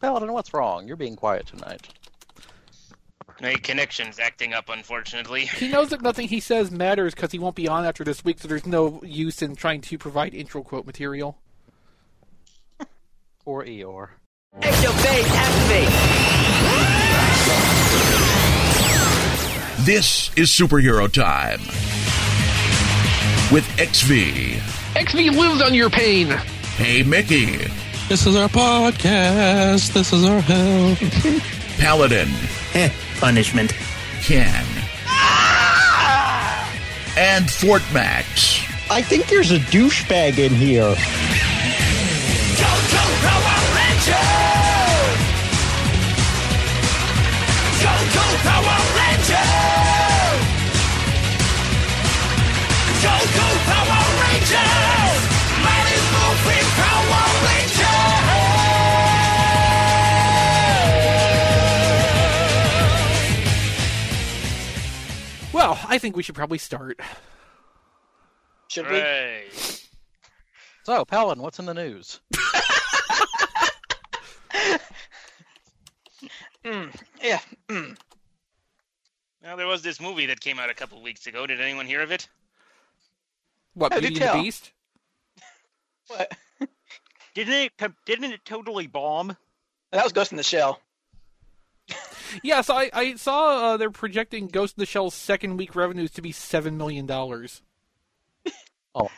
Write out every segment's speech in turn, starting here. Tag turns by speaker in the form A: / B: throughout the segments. A: Paladin, what's wrong? You're being quiet tonight.
B: My connection's acting up, unfortunately.
C: He knows that nothing he says matters because he won't be on after this week, so there's no use in trying to provide intro quote material.
A: Poor Eeyore.
D: Ecto phase activate.
E: This is Superhero Time with XV.
F: XV lives on your pain.
E: Hey Mickey,
G: This is our podcast. This is our hell.
E: Paladin,
H: Punishment.
E: Ken, and Fort Max.
I: I think there's a douchebag in here.
C: Well, I think we should probably start.
D: Should we?
B: Hooray.
A: So, Paladin, what's in the news?
D: Yeah. Mm.
B: Now, there was this movie that came out a couple weeks ago. Did anyone hear of it?
C: What,
D: Oh, do
C: Beauty and the
D: tell.
C: Beast?
D: What?
B: Didn't it? co- Didn't it totally bomb?
D: That was Ghost in the Shell.
C: Yeah, so I, I saw uh, they're projecting Ghost in the Shell's second week revenues to be $7 million. Oh.
A: Oh.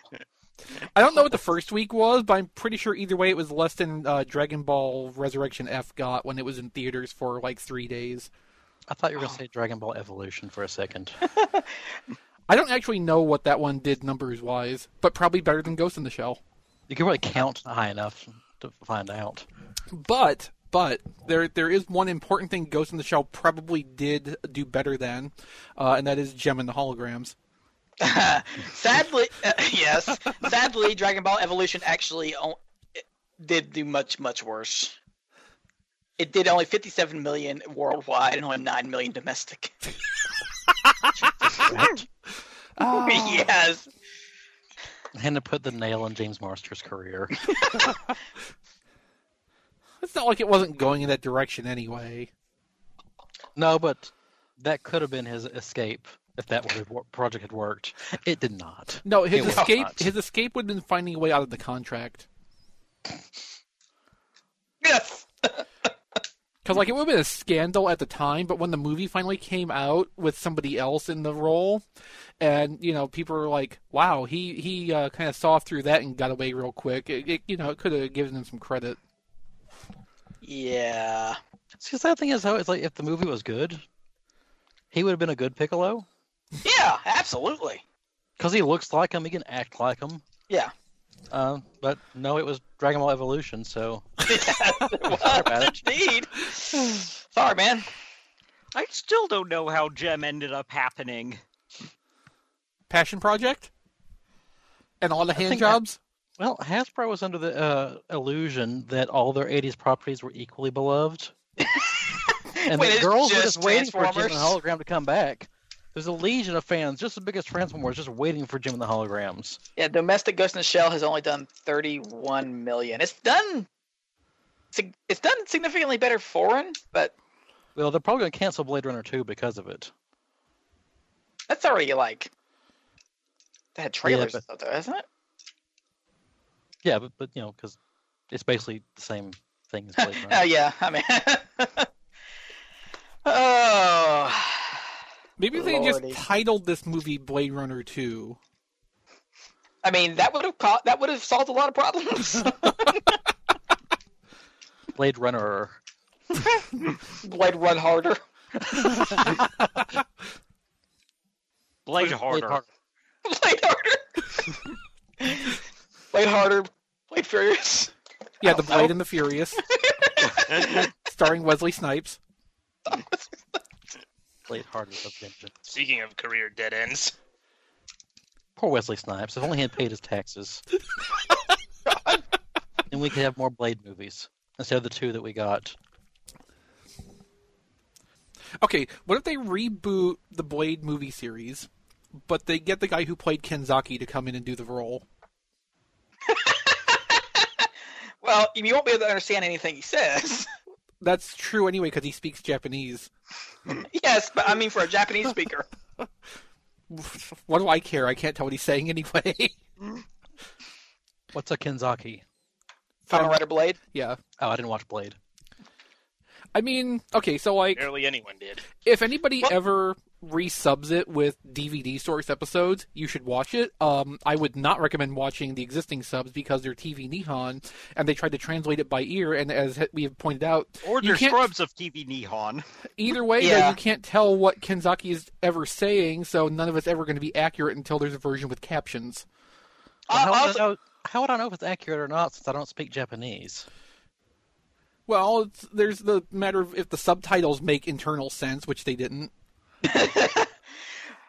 C: I don't know what the first week was, but I'm pretty sure either way it was less than uh, Dragon Ball Resurrection F got when it was in theaters for like three days.
A: I thought you were going to say Dragon Ball Evolution for a second.
C: I don't actually know what that one did numbers wise, but probably better than Ghost in the Shell.
A: You can really count high enough to find out.
C: But but there there is one important thing Ghost in the Shell probably did do better than, uh, and that is Gem and the Holograms.
D: Sadly, uh, yes. Sadly, Dragon Ball Evolution actually o- it did do much, much worse. It did only 57 million worldwide and only 9 million domestic. yes.
A: And to put the nail in James Marsters' career.
C: It's not like it wasn't going in that direction anyway.
A: No, but that could have been his escape if that would have wor- project had worked. It did not.
C: No,
A: It
C: his
A: was
C: escape
A: not.
C: his escape would have been finding a way out of the contract.
D: Yes.
C: Because like it would have been a scandal at the time, but when the movie finally came out with somebody else in the role, and you know people were like, "Wow, he he uh, kind of saw through that and got away real quick." It, it, you know it could have given him some credit.
D: Yeah.
A: See, the sad thing is, though, it's like if the movie was good, he would have been a good Piccolo
D: Yeah, absolutely.
A: because he looks like him, he can act like him.
D: Yeah.
A: Uh, but no, it was Dragon Ball Evolution, so
D: Uh, Indeed. Sorry, man.
J: I still don't know how Gem ended up happening.
C: Passion Project, and all the hand
A: think that-
C: jobs.
A: Well, Hasbro was under the uh, illusion that all their '80s properties were equally beloved, and
D: Wait,
A: the
D: it's
A: girls were
D: just
A: just waiting for Jim and the
D: Transformers?
A: Hologram to come back. There's a legion of fans, just as big as Transformers, just waiting for Jim and the Holograms.
D: Yeah, domestic Ghost in the Shell has only done 31 million. It's done. sig- It's done significantly better foreign, but
A: Well, they're probably going to cancel Blade Runner 2 because of it.
D: that's already like that had trailers
A: but-
D: and stuff, though, isn't it?
A: Yeah, but, but you know, because it's basically the same thing as Blade Runner.
D: Oh yeah, I mean, oh,
C: Maybe if they had just
D: Lordy.
C: titled this movie Blade Runner Two.
D: I mean that would have caught that would have solved a lot of problems.
A: Blade Runner.
D: Blade run harder.
J: Blade
A: Blade
J: harder.
A: Runner.
D: Blade harder. Blade harder. Blade furious.
C: Yeah, the
D: don't know.
C: Blade and the Furious, starring Wesley Snipes.
A: Blade Harder of Vengeance.
B: Speaking of career dead ends,
A: Poor Wesley Snipes. If only he had paid his taxes. then we could have more Blade movies instead of the two that we got.
C: Okay, what if they reboot the Blade movie series, but they get the guy who played Kenzaki to come in and do the role?
D: Well, you won't be able to understand anything he says.
C: that's true anyway because he speaks Japanese.
D: Yes, but I mean for a Japanese speaker.
C: What do I care? I can't tell what he's saying anyway.
A: What's a Kenzaki?
D: Final
C: Um,
D: Rider Blade.
C: yeah.
A: Oh, I didn't watch Blade.
C: I mean, okay, so like
B: Barely anyone did.
C: if anybody
D: Well-
C: ever resubs it with DVD source episodes, you should watch it. Um, I would not recommend watching the existing subs because they're TV Nihon and they tried to translate it by ear. And as we have pointed out,
J: Or
C: you
J: they're
C: can't-
J: scrubs of TV Nihon.
C: either way, though,
D: Yeah.
C: you can't tell what Kenzaki is ever saying, so none of it's ever going to be accurate until there's a version with captions.
D: Al-
A: how, would
D: also,
A: I know, how would I know if it's accurate or not since I don't speak Japanese?
C: Well, it's, there's the matter of if the subtitles make internal sense, which they didn't.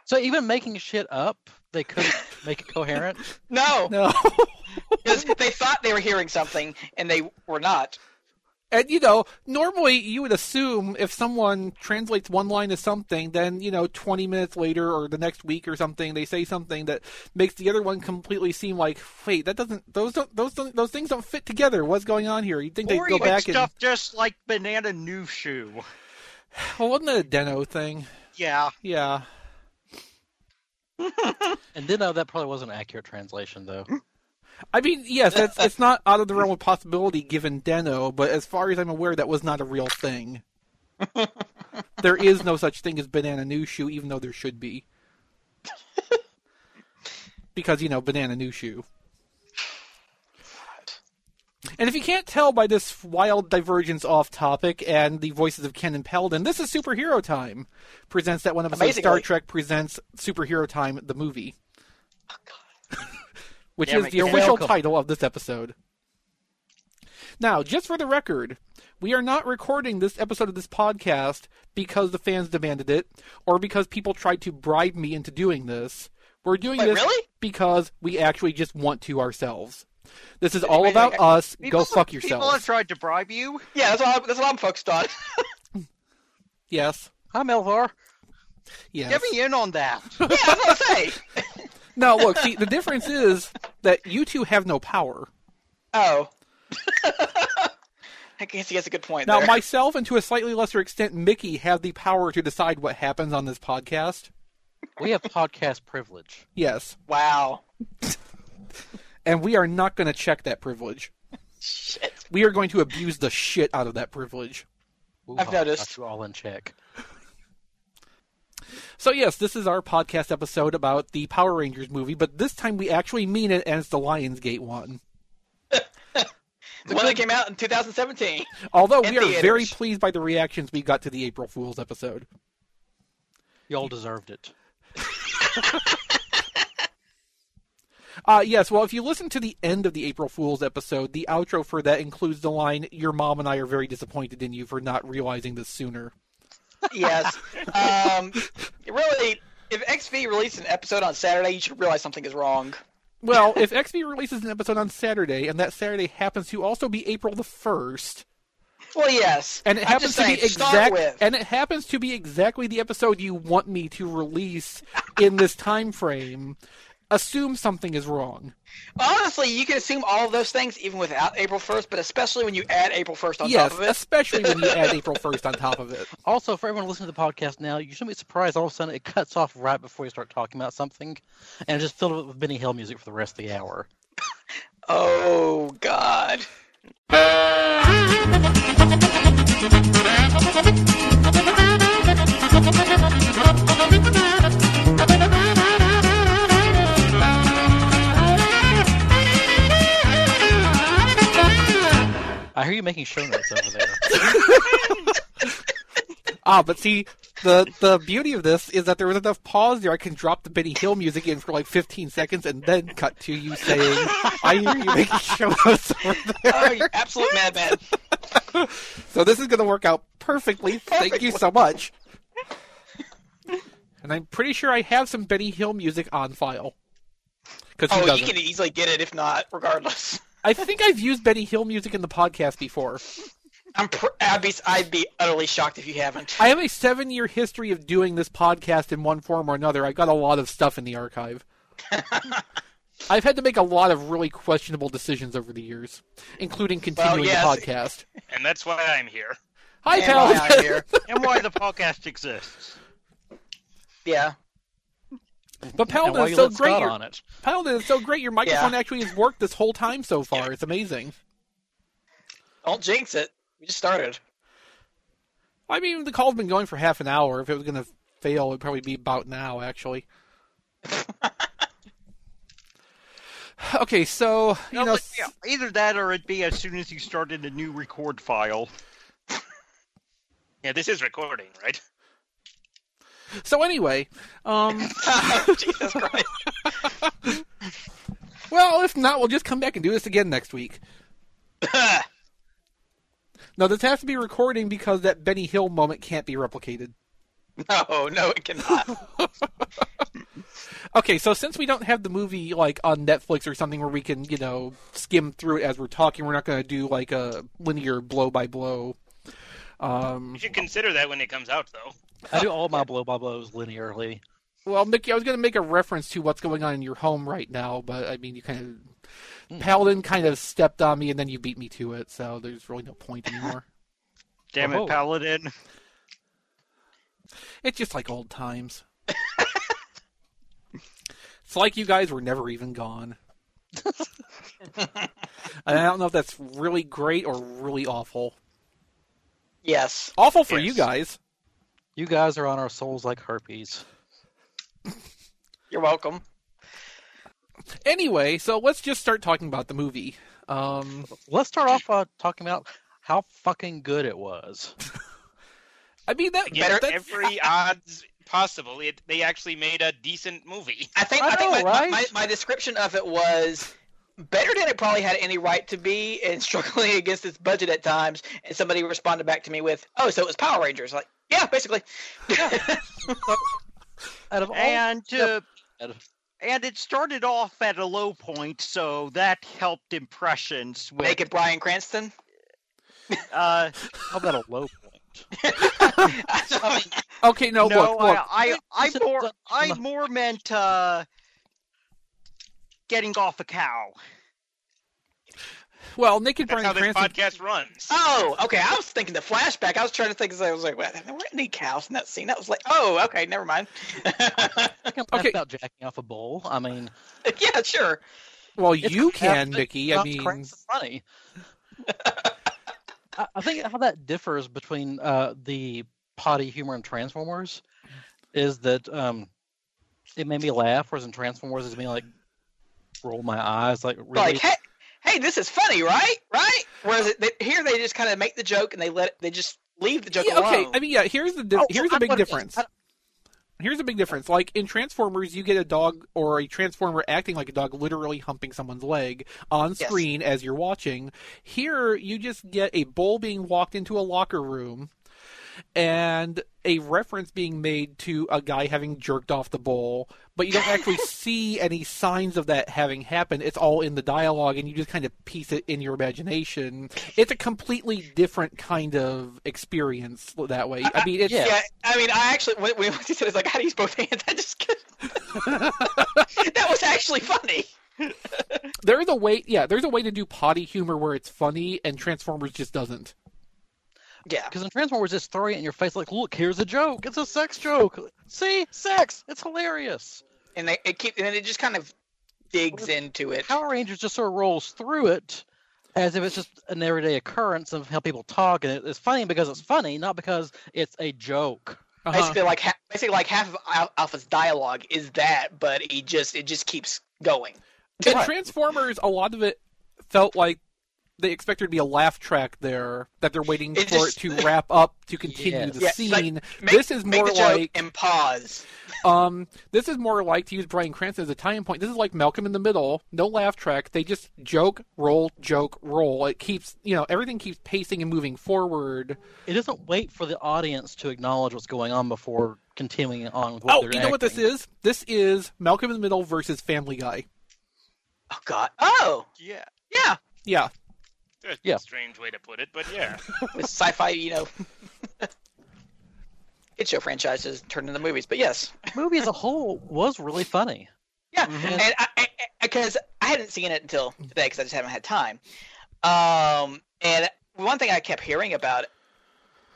A: So even making shit up, they couldn't make it coherent.
D: no,
C: No.
D: because they thought they were hearing something and they were not.
C: And you know, normally you would assume if someone translates one line to something, then you know, 20 minutes later or the next week or something, they say something that makes the other one completely seem like, wait, that doesn't those don't those don't, those things don't fit together. What's going on here? You would think they
J: Or
C: go
J: even
C: back and
J: stuff just like Banana New Shoe.
C: well, Oh, wasn't that a Deno thing?
J: Yeah.
C: Yeah,
A: And then no, that probably wasn't an accurate translation though.
C: I mean, yes, that's it's not out of the realm of possibility given Deno, but as far as I'm aware, that was not a real thing. there is no such thing as banana new shoe, even though there should be. because you know, banana new shoe. And if you can't tell by this wild divergence off topic and the voices of Ken and Peldon, this is superhero time. Presents that one episode of Star
D: Amazingly.
C: Trek presents superhero time the movie. Which
B: Yeah,
C: is
B: make
C: the
B: it
C: official
A: welcome.
C: title of this episode. Now, just for the record, we are not recording this episode of this podcast because the fans demanded it or because people tried to bribe me into doing this. We're doing
D: Wait,
C: this
D: really?
C: because we actually just want to ourselves. This is all
D: Wait,
C: about
D: wait,
C: us. Go
J: People-
C: fuck
J: People have
C: yourselves.
J: tried to bribe you.
D: Yeah, that's what I'm, that's what I'm focused on.
C: Yes.
A: Hi, Melvar.
C: Yes.
J: Get me in on that.
D: yeah, that's what I'm saying.
C: No, look, see, the difference is that you two have no power.
D: Oh. I guess he has a good point
C: Now,
D: there.
C: myself and to a slightly lesser extent, Mickey have the power to decide what happens on this podcast.
A: We have podcast privilege.
C: Yes.
D: wow.
C: And we are not going to check that privilege.
D: Shit.
C: We are going to abuse the shit out of that privilege.
A: Ooh,
D: I've
A: ha,
D: noticed.
A: got you all in check.
C: So, yes, this is our podcast episode about the Power Rangers movie, but this time we actually mean it, and it's the Lionsgate one.
D: The one that came out in 2017.
C: Although
D: And
C: we are
D: theaters.
C: very pleased by the reactions we got to the April Fool's episode.
A: You all deserved it.
C: Uh, yes, well, if you listen to the end of the April Fool's episode, the outro for that includes the line, Your mom and I are very disappointed in you for not realizing this sooner.
D: yes. Um, really, if XV released an episode on Saturday, you should realize something is wrong.
C: Well, if XB releases an episode on Saturday, and that Saturday happens to also be April the 1st,
D: Well, yes.
C: and it
D: I'm
C: happens
D: just
C: to be
D: saying, Start
C: exact,
D: with.
C: and it happens to be exactly the episode you want me to release in this time frame, assume something is wrong.
D: Honestly, you can assume all of those things even without April 1st, but especially when you add April 1st on
C: yes,
D: top of it.
C: especially when you add April 1st on top of it.
A: Also, for everyone listening to the podcast now, you shouldn't be surprised. All of a sudden, it cuts off right before you start talking about something, and it just filled it with Benny Hill music for the rest of the hour.
D: Oh, God.
A: I hear you making show notes over there.
C: Ah, but see, the the beauty of this is that there was enough pause there. I can drop the Benny Hill music in for like 15 seconds and then cut to you saying, "I hear you making show notes over there."
D: Oh, you absolute madman.
C: So this is going to work out perfectly. Thank you so much. And I'm pretty sure I have some Benny Hill music on file. Because
D: Oh, you
C: doesn't?
D: can easily get it if not, regardless.
C: I think I've used Benny Hill music in the podcast before.
D: I'm pr- I'd, be, I'd be utterly shocked if you haven't.
C: I have a seven-year history of doing this podcast in one form or another. I've got a lot of stuff in the archive. I've had to make a lot of really questionable decisions over the years, including continuing
D: yes.
C: the podcast.
B: And that's why I'm here.
C: Hi,
D: Am I
C: pal.
D: out here?
J: and why the podcast exists.
D: Yeah.
C: But
A: And why
C: Paladin
A: you
C: is so
A: let
C: great.
A: Scott
C: Your,
A: on it?
C: Paladin is so great. Your microphone
D: Yeah.
C: actually has worked this whole time so far. It's amazing.
D: Don't jinx it. We just started.
C: I mean, the call's been going for half an hour. If it was going to fail, it'd probably be about now, actually. okay, so you
J: No,
C: know,
J: but, yeah, either that or it'd be as soon as you started a new record file.
B: Yeah, this is recording, right?
C: so anyway, um,
D: Jesus Christ.
C: well, if not, we'll just come back and do this again next week. No, this has to be recording because that Benny Hill moment can't be replicated.
D: No, no, it cannot.
C: Okay, so since we don't have the movie like on Netflix or something where we can, you know, skim through it as we're talking, we're not going to do like a linear blow by blow. Um,
B: You should consider that when it comes out, though.
A: I do all my blow by blows linearly.
C: well, Mickey, I was going to make a reference to what's going on in your home right now, but I mean, you kind of Paladin kind of stepped on me, and then you beat me to it, so there's really no point anymore.
J: Damn
C: Oh.
J: it, Paladin.
C: it's just like old times. it's like you guys were never even gone. and I don't know if that's really great or really awful.
D: yes.
C: Awful for you
B: Yes.
C: guys.
A: You guys are on our souls like herpes.
D: You're welcome.
C: Anyway, so let's just start talking about the movie. Um,
A: Let's start off uh, talking about how fucking good it was.
C: I mean that.
B: Yeah,
C: that's-
B: every odds possible, it, they actually made a decent movie.
D: I think
A: I
D: I, think
A: know,
D: my, my-
A: right?
D: my, my description of it was better than it probably had any right to be and struggling against its budget at times and somebody responded back to me with, "Oh, so it was Power Rangers." Like, yeah, basically.
A: Out of
C: Oh,
A: all,
J: And uh,
A: Yep.
J: and it started off at a low point, so that helped impressions with
D: Make it Brian Cranston.
J: uh
A: how about a low point?
D: I mean,
C: Okay, no,
J: no,
C: look, look.
J: I, I,
A: This
J: I
A: is
J: more
A: a-
J: I more meant uh getting off a cow.
C: Well, Naked
B: That's
C: Brian
B: how this
C: Cranston.
B: podcast runs.
D: oh, okay. I was thinking the flashback. I was trying to think. I was like, "Wait, there weren't any cows in that scene." That was like, "Oh, okay, never mind."
A: I can laugh
C: Okay.
A: about jacking off a bowl. I mean,
D: yeah, sure.
C: well,
A: it's
C: you
A: crap,
C: can,
A: but
C: Mickey. I
A: Not
C: mean,
A: crack's is funny. I, I think how that differs between uh, the potty humor in Transformers is that um, it made me laugh, whereas in Transformers it's me like roll my eyes, like really.
D: Like, hey, hey, this is funny, right? Right? Whereas it, they, here they just kind of make the joke and they let it, they just leave the joke
C: Yeah, okay.
D: alone.
C: I mean, yeah. Here's the di-
A: Oh,
C: here's
A: I
C: the big
A: wanna-
C: difference.
A: I-
C: Here's a big difference. Like in Transformers, you get a dog or a Transformer acting like a dog, literally humping someone's leg on
D: Yes.
C: screen as you're watching. Here, you just get a bull being walked into a locker room and a reference being made to a guy having jerked off the bowl, but you don't actually see any signs of that having happened. It's all in the dialogue, and you just kind of piece it in your imagination. It's a completely different kind of experience that way. I mean, it's.
A: Yeah.
D: yeah, I mean, I actually when, when he said it's like, how do you use both hands? I just that was actually funny.
C: there's a way yeah there's a way to do potty humor where it's funny and transformers just doesn't
D: Yeah,
A: Because in Transformers, it's throwing it in your face, like, look, here's a joke. It's a sex joke. See, sex. It's hilarious.
D: and they it keep and it just kind of digs into it.
A: Power Rangers just sort of rolls through it as if it's just an everyday occurrence of how people talk, and it- it's funny because it's funny, not because it's a joke.
C: Uh-huh.
D: Basically, like ha- basically like half of Al- Alpha's dialogue is that, but he just it just keeps going.
C: In transformers a lot of it felt like they expected to be a laugh track there that they're waiting
D: It
C: for
D: just-
C: it to wrap up to continue
A: Yes.
C: the
D: Yeah, it's like,
C: scene
D: Make,
C: this is
D: make
C: more
D: the joke
C: like
D: and pause.
C: um this is more like to use brian cranston as a tying point this is like malcolm in the middle no laugh track they just joke roll joke roll it keeps you know everything keeps pacing and moving forward
A: It doesn't wait for the audience to acknowledge what's going on before continuing on with what
C: oh
A: they're
C: you know what this
A: acting.
C: is this is malcolm in the middle versus family guy
D: Oh God! Oh
J: Yeah.
D: yeah,
C: yeah
B: That's
A: Yeah.
B: a strange way to put it, but yeah.
D: with sci-fi, you know, it show franchises turned into movies. But yes,
A: movie as a whole was really funny.
D: yeah, and I because I, hadn't seen it until today because I just haven't had time. Um, and one thing I kept hearing about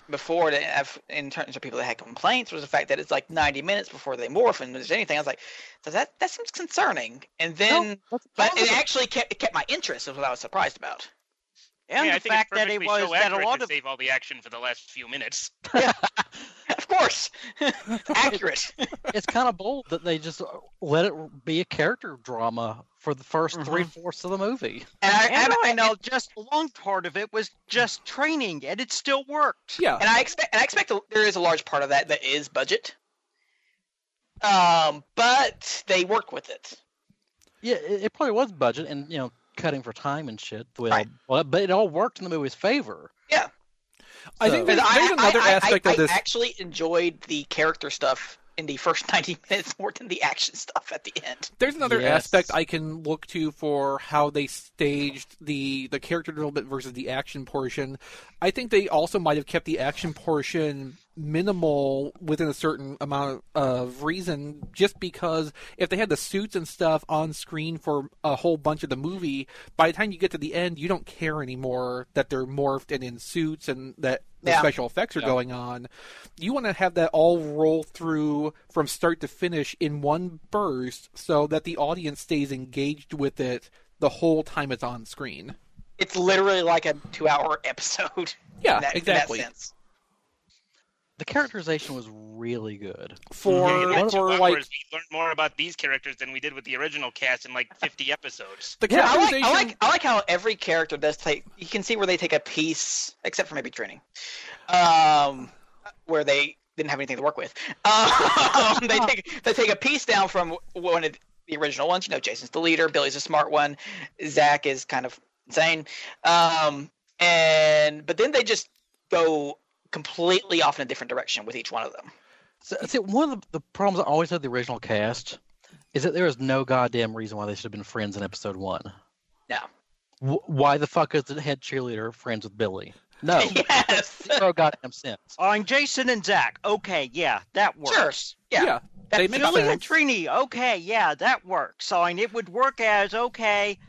D: before that I've, in terms of people that had complaints was the fact that it's like 90 minutes before they morph and there's anything. I was like, so that that seems concerning. And then, but it actually kept it kept my interest. Is what I was surprised about.
J: And
B: yeah, I
J: the
B: think it's
J: fact that it
B: perfectly
J: was
B: show
J: that a
B: accurate
J: lot
B: to
J: of
B: save all the action for the last few minutes.
D: of course, accurate.
A: it's kind of bold that they just let it be a character drama for the 1st three
C: Mm-hmm.
A: fourths of the movie.
D: And I,
J: and
D: I,
J: I know just a long part of it was just training, and it still worked.
C: Yeah.
D: and I expect and I expect a- there is a large part of that that is budget. Um, but they work with it.
A: Yeah, it, it probably was budget and you know cutting for time and shit. Well,
D: Right.
A: but, but it all worked in the movie's favor.
D: Yeah.
C: I think
D: Because
C: there's,
D: I,
C: there's another
D: I, I-
C: aspect
D: I,
C: of this.
D: I actually enjoyed the character stuff in the first 90 minutes more than the action stuff at the end.
C: there's another
A: Yes.
C: aspect I can look to for how they staged the the character development versus the action portion. I think they also might have kept the action portion minimal within a certain amount of reason just because if they had the suits and stuff on screen for a whole bunch of the movie by the time you get to the end you don't care anymore that they're morphed and in suits and that the
D: Yeah.
C: special effects are going on you want to have that all roll through from start to finish in one burst so that the audience stays engaged with it the whole time it's on screen.
D: It's literally like a two-hour episode.
C: Yeah,
D: in that, in that
C: exactly.
D: sense.
A: The characterization was really good.
C: For,
B: In that two
C: for
B: hours,
C: like
B: we learned more about these characters than we did with the original cast in like 50 episodes.
C: the
D: I like,
C: characterization,
D: I like I like how every character does take. You can see where they take a piece, except for maybe training, um, where they didn't have anything to work with. Um, they take they take a piece down from one of the original ones. You know, Jason's the leader, Billy's a smart one, Zach is kind of insane, um, and but then they just go completely off in a different direction with each one of them.
A: So, see, one of the, the problems I always had with the original cast is that there is no goddamn reason why they should have been friends in episode one.
D: No.
A: Wh- why the fuck is the head cheerleader friends with Billy? No,
D: Yes,
A: no goddamn sense.
J: On Jason and Zach, okay, yeah, that works.
D: sure, yeah.
C: yeah,
D: That-
C: they make
J: Julie and
C: sense.
J: Trini, okay, yeah, that works. So, and it would work as okay.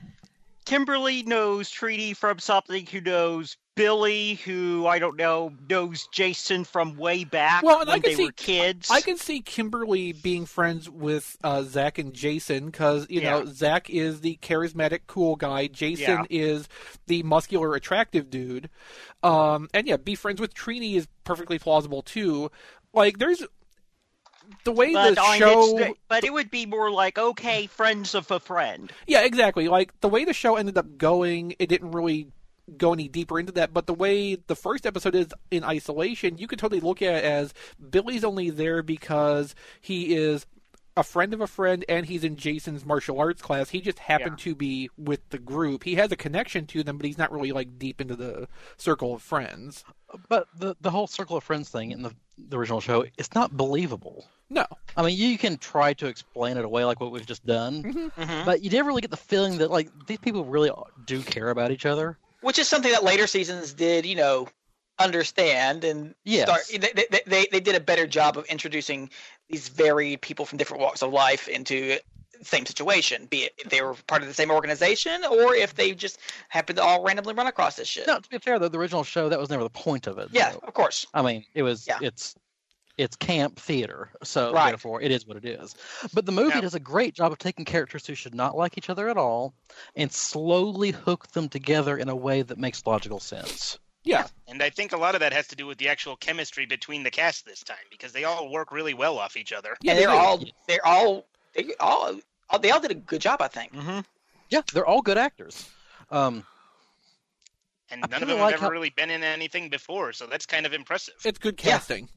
J: Kimberly knows Trini from something. Who knows Billy? Who I don't know knows Jason from way back
C: Well, and I
J: when
C: can
J: they
C: see-
J: were kids.
C: I can see Kimberly being friends with uh, Zach and Jason because you know Zach is the charismatic, cool guy. Jason
J: Yeah.
C: is the muscular, attractive dude. Um, and yeah, be friends with Trini is perfectly plausible too. Like, there's the way
J: but,
C: the
J: I mean,
C: show.
J: it's- but it would be more like okay, friends of a friend.
C: Yeah, exactly. Like the way the show ended up going, it didn't really go any deeper into that. But the way the first episode is in isolation, you could totally look at it as Billy's only there because he is a friend of a friend and he's in Jason's martial arts class. He just happened to be with the group. He has a connection to them, but he's not really like deep into the circle of friends.
A: But the the whole circle of friends thing in the, the original show, it's not believable.
C: No.
A: I mean, you can try to explain it away, like what we've just done, but you never really get the feeling that like these people really do care about each other.
D: which is something that later seasons did, you know, understand and
A: Yes.
D: start. They, they, they, they did a better job of introducing these varied people from different walks of life into the same situation, be it if they were part of the same organization or if they just happened to all randomly run across this shit.
A: No, to be fair though, the original show that was never the point of it.
D: yeah,
A: though.
D: of course.
A: I mean, it was
D: Yeah.
A: it's it's camp theater, so
D: Right.
A: therefore it is what it is. But the movie
B: Yeah.
A: does a great job of taking characters who should not like each other at all and slowly hook them together in a way that makes logical sense.
C: Yeah.
B: And I think a lot of that has to do with the actual chemistry between the cast this time because they all work really well off each other.
C: Yeah,
D: and they're
C: they do.
D: all, they're all, they all, all, they all did a good job, I think.
J: Mm-hmm.
A: Yeah, they're all good actors. Um,
B: And
A: I
B: none of
A: kinda
B: them
A: like
B: have ever
A: how-
B: really been in anything before, so that's kind of impressive.
C: It's good
D: Yeah.
C: casting.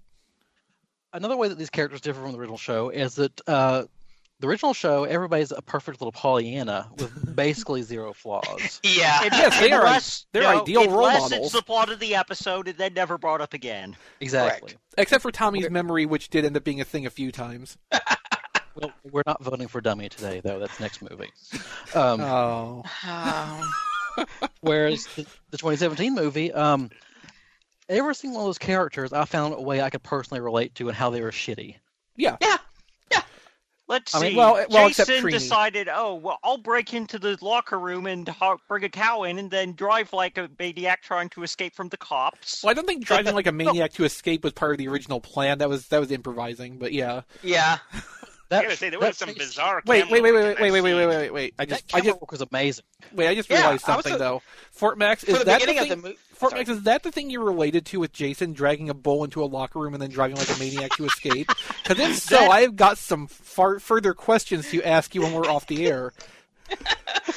A: another way that these characters differ from the original show is that uh, the original show everybody's a perfect little Pollyanna with basically zero flaws.
D: Yeah.
C: Yes, they are they're
J: no,
C: ideal role
J: unless
C: models.
J: it's the plot of the episode and then never brought up again.
A: Exactly.
C: Except for Tommy's memory, which did end up being a thing a few times.
A: Well, we're not voting for Dummy today, though. That's next movie. Um,
C: Oh.
D: Um,
A: Whereas the, the 2017 movie, um, every single one of those characters, I found a way I could personally relate to and how they were shitty.
D: yeah.
J: Let's
C: I
J: see.
C: mean, well, well, except
J: Jason
C: Trini.
J: decided, oh, well, I'll break into the locker room and ho- bring a cow in and then drive like a maniac trying to escape from the cops.
C: Well, I don't think driving like a maniac to escape was part of the original plan. That was that was improvising, but yeah.
D: Yeah.
B: I
A: That,
B: gotta say there was
A: that
B: some
A: face-
B: bizarre.
C: Wait,
B: camera
C: wait, wait,
B: work in
C: wait,
B: that
C: wait, wait, wait, wait,
B: scene.
C: wait, wait. I just,
A: That
C: I
A: camera
C: just,
A: work was amazing.
C: wait, I just
D: Yeah,
C: realized
D: I was
C: something
D: so-
C: though. Fort Max
D: For
C: is
D: the
C: that the
D: beginning
C: thing?
D: of the movie.
C: Fort Max is that the thing you related to with Jason dragging a bull into a locker room and then driving like a maniac to escape? Because if so,
J: That-
C: I've got some far further questions to ask you when we're off the air.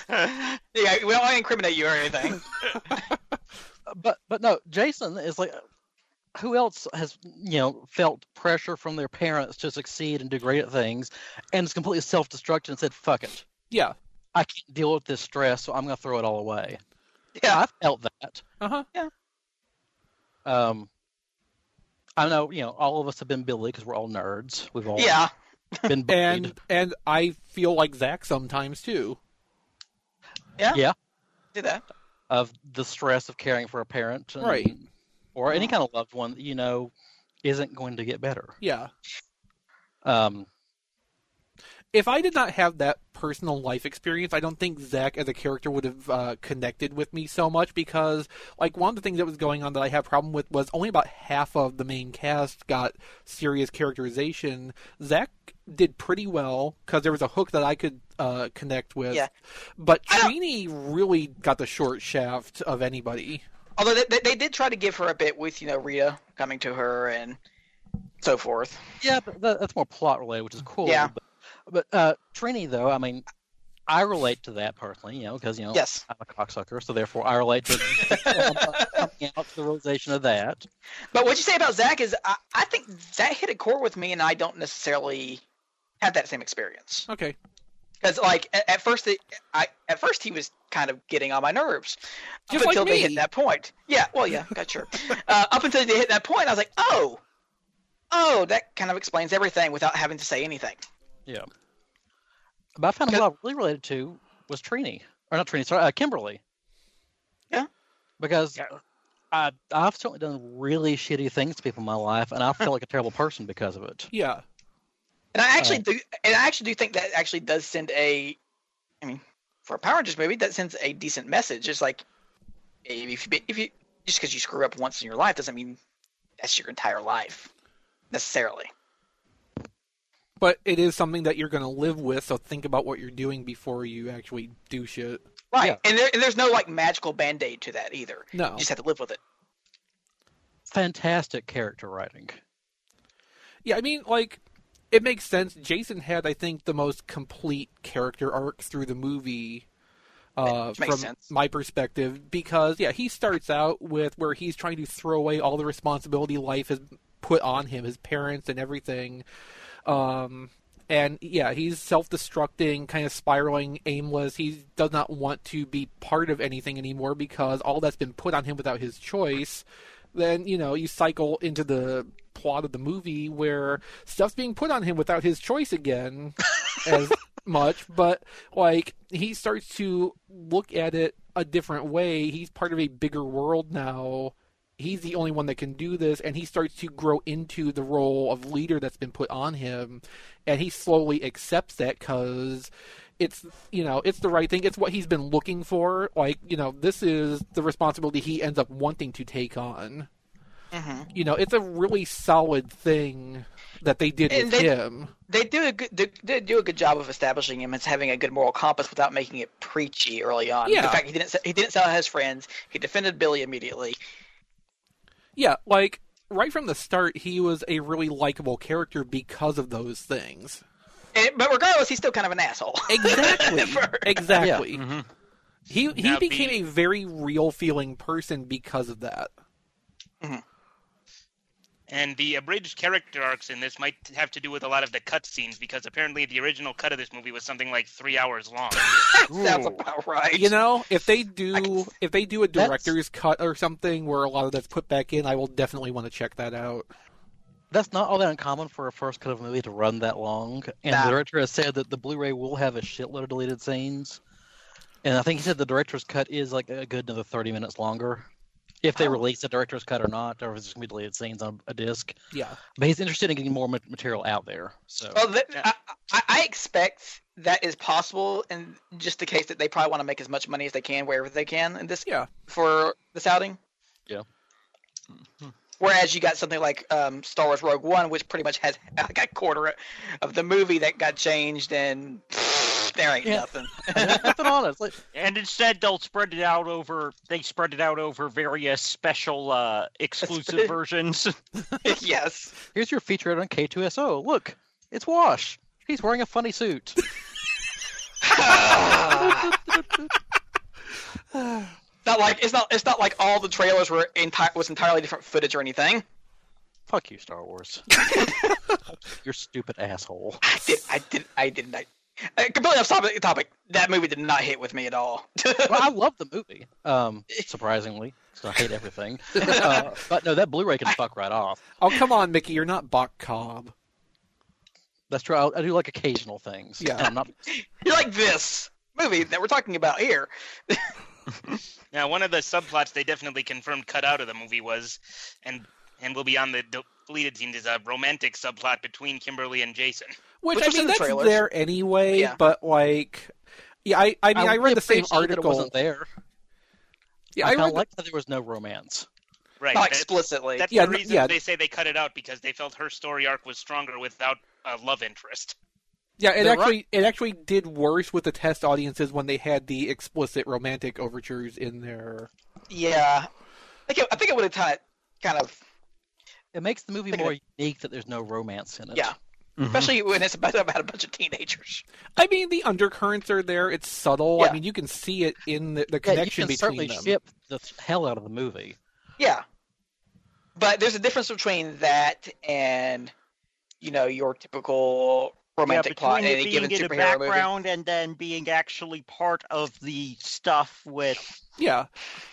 D: Yeah, we don't want to incriminate you or anything.
A: But but no, Jason is like, who else has you know felt pressure from their parents to succeed and do great at things, and is completely self-destructive and said, "Fuck it,
C: Yeah.
A: I can't deal with this stress, so I'm gonna throw it all away."
D: Yeah.
A: I felt that.
C: Uh huh.
A: Um, I know you know all of us have been Billy because we're all nerds. We've all
D: yeah.
A: been bullied.
C: And and I feel like Zach sometimes too.
D: Yeah.
A: Yeah.
D: Do that.
A: of the stress of caring for a parent, and-
C: Right.
A: Or any kind of loved one that you know isn't going to get better.
C: Yeah.
A: Um,
C: if I did not have that personal life experience, I don't think Zach as a character would have uh, connected with me so much because, like, one of the things that was going on that I had a problem with was only about half of the main cast got serious characterization. Zach did pretty well because there was a hook that I could uh, connect with.
D: Yeah.
C: But
D: I don't-
C: Trini really got the short shaft of anybody.
D: Although they, they, they did try to give her a bit with, you know, Rita coming to her and so forth.
A: yeah, but that, that's more plot related, which is cool.
D: Yeah.
A: But, but uh, Trini, though, I mean, I relate to that personally, you know, because you know
D: Yes.
A: I'm a cocksucker, so therefore I relate to coming out to the realization of that.
D: But what you say about Zach is, I, I think that hit a core with me, and I don't necessarily have that same experience.
C: Okay.
D: Because, like, at, at first, it, I at first he was kind of getting on my nerves up
C: Just like
D: until they
C: me.
D: hit that point. Yeah, well, yeah, got sure. uh, up until they hit that point, I was like, oh, oh, that kind of explains everything without having to say anything.
A: But I found
D: Good.
A: who I really related to was Trini, or not Trini, sorry, uh, Kimberly.
D: Yeah.
A: Because
B: Yeah.
A: I I've certainly done really shitty things to people in my life, and I felt like a terrible person because of it.
C: Yeah.
D: And I actually do, and I actually do think that actually does send a, I mean, for a Power Rangers movie, that sends a decent message. It's like, if you be- if you just because you screw up once in your life doesn't mean that's your entire life necessarily.
C: But it is something that you're going to live with, so think about what you're doing before you actually do shit.
D: Right.
A: Yeah.
D: And, there, and there's no like magical band aid to that either.
C: No.
D: You just have to live with it.
A: Fantastic character writing.
C: Yeah, I mean, like, it makes sense. Jason had, I think, the most complete character arc through the movie. Uh,
D: Which makes
C: from
D: sense.
C: my perspective, because yeah, he starts out with where he's trying to throw away all the responsibility life has put on him, his parents and everything. Um, and yeah, he's self-destructing, kind of spiraling, aimless. He does not want to be part of anything anymore because all that's been put on him without his choice. Then you know you cycle into the plot of the movie where stuff's being put on him without his choice again, as much. But like he starts to look at it a different way. He's part of a bigger world now he's the only one that can do this and he starts to grow into the role of leader that's been put on him and he slowly accepts that cuz it's you know it's the right thing it's what he's been looking for like you know this is the responsibility he ends up wanting to take on
D: Mhm.
C: you know it's a really solid thing that they did
D: And
C: with
D: they-
C: him
D: They do a good they, they do a good job of establishing him as having a good moral compass without making it preachy early on.
C: Yeah.
D: In fact, he didn't se- he didn't sell his friends. He defended Billy immediately.
C: yeah like right from the start he was a really likable character because of those things
D: And, but regardless, he's still kind of an asshole.
C: exactly exactly
B: Mhm.
C: He he
B: Now,
C: became
B: the-
C: a very real feeling person because of that.
B: And the abridged character arcs in this might have to do with a lot of the cut scenes because apparently the original cut of this movie was something like three hours long.
D: Sounds about right.
C: You know, if they do
D: can-
C: if they do a
A: That's-
C: director's cut or something where a lot of that's put back in, I will definitely want to check that out.
A: That's not all that uncommon for a first cut of a movie to run that long. And
D: Nah.
A: the director has said that the Blu-ray will have a shitload of deleted scenes. And I think he said the director's cut is like a good another thirty minutes longer. if
D: Oh.
A: they release the director's cut or not, or if it's just gonna be deleted scenes on a disc.
C: Yeah.
A: But he's interested in getting more ma- material out there. So
D: Well, th-
B: Yeah.
D: I, I, I expect that is possible, and just the case that they probably want to make as much money as they can wherever they can in this
C: Yeah.
D: for this outing.
A: Yeah.
D: Whereas you got something like um, Star Wars Rogue One, which pretty much has like a quarter of the movie that got changed, and there ain't
A: Yeah.
D: nothing.
A: nothing on it. It's like,
J: And instead, they'll spread it out over. They spread it out over various special, uh, exclusive versions.
D: yes.
A: here's your feature on K2SO. Look, it's Wash. He's wearing a funny suit.
D: Ah. Not like it's not it's not like all the trailers were enti- was entirely different footage or anything.
A: Fuck you, Star Wars. You're stupid asshole.
D: I did I did I did not. Uh, completely off topic, topic. That movie did not hit with me at all.
A: Well, I love the movie. Um, surprisingly, 'cause I hate everything. Uh, but no, that Blu-ray can fuck right off.
C: Oh, come on, Mickey. You're not Bach Cobb.
A: That's true. I, I do like occasional things.
C: Yeah.
A: I'm not
D: You're like this movie that we're talking about here.
B: Now, one of the subplots they definitely confirmed cut out of the movie was, and and will be on the deleted scenes is a romantic subplot between Kimberly and Jason.
C: Which,
D: Which
C: I
D: was in
C: mean,
D: the
C: that's
D: trailers.
C: there anyway.
D: Yeah.
C: But like, yeah, I, I mean, I,
A: really
C: read the same
A: appreciate that
C: article.
A: It wasn't there.
C: Yeah,
A: I,
C: I
A: kinda
C: read. the-
A: like that there was no romance.
B: Right.
D: Not
B: that-
D: explicitly.
B: that's
C: Yeah,
B: the
C: no-
B: reason
C: yeah.
B: they say they cut it out because they felt her story arc was stronger without a love interest.
C: yeah, it
A: they're
C: actually it actually did worse with the test audiences when they had the explicit romantic overtures in there.
D: yeah. I think it, I think it would have tied kind of
A: It makes the movie
D: Look at
A: more unique that there's no romance in it.
D: yeah. Especially when it's about about a bunch of teenagers.
C: I mean, the undercurrents are there. It's subtle. I
D: Yeah.
C: mean, you can see it in the, the
A: Yeah,
C: connection
A: you can certainly
C: between them.
A: ship the hell out of the movie.
D: Yeah. But there's a difference between that and you know your typical romantic
J: yeah,
D: plot
J: between
D: in
J: it
D: any
J: being
D: given
J: in the
D: superhero movie.
J: background and then being actually part of the stuff with
C: Yeah,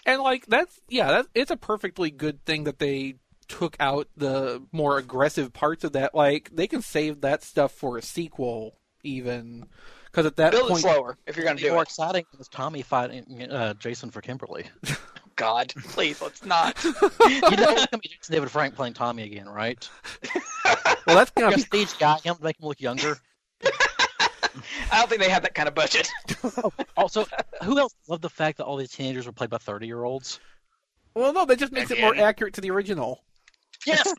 C: and like that's yeah, that's it's a perfectly good thing that they took out the more aggressive parts of that. Like they can save that stuff for a sequel, even because at that
D: Build it
C: point,
D: slower if you're gonna
A: It'd be
D: do
A: more
D: it.
A: exciting was Tommy fighting uh, Jason for Kimberly.
D: God, please let's not.
A: You know, it's gonna be Jason David Frank playing Tommy again, right?
C: well, that's gonna be
A: Prestige guy, him to make him look younger.
D: I don't think they have that kind of budget.
A: Also, who else loved the fact that all these teenagers were played by thirty-year-olds?
C: well, no, that just makes it more
B: Again.
C: accurate to the original.
A: Yes,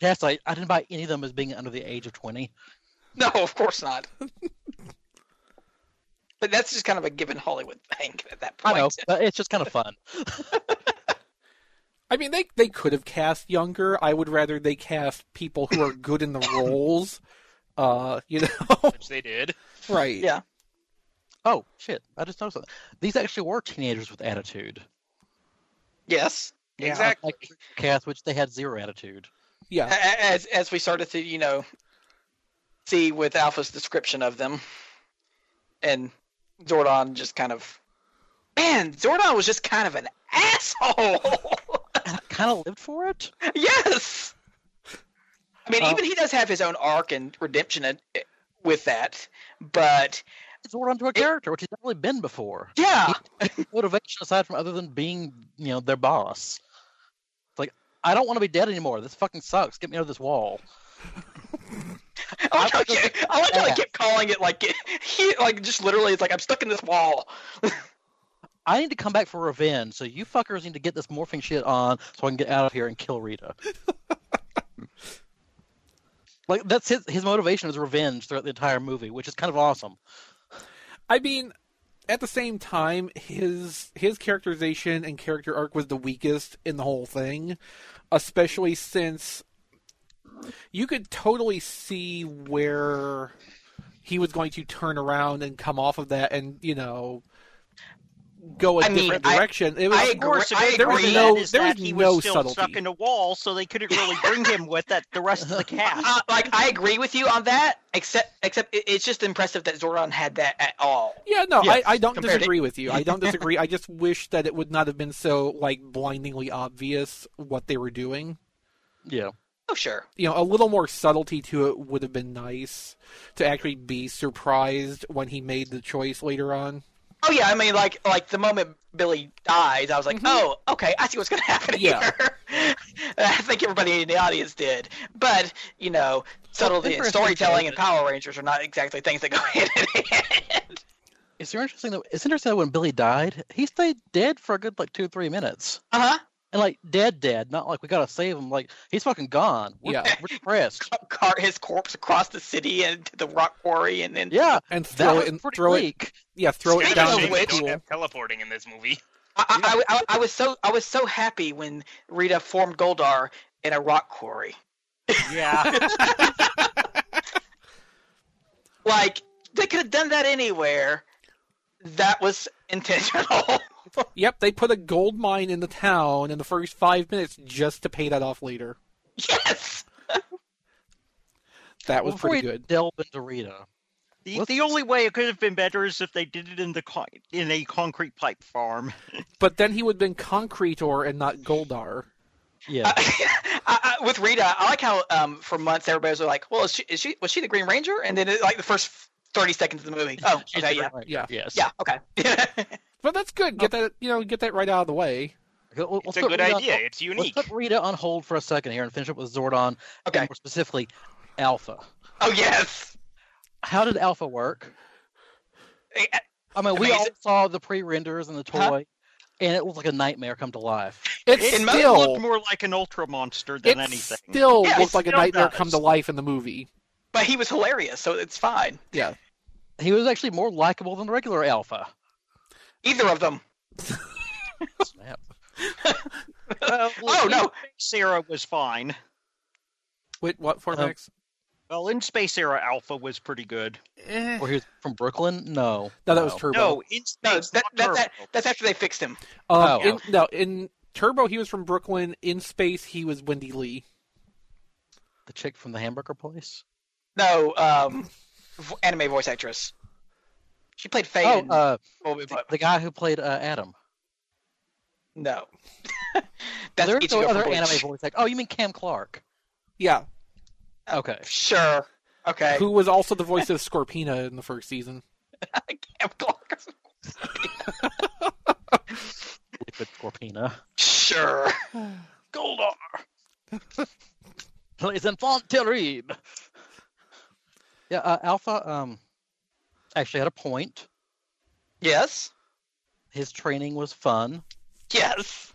A: yes. I, I didn't buy any of them as being under the age of twenty.
D: No, of course not. but that's just kind of a given Hollywood thing at that
A: I
D: point.
A: know, but it's just kind of fun.
C: I mean, they they could have cast younger. I would rather they cast people who are good in the roles. Uh, you know,
B: Which they did.
C: right?
D: Yeah.
A: Oh shit! I just noticed something. These actually were teenagers with attitude.
D: Yes. Yeah.
B: Exactly.
A: Like Kath, which they had zero attitude.
C: yeah.
D: A- a- As as we started to, you know, see with Alpha's description of them, and Zordon just kind of, man, Zordon was just kind of an asshole.
A: Kind of lived for it.
D: yes. I mean,
A: Uh,
D: even he does have his own arc and redemption in, with that, but
A: It's onto onto a character, which he's not really been before.
D: yeah,
A: Motivation aside from other than being, you know, their boss. It's like I don't want to be dead anymore. This fucking sucks. Get me out of this wall.
D: I like how,
A: was
D: you, I like how they kept calling it like he like just literally it's like I'm stuck in this wall.
A: I need to come back for revenge. So you fuckers need to get this morphing shit on, so I can get out of here and kill Rita. like that's his his motivation is revenge throughout the entire movie, which is kind of awesome.
C: I mean, at the same time, his his characterization and character arc was the weakest in the whole thing, especially since you could totally see where he was going to turn around and come off of that and, you know, go a
D: I mean,
C: different
D: I-
C: direction. it was
D: I
J: Of course,
D: I
J: a
D: agree.
J: big
D: There was
J: reason
C: no-
J: is
C: there was
J: that he
C: no
J: was still
C: subtlety.
J: stuck in a wall, so they couldn't really bring him with that the rest of the
D: Uh,
J: cast.
D: like I agree with you on that, except except it- it's just impressive that Zordon had that at all.
C: yeah, no,
A: Yes,
C: I, I don't
D: compared to-
C: disagree with you. I don't disagree. I just wish that it would not have been so like blindingly obvious what they were doing.
A: Yeah.
D: Oh sure,
C: you know, a little more subtlety to it would have been nice to actually be surprised when he made the choice later on.
D: Oh yeah, I mean, like like the moment Billy dies, I was like, oh, okay, I see what's gonna happen
C: Yeah.
D: here. I think everybody in the audience did, but you know, subtlety and
A: interesting
D: storytelling
A: too
D: and Power Rangers are not exactly things that go hand in hand.
A: It's interesting though. It's interesting that when Billy died, he stayed dead for a good like two three minutes,
D: Uh huh.
A: and like dead, dead. Not like we gotta save him. Like he's fucking gone. We're,
C: Yeah.
A: we're depressed.
D: Cart his corpse across the city and to the rock quarry, and then
A: Yeah,
C: and
A: that
C: throw
A: was
C: it and
A: pretty
C: throw it.
A: weak.
C: Yeah, throw it
D: Speaking
C: down
D: of
C: the
B: they
D: which-
B: don't
C: pool.
B: have teleporting in this movie.
D: I, I, I, I was so I was so happy when Rita formed Goldar in a rock quarry.
J: Yeah.
D: Like they could have done that anywhere. That was intentional.
C: Yep, they put a gold mine in the town in the first five minutes just to pay that off later.
D: yes.
C: That was
A: Before
C: pretty
A: we
C: good.
A: delve into Rita,
J: the,
A: Let's-
J: the only way it could have been better is if they did it in the con- in a concrete pipe farm.
C: But then he would have been Concretor and not Goldar.
A: yeah,
D: I, I, with Rita, I like how um, for months everybody was like, "Well, is she, is she was she the Green Ranger?" And then it, like the first thirty seconds of the movie, oh,
A: She's
D: okay,
A: the
D: yeah,
A: Green Ranger,
C: Yeah.
A: yes,
D: yeah, okay.
C: But that's good. Get that you know, get that right out of the way.
A: Okay, we'll-
B: It's
A: let's
B: a
A: put
B: good
A: Rita on-
B: idea. It's
A: Let's
B: unique.
A: put Rita on hold for a second here and finish up with Zordon.
D: Okay.
A: And more specifically, Alpha.
D: oh yes,
A: How did Alpha work?
D: Eh,
A: I mean, we all
D: Amazing.
A: saw the pre-renders and the toy,
D: Huh?
A: and it was like a nightmare come to life.
C: It's
J: It mo-
C: still
J: looked more like an ultra monster
C: it
J: than anything.
C: still
D: Yeah, it
C: looks like a
J: still
C: nightmare
J: does.
C: come to life in the movie.
D: but he was hilarious, so it's fine.
C: Yeah.
A: He was actually more likable than regular Alpha.
D: Either of them.
A: Snap.
J: Uh,
D: Oh
J: well,
D: no,
J: Space Era was fine.
C: Wait, what for
A: Um,
C: Max?
J: Well, in Space Era, Alpha was pretty good.
D: Eh.
A: Or he was from Brooklyn? No.
C: No, that was Turbo.
J: No, in
D: no,
J: Space
D: that, that,
J: Turbo.
D: that, that's after they fixed him.
C: Um,
A: Oh.
C: in, no, in Turbo he was from Brooklyn. In Space he was Wendy Lee.
A: The chick from the hamburger place?
D: No, um, vo- anime voice actress. She played Faye.
A: Oh,
D: in
A: uh,
D: Bumblebee,
A: the,
D: but-
A: the guy who played uh, Adam.
D: no. that's
A: There's no
D: Ichigo from
A: other
D: Bleach.
A: anime voice actor. Oh, you mean Cam Clark?
C: Yeah,
A: Okay.
D: Sure. Okay.
C: who was also the voice of Scorpina in the first season.
D: Cam Clark.
A: Liquid Scorpina.
D: Sure. Goldar.
A: Plays Enfant Terrible. Yeah, uh, Alpha um, actually had a point.
D: Yes.
A: His training was fun.
D: Yes.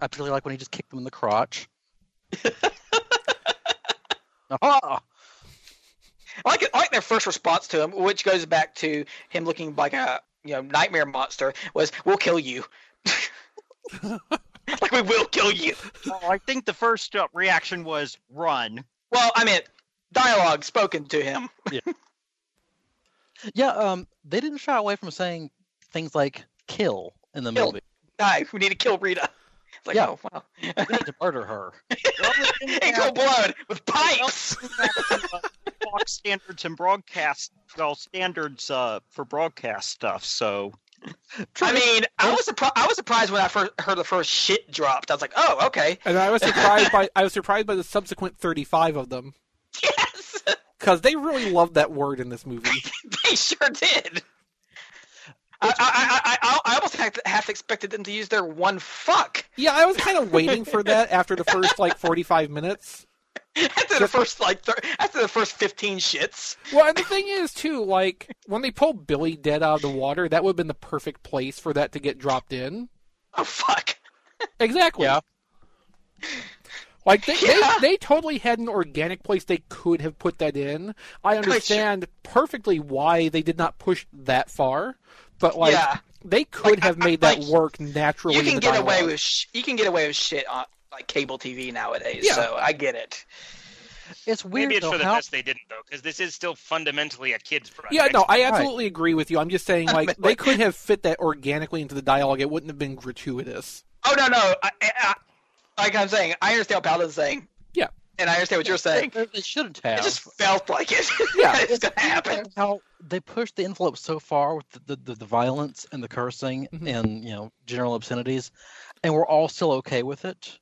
A: I particularly like when he just kicked them in the crotch. Aha!
D: I like, I like their first response to him, which goes back to him looking like a you know nightmare monster. Was we'll kill you. like we will kill you.
J: Well, I think the first uh, reaction was run.
D: Well, I mean, dialogue spoken to him.
A: Yeah, um, they didn't shy away from saying things like "kill" in the
D: Kill.
A: movie.
D: Hi, we need to kill Rita. It's like,
A: Yeah.
D: oh wow,
A: We need to murder her.
D: in cold blood with pipes.
J: uh, Fox standards and broadcast well standards uh, for broadcast stuff. So
D: I mean, I was surprised. I was surprised when I first heard the first shit dropped. I was like, oh, okay,
C: And I was surprised by I was surprised by the subsequent thirty-five of them
D: yes,
C: because they really loved that word in this movie.
D: they sure did. I, I, I, I, I almost half- half expected them to use their one fuck
C: Yeah, I was kind of waiting for that after the first like forty-five minutes.
D: after the first like thir- after the first fifteen shits.
C: Well, and the thing is, too, like when they pulled Billy dead out of the water, that would have been the perfect place for that to get dropped in.
D: Oh fuck,
C: Exactly.
A: Yeah.
C: Like they,
D: Yeah.
C: they, they totally had an organic place they could have put that in. I understand perfectly why they did not push that far, but like
D: yeah.
C: they could
D: Like,
C: have
D: I-
C: made
D: I-
C: that
D: like,
C: work naturally.
D: You
C: in
D: can
C: the
D: get away
C: dialogue.
D: with sh- you can get away with shit on like cable TV nowadays.
C: Yeah.
D: So I get it.
A: It's weird
B: Maybe it's
A: though,
B: for the
A: how-
B: best they didn't though, because this is still fundamentally a kid's project.
C: Yeah, no, I absolutely agree with you. I'm just saying, like they could have fit that organically into the dialogue. It wouldn't have been gratuitous.
D: Oh no no, I, I, I, like I'm saying, I understand what Paladin's saying.
C: Yeah.
D: and I understand what you're saying.
A: they shouldn't have.
D: It just felt like it.
C: Yeah.
D: it's gonna happen.
A: how they pushed the envelope so far with the, the, the, violence and the cursing
C: Mhm.
A: and you know general obscenities, and we're all still okay with it.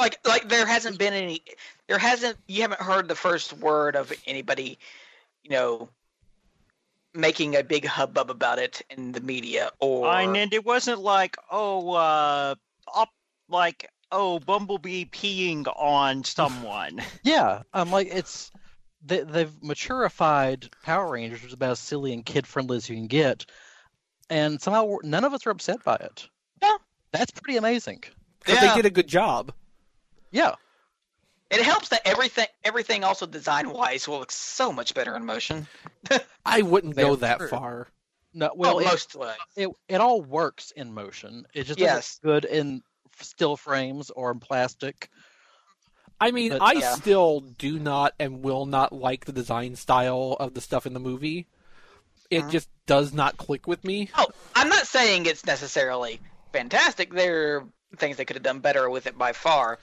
D: Like like there hasn't been any. There hasn't. You haven't heard the first word of anybody, you know, making a big hubbub about it in the media or
J: And and it wasn't like, oh, uh, up, like, oh, Bumblebee peeing on someone.
A: Yeah, um, like it's they, they've maturified Power Rangers, which is about as silly and kid friendly as you can get, and somehow we're- none of us are upset by it.
D: Yeah.
A: that's pretty amazing.
C: Because
D: Yeah.
C: they did a good job.
A: Yeah,
D: It helps that everything everything also design wise will look so much better in motion.
C: I wouldn't go
A: They're
C: that
A: true.
C: far.
A: no, well,
D: oh,
A: it,
D: most of it.
A: it it all works in motion. It just
D: Yes.
A: isn't good in still frames or in plastic.
C: I mean,
A: But-
C: I
D: Yeah.
C: still do not and will not like the design style of the stuff in the movie. It just does not click with me.
D: Oh, I'm not saying it's necessarily fantastic. There are things they could have done better with it by far.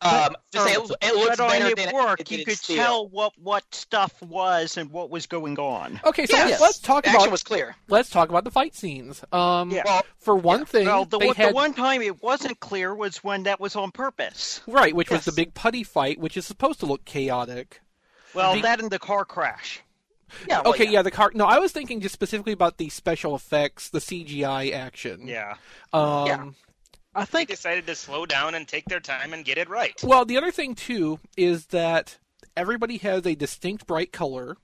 D: Um,
C: uh,
D: just say it, it looks
J: but on
D: better
J: it
D: than
J: work,
D: it, than
J: you
D: it
J: could
D: still.
J: tell what what stuff was and what was going on.
C: Okay, so
D: Yes.
C: let's talk
D: The action
C: about
D: was clear.
C: let's talk about the fight scenes. Um,
J: Yeah.
D: Well,
C: for one thing,
J: Well, the,
C: they
J: one-
C: had-
J: the one time it wasn't clear was when that was on purpose.
C: right, which was
D: Yes.
C: the big putty fight, which is supposed to look chaotic.
J: Well,
C: Be-
J: that and the car crash.
D: Oh, Yeah. well,
C: Okay, yeah. the car. No, I was thinking just specifically about the special effects, the CGI action.
J: Yeah.
C: Um,
D: Yeah.
A: I
B: They
A: think
B: decided to slow down and take their time and get it right.
C: Well, the other thing too is that everybody has a distinct bright color,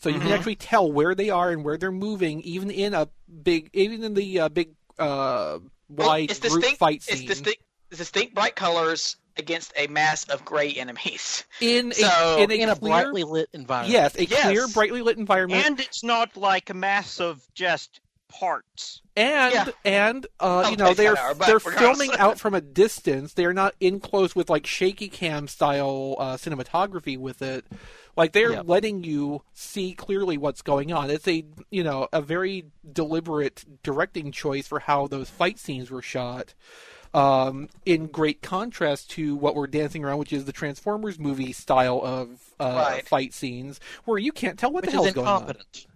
C: so you can
D: Mm-hmm.
C: actually tell where they are and where they're moving, even in a big, even in the uh, big uh,
D: well,
C: wide
D: it's
C: group
D: distinct,
C: fight
D: it's
C: scene.
D: distinct, it's distinct bright colors against a mass of gray enemies.
C: in a
D: So,
C: in a,
A: in a
C: clear,
A: brightly lit environment.
C: yes, a
D: Yes.
C: clear, brightly lit environment,
J: And it's not like a mass of just parts.
C: and
D: yeah.
C: and uh, you
D: Some
C: know
D: places
C: they're
D: are, but
C: they're
D: regardless.
C: filming out from a distance. They are not in close with like shaky cam style uh, cinematography with it. Like they're
A: Yep.
C: letting you see clearly what's going on. It's a you know a very deliberate directing choice for how those fight scenes were shot. Um, in great contrast to what we're dancing around, which is the Transformers movie style of uh,
D: Right.
C: fight scenes, where you can't tell what
A: which
C: the hell's
A: is
C: going on.
A: incompetent.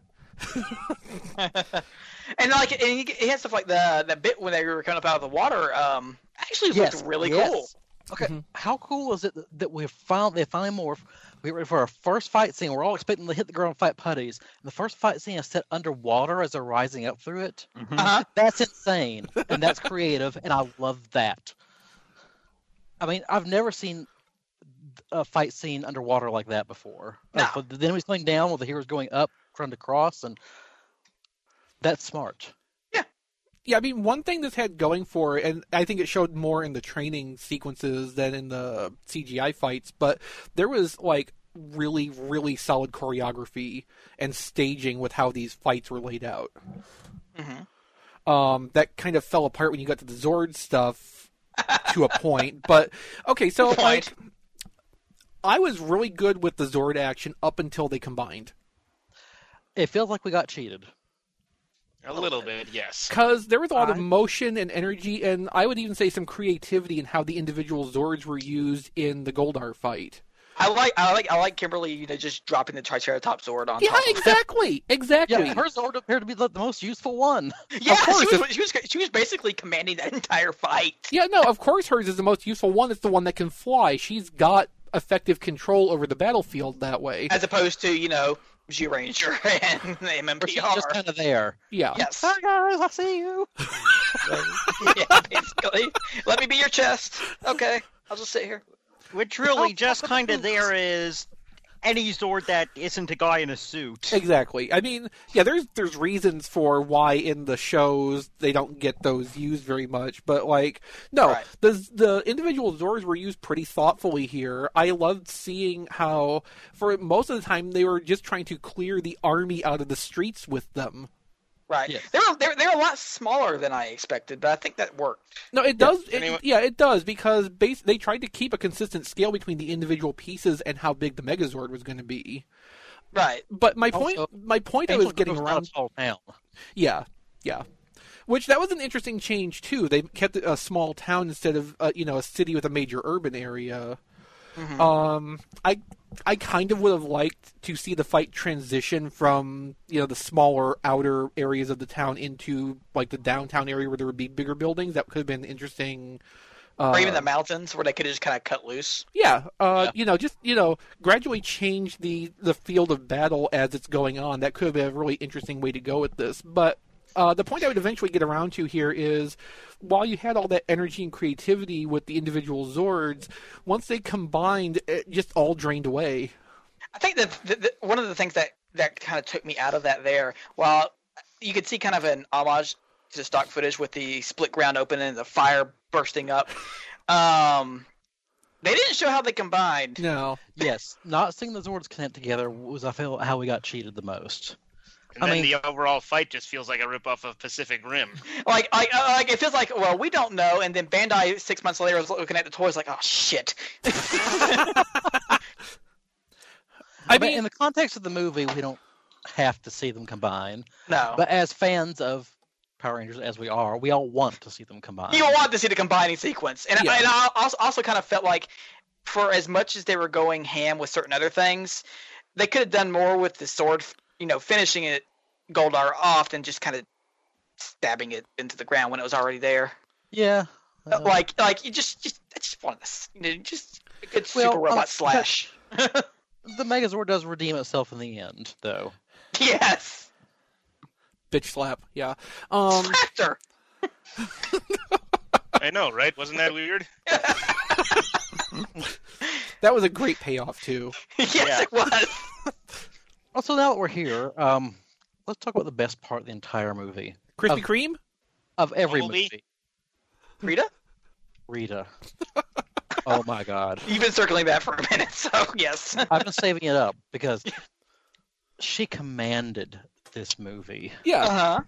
D: And like, and he, he had stuff like the the bit when they were coming up out of the water. Um, actually looked really cool.
A: Okay,
D: Mm-hmm.
A: how cool is it that- that we found they finally more we get ready for our first fight scene. We're all expecting to hit the ground and fight putties. And the first fight scene is set underwater as they're rising up through it.
D: Uh-huh.
A: That's insane. and that's creative and I love that. I mean, I've never seen a fight scene underwater like that before. Uh,
D: No.
A: but the enemy's going down while the hero's going up, trying to cross and that's smart.
C: Yeah, I mean, one thing this had going for it, and I think it showed more in the training sequences than in the CGI fights, but there was like really, really solid choreography and staging with how these fights were laid out.
D: Mhm.
C: Um, that kind of fell apart when you got to the Zord stuff to a point, but okay, so
D: Good
C: like,
D: point.
C: I was really good with the Zord action up until they combined.
A: It feels like we got cheated.
B: A little bit, yes.
C: because there was a lot of
D: I-
C: motion and energy, and I would even say some creativity in how the individual Zords were used in the Goldar fight.
D: I like I like I like Kimberly. You know, just dropping the Triceratops sword on.
C: Yeah,
D: top of it.
C: exactly, exactly.
A: Yeah, hers order appeared to be the, the most useful one.
D: Yeah,
C: course,
D: she, was, she was she was basically commanding that entire fight.
C: Yeah, no, of course hers is the most useful one. It's the one that can fly. She's got effective control over the battlefield that way.
D: as opposed to you know G Ranger and the
A: Or she's
D: MMPR.
A: just kind of there.
C: Yeah.
D: Yes,
A: Hi guys, I see you.
D: yeah, basically. Let me be your chest. Okay, I'll just sit here.
J: Which really just kind of there is any Zord that isn't a guy in a suit.
C: Exactly. I mean, yeah, there's there's reasons for why in the shows they don't get those used very much, but like no,
D: Right.
C: the the individual Zords were used pretty thoughtfully here. I loved seeing how for most of the time they were just trying to clear the army out of the streets with them.
D: Right.
A: Yes.
D: They're, they're they're a lot smaller than I expected, but I think that worked.
C: No, it does. it-
B: Anyone-
C: yeah, it does because base, they tried to keep a consistent scale between the individual pieces and how big the Megazord was going to be.
D: Right.
C: But my point,
A: Also,
C: my point I was
A: Angel
C: getting
A: Grove is not
C: around
A: a tall town.
C: Yeah, yeah. Which that was an interesting change too. They kept it a small town instead of uh, you know a city with a major urban area. Um, I I kind of would have liked to see the fight transition from you know the smaller outer areas of the town into like the downtown area where there would be bigger buildings. That could have been an interesting Uh,
D: or even the mountains where they could just kind of cut loose.
C: Yeah, uh,
D: Yeah.
C: you know, just you know, gradually change the the field of battle as it's going on. That could have been a really interesting way to go with this. But uh, the point I would eventually get around to here is, while you had all that energy and creativity with the individual Zords, once they combined, it just all drained away.
D: I think that the, the, one of the things that that kind of took me out of that there, while you could see kind of an homage to stock footage with the split ground open and the fire bursting up, um, they didn't show how they combined.
C: No,
A: Yes, not seeing the Zords connect together was I feel how we got cheated the most.
B: And
A: I
B: then
A: mean-
B: the overall fight just feels like a ripoff of Pacific Rim.
D: Like, like, uh, like it feels like, well, we don't know. And then Bandai six months later was looking at the toys like, oh shit.
C: I
A: But
C: mean,
A: in the context of the movie, we don't have to see them combine.
D: No,
A: But as fans of Power Rangers, as we are, we all want to see them combine.
D: you want to see the combining sequence, and,
C: Yeah.
D: I, and I also, also kind of felt like, for as much as they were going ham with certain other things, they could have done more with the sword, you know, finishing it Goldar off than just kind of stabbing it into the ground when it was already there.
A: Yeah. uh,
D: like, like you just, just, I just wanted to, s- you know, just a good
A: Well,
D: super robot
A: um,
D: slash.
A: the Megazord does redeem itself in the end, though.
D: yes,
C: bitch slap. Yeah. Um,
D: after.
B: I know, right? Wasn't that weird?
C: that was a great payoff too.
D: yes,
B: Yeah.
D: it was.
A: Also, now that we're here, um, let's talk about the best part of the entire movie Of-
C: Krispy Kreme.
A: of every
B: Bumblebee?
A: movie.
D: Rita,
A: Rita. oh my God.
D: you've been circling that for a minute, so yes.
A: I've been saving it up because she commanded this movie.
C: Yeah.
D: Uh huh.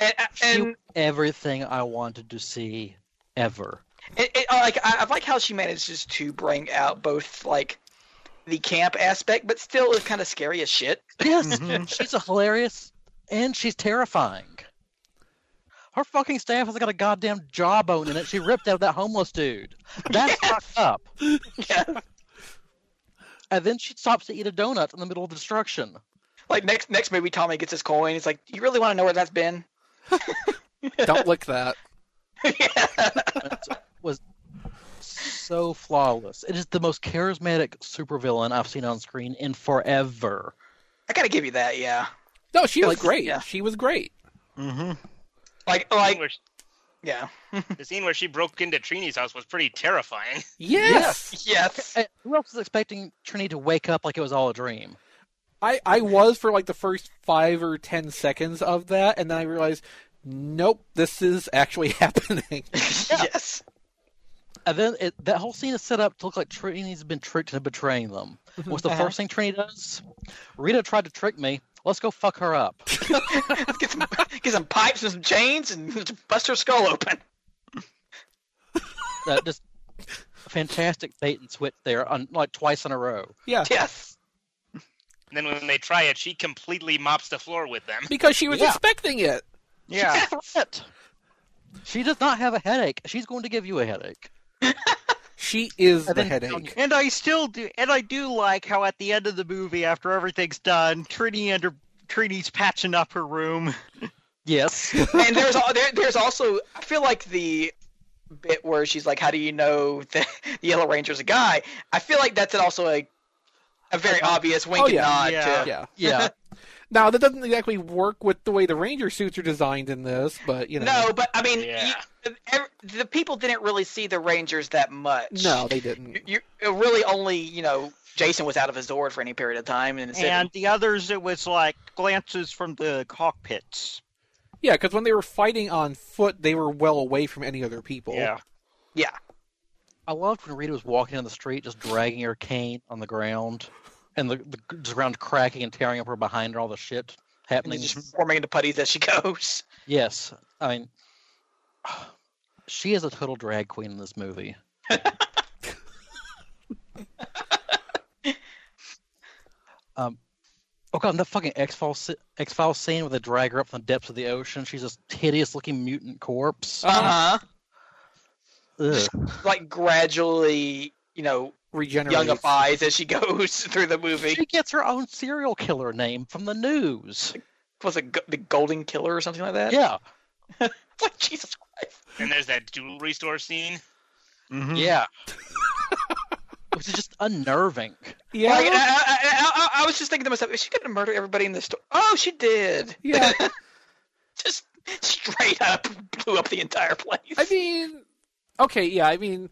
D: And,
A: She
D: and
A: was everything I wanted to see ever.
D: It, it, I like I, I like how she manages to bring out both like the camp aspect, but still is kind of scary as shit.
A: Yes, she's a hilarious and she's terrifying. Her fucking staff has got a goddamn jawbone in it. She ripped out of that homeless dude. That's fucked up.
D: Yeah.
A: And then she stops to eat a donut in the middle of destruction.
D: Like next next movie, Tommy gets his coin. He's like, "You really want to know where that's been?"
C: Don't lick that.
A: So flawless. It is the most charismatic supervillain I've seen on screen in forever.
D: I gotta give you that. Yeah.
C: No, she was
D: Like,
C: great.
D: yeah.
C: She was great.
J: Mm-hmm.
D: Like
B: The scene
D: like
B: where-
D: yeah.
B: the scene where she broke into Trini's house was pretty terrifying.
C: Yes.
D: Yes.
A: And Eh, who else is expecting Trini to wake up like it was all a dream?
C: I, I was for like the first five or ten seconds of that, and then I realized, nope, this is actually happening.
D: Yes.
A: And then it, that whole scene is set up to look like Trini's been tricked into betraying them. What's the
D: Uh-huh.
A: first thing Trini does? Rita tried to trick me. Let's go fuck her up.
D: Let's get some get some pipes and some chains and just bust her skull open.
A: uh, just fantastic bait and switch there, on, like twice in a row.
C: yeah,
D: Yes.
B: And then when they try it, she completely mops the floor with them.
C: because she was
A: Yeah.
C: expecting it.
J: Yeah.
A: She's a threat. She does not have a headache. She's going to give you a headache.
C: She is
A: I
C: the
A: didn't tell
C: headache.
J: And I still do, and I do like how at the end of the movie, after everything's done, Trini under Trini's patching up her room.
A: Yes.
D: and there's al- there, there's also I feel like the bit where she's like, "How do you know the, the Yellow Ranger's a guy?" I feel like that's also a a very obvious wink
C: Oh,
D: and
C: yeah,
D: nod
J: yeah.
D: to.
C: Yeah.
A: yeah.
C: Now that doesn't exactly work with the way the ranger suits are designed in this, but you know,
D: No, but I mean,
B: Yeah.
D: you, ev the people didn't really see the Rangers that much.
C: no, they didn't.
D: you, you- really only you know Jason was out of his Zord for any period of time, and, instead-
J: And the others, it was like glances from the cockpits.
C: Yeah, because when they were fighting on foot, they were well away from any other
D: Oh.
C: people.
D: yeah,
A: I loved when Rita was walking down the street, just dragging her cane on the ground, and the, the just ground cracking and tearing up her behind her, all the shit
D: and
A: happening.
D: then just forming into putties as she goes.
A: Yes, I mean, she is a total drag queen in this movie. um, oh god, and that fucking X Files X Files scene where they drag her up from the depths of the ocean. She's this hideous looking mutant corpse.
C: Uh-huh.
D: Uh
A: Ugh.
D: huh. Like gradually, you know,
C: Regenerated.
D: youngifies as she goes through the movie.
A: She gets her own serial killer name from the news.
D: was it Go- the Golden Killer or something like that?
A: Yeah.
D: It's like Jesus Christ.
B: Then there's that jewelry store scene.
J: Mhm.
A: Yeah. Which is just unnerving.
C: Yeah,
D: Like, uh, I, I, I, I, I was just thinking to myself, is she going to murder everybody in this store? Oh, she did.
C: yeah.
D: Just straight up blew up the entire place.
C: I mean, okay, yeah, I mean,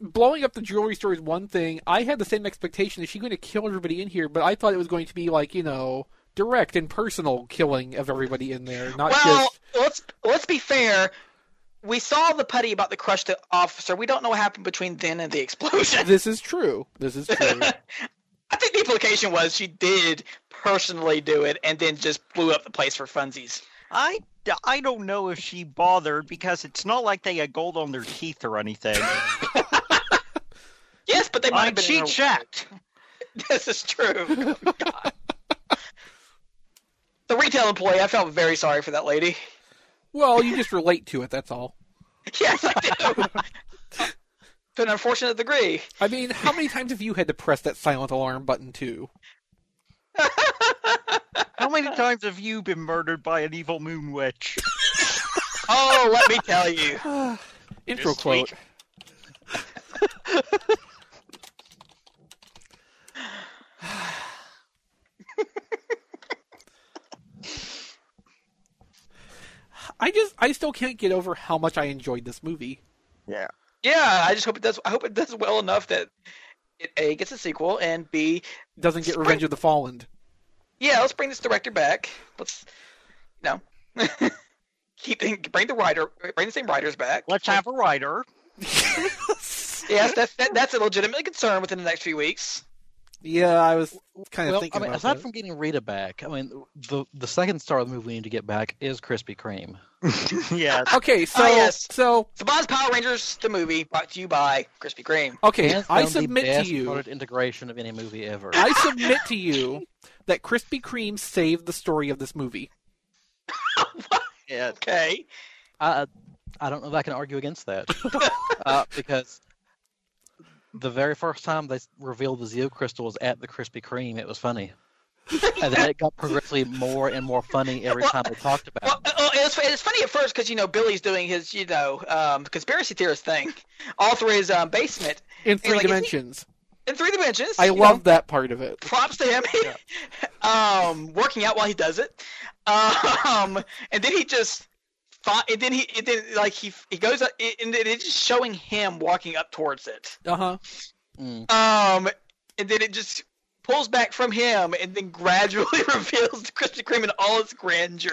C: blowing up the jewelry store is one thing. I had the same expectation. Is she going to kill everybody in here? But I thought it was going to be like, you know, direct and personal killing of everybody in there, not
D: well,
C: just.
D: let's let's be fair. We saw the putty about the crushed officer. We don't know what happened between then and the explosion.
C: This is true. This is true.
D: I think the implication was she did personally do it and then just blew up the place for funsies.
J: I, I don't know if she bothered because it's not like they had gold on their teeth or anything.
D: Yes, but they might have
J: like
D: been.
J: she
D: in her-
J: checked.
D: This is true. Oh, God. The retail employee, I felt very sorry for that lady.
C: well, you just relate to it. That's all.
D: Yes, I do. to an unfortunate degree.
C: I mean, how many times have you had to press that silent alarm button too?
J: How many times have you been murdered by an evil moon witch?
D: Oh, let me tell you.
C: Intro
B: This
C: quote.
B: week.
C: I just, I still can't get over how much I enjoyed this movie.
D: Yeah, I just hope it does. I hope it does well enough that it a gets a sequel and b
C: Doesn't get Revenge of the Fallen.
D: yeah. Let's bring this director back. Let's you know keep bring the writer bring the same writers back.
J: Let's have a writer.
D: Yes, that's that, that's a legitimate concern within the next few weeks.
C: Yeah, I was kind of
A: Well, I
C: thinking
A: mean,
C: about
A: aside
C: that.
A: from getting Rita back, I mean, the the second star of the movie we need to get back is Krispy Kreme.
J: yeah.
A: Ah,
C: Okay, so
D: yes.
C: so
D: So, Bob's Power Rangers the movie brought to you by Krispy Kreme.
C: okay,
A: Hands
C: I
A: down, the
C: submit
A: best
C: to you.
A: coded integration of any movie ever.
C: I submit to you that Krispy Kreme saved the story of this movie.
J: yeah.
D: Okay,
A: I, I don't know if I can argue against that uh, because the very first time they revealed the Zeo crystals at the Krispy Kreme, it was funny, and then it got progressively more and more funny every time they talked about.
D: well,
A: it.
D: uh, uh, it's, it's funny at first because you know Billy's doing his you know um, conspiracy theorist thing, all through his um, basement
C: In three
D: like, is he-
C: dimensions.
D: in three dimensions.
C: I
D: you
C: love
D: know.
C: that part of it.
D: props to him. um, working out while he does it, um, and then he just. fi- And then he, and then like he, he goes up, and then it's just showing him walking up towards it.
C: Uh huh.
A: Mm.
D: Um, and then it just pulls back from him, and then gradually reveals the Krispy Kreme in all its grandeur.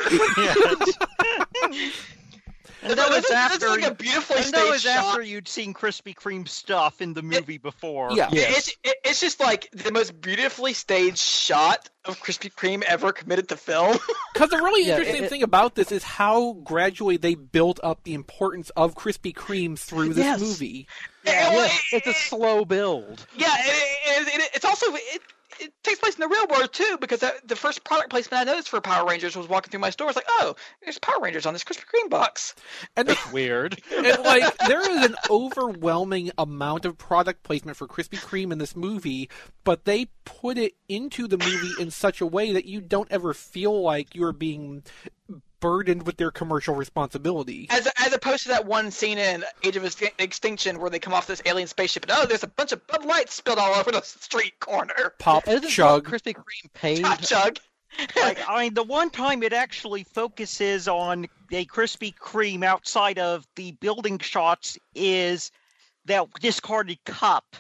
J: And
D: That
J: that
D: was
J: was
D: that's
J: after.
D: like a beautifully
J: and that
D: staged
J: was
D: shot.
J: after you'd seen Krispy Kreme stuff in the movie before.
C: Yeah.
A: Yeah.
D: It's it- it's just like the most beautifully staged shot of Krispy Kreme ever committed to film.
C: Because the really
A: Yeah,
C: interesting
A: it-
C: thing about this is how gradually they built up the importance of Krispy Kreme through this
A: Yes.
C: movie.
D: Yeah, well,
A: Yes, it's a slow build.
D: Yeah, and it, and it, it's also it, it takes place in the real world too because that, the first product placement I noticed for Power Rangers was walking through my store. It's like, oh, there's Power Rangers on this Krispy Kreme box.
C: And the,
A: Weird.
C: and like there is an overwhelming amount of product placement for Krispy Kreme in this movie, but they put it into the movie in such a way that you don't ever feel like you're being burdened with their commercial responsibility.
D: As as opposed to that one scene in Age of Extin- Extinction where they come off this alien spaceship and oh, there's a bunch of Bud Lights spilled all over the street corner.
C: Pop
A: Isn't
C: chug.
A: Krispy Kreme paid?
D: Hot chug.
J: Like, I mean, the one time it actually focuses on a Krispy Kreme outside of the building shots is that discarded cup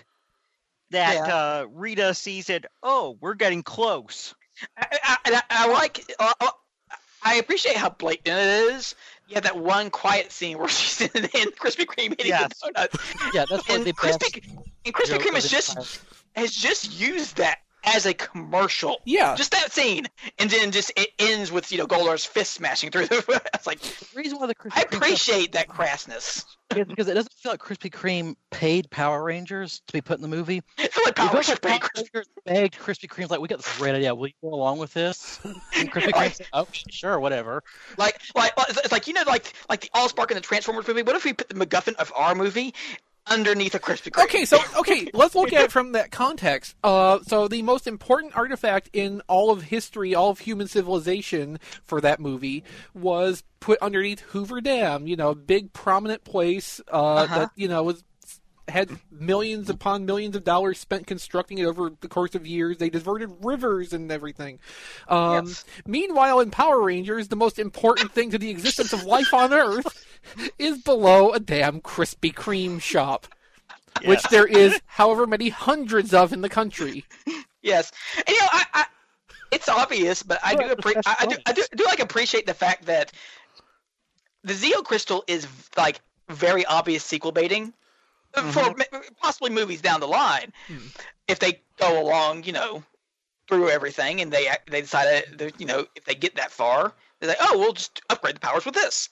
J: that
D: Yeah.
J: uh, Rita sees it. Oh, we're getting close.
D: I, I, and I, I like. I- I- I appreciate how blatant it is. Yeah, that one quiet scene where she's in, in Krispy Kreme eating
J: Yes.
D: a donut.
A: Yeah, that's one of
D: and
A: the best.
D: Krispy, and Krispy
A: joke
D: Kreme
A: of
D: has
A: its
D: just
A: time.
D: has just used that as a commercial.
C: Yeah.
D: Just that scene, and then just it ends with you know Golar's fist smashing through the. It's like
A: The reason why the Krispy
D: I
A: Kreme stuff
D: appreciate that crassness.
A: is because it doesn't feel like Krispy Kreme paid Power Rangers to be put in the movie.
D: I feel like
A: It
D: Power
A: feels
D: Rangers
A: like
D: pretty
A: Power Rangers begged Krispy Kreme's like, we got this great idea. Will you go along with this? And Krispy Kreme said, oh, sh- sure, whatever.
D: Like, like, like- it's like you know, like, like the All Spark in the Transformers movie. What if we put the MacGuffin of our movie underneath a Krispy Kreme.
C: Okay, so okay, let's look at it from that context. Uh, so the most important artifact in all of history, all of human civilization, for that movie was put underneath Hoover Dam. You know, big prominent place uh, that you know was had millions upon millions of dollars spent constructing it over the course of years. They diverted rivers and everything. Um,
D: Yes.
C: Meanwhile, in Power Rangers, the most important thing to the existence of life on Earth is below a damn Krispy Kreme shop which there is however many hundreds of in the country.
D: Yes, and you know, I, I it's obvious, but I do appre- I, I do I do, do like appreciate the fact that the Zeo Crystal is like very obvious sequel baiting for m- possibly movies down the line if they go along, you know, through everything and they act- they decide that you know if they get that far, they're like, oh, we'll just upgrade the powers with this.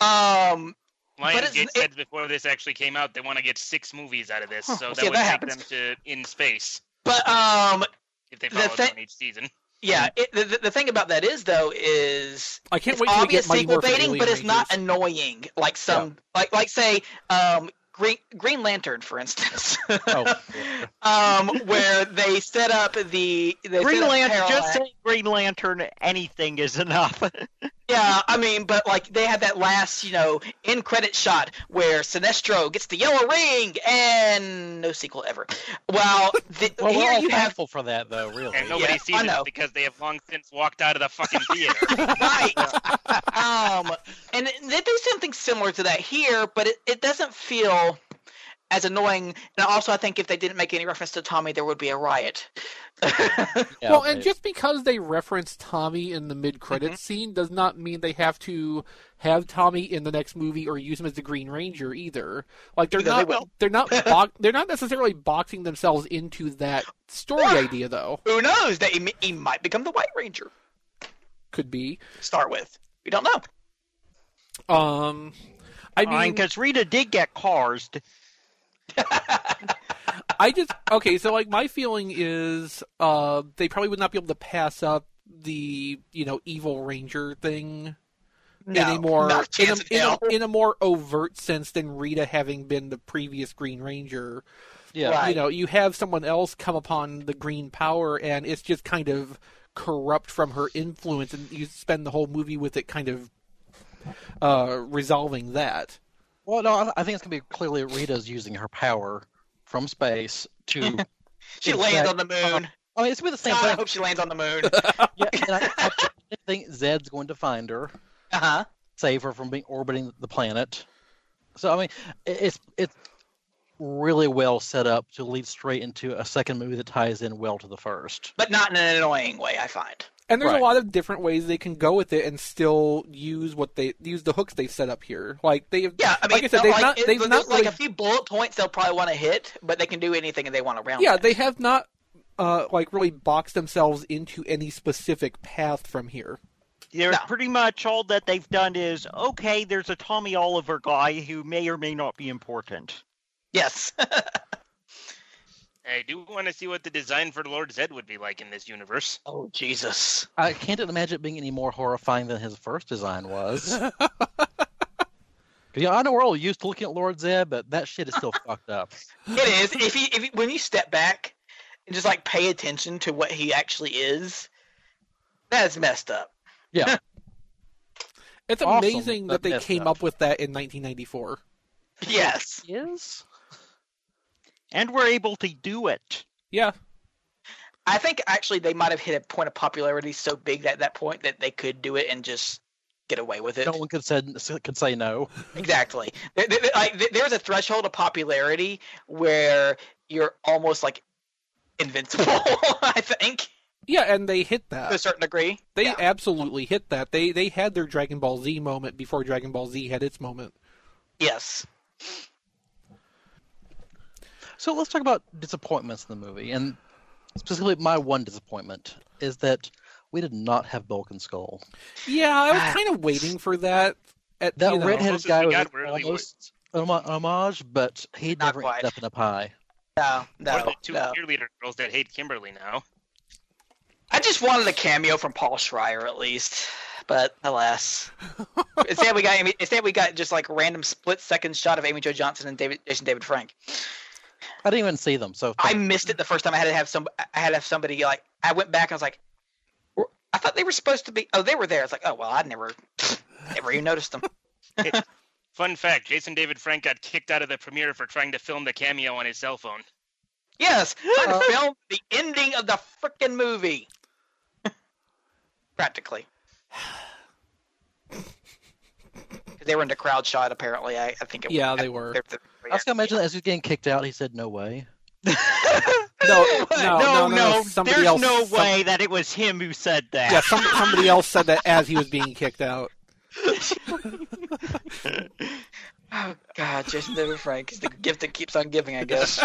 D: Um, it's-
B: Lionsgate
D: it-
B: said before this actually came out they want to get six movies out of this, so that
D: yeah,
B: would
D: that
B: take
D: happens.
B: them to in space
D: but um,
B: if they
D: The
B: followed
D: thi-
B: one each season.
D: yeah, it, the- the, the thing about that is though is
C: I can't
D: it's
C: wait till we
D: obvious
C: get Mighty
D: sequel
C: Morphin
D: baiting,
C: Alien
D: but it's not
C: Rangers.
D: annoying. Like some, like like say, um, Green Green Lantern, for instance.
C: Oh.
D: um, where they set up the they
J: Green
D: set up
J: Lantern,
D: parallel-
J: just saying Green Lantern, anything is enough.
D: yeah, I mean, but like they had that last, you know, end credit shot where Sinestro gets the yellow ring and no sequel ever. Well, the,
A: Well, we're
D: here
A: all
D: you have
A: thankful for that, though. Really,
B: And nobody
D: Yeah, I
B: sees
D: know.
B: it because they have long since walked out of the fucking theater.
D: right. um, and they do something similar to that here, but it, it doesn't feel as annoying. And also, I think if they didn't make any reference to Tommy, there would be a riot.
A: Yeah,
C: well, and
A: they-
C: just because they reference Tommy in the mid-credits scene does not mean they have to have Tommy in the next movie or use him as the Green Ranger either. Like they're
D: Because they
C: not
D: will.
C: are not bo- they're not necessarily boxing themselves into that story idea though.
D: Who knows? That he, m- he might become the White Ranger.
C: Could be.
D: to Start with. We don't know.
C: Um I mean,
J: because Rita did get cars.
C: I just okay. So like my feeling is, uh, they probably would not be able to pass up the you know evil ranger thing
D: No,
C: in a more
D: not a
C: in, a,
D: chance in
C: in, a,
D: hell.
C: in a more overt sense than Rita having been the previous Green Ranger.
A: yeah,
D: Right.
C: You know, you have someone else come upon the green power, and it's just kind of corrupt from her influence, and you spend the whole movie with it kind of uh, resolving that.
A: Well, no, I- I think it's gonna be clearly Rita's using her power from space to.
D: She
A: in
D: lands
A: fact-
D: on the
C: Oh,
D: moon.
A: I mean, it's gonna be the same
D: God, I
A: thing.
D: hope she lands on the moon.
A: Yeah, and I, I think Zed's going to find her,
D: Uh huh.
A: save her from being orbiting the planet. So I mean, it- it's it's really well set up to lead straight into a second movie that ties in well to the first.
D: But not in an annoying way, I find.
C: And there's
A: Right.
C: a lot of different ways they can go with it and still use what they use the hooks they set up here. Like they have,
D: Yeah, I mean,
C: like I said,
D: no,
C: they've not,
D: it-
C: they've
D: there's
C: not
D: like
C: really-
D: a few bullet points they'll probably want to hit, but they can do anything they want around.
C: yeah,
D: it.
C: they have not, uh, like really boxed themselves into any specific path from here.
J: They're
D: No.
J: pretty much all that they've done is okay. There's a Tommy Oliver guy who may or may not be important.
D: Yes.
B: I do want to see what the design for Lord Zed would be like in this universe.
D: oh Jesus.
A: I can't imagine it being any more horrifying than his first design was. yeah, I know we're all used to looking at Lord Zed, but that shit is still fucked up.
D: It is. If you, if you, when you step back and just like pay attention to what he actually is, that is messed up.
A: Yeah,
C: It's
A: Awesome,
C: amazing
A: but
C: that they
A: messed
C: came
A: up.
C: up with that in 1994.
D: Yes.
A: is
J: And we're able to do it.
C: Yeah,
D: I think actually they might have hit a point of popularity so big at that point that they could do it and just get away with it.
A: no one could said could say no.
D: Exactly. There, there, like, there- there's a threshold of popularity where you're almost like invincible. I think
C: yeah, and they hit
D: to a
C: that.
D: certain degree.
C: They
D: yeah.
C: absolutely hit that. They they had their Dragon Ball Z moment before Dragon Ball Z had its moment.
D: Yes.
A: So let's talk about disappointments in the movie, and specifically my one disappointment is that we did not have Bulk and Skull.
C: Yeah, I was kind of waiting for that. At
A: That
C: you know,
A: redheaded
B: Closest
A: guy
B: we
A: was
B: got really
A: almost homo- homage, but he
D: Not
A: never
D: quite.
A: ended up in a pie.
D: No.
B: What are
D: No.
B: the two
D: No.
B: cheerleader girls that hate Kimberly now?
D: I just wanted a cameo from Paul Schreier at least. but alas. instead, we got Amy, instead we got just like random split second shot of Amy Jo Johnson and David Jason David Frank.
A: I didn't even see them. So
D: I missed it the first time. I had to have some. I had to have somebody like. I went back. I was like, "Were- I thought they were supposed to be. Oh, they were there. It's like, oh well, I never, never even noticed them.
B: Fun fact: Jason David Frank got kicked out of the premiere for trying to film the cameo on his cell phone.
D: Yes, I filmed the ending of the freaking movie. Practically. 'Cause They were into crowd shot, apparently. I, I think it
C: Yeah, they were.
D: they're- they're-
A: I was gonna imagine that as he was getting kicked out, he said, "No way."
C: No,
J: No,
C: no,
J: no,
C: Oh, no, no, Somebody
J: There's
C: else.
J: no
C: some-
J: way that it was him who said that.
C: yeah, some, somebody else said that as he was being kicked out.
D: Oh, God, Jason David Frank is the gift that keeps on giving, I guess.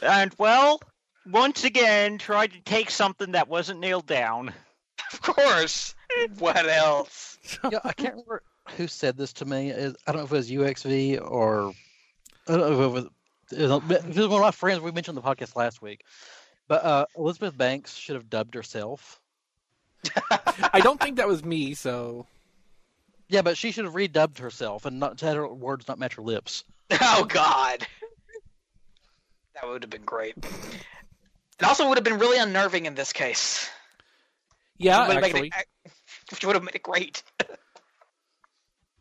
J: And well, once again, tried to take something that wasn't nailed down.
D: of course. What else?
A: yeah, I can't remember who said this to me. It- I don't know if it was UXV or I don't know if it was, it was- it was one of my friends. We mentioned the podcast last week, but uh, Elizabeth Banks should have dubbed herself.
C: I don't think that was me. So
A: Yeah, but she should have redubbed herself and not had her words not match her lips.
D: Oh, God. That would have been great. It also would have been really unnerving in this case.
C: yeah,
D: Would have
C: actually,
D: made it, which would have made it great.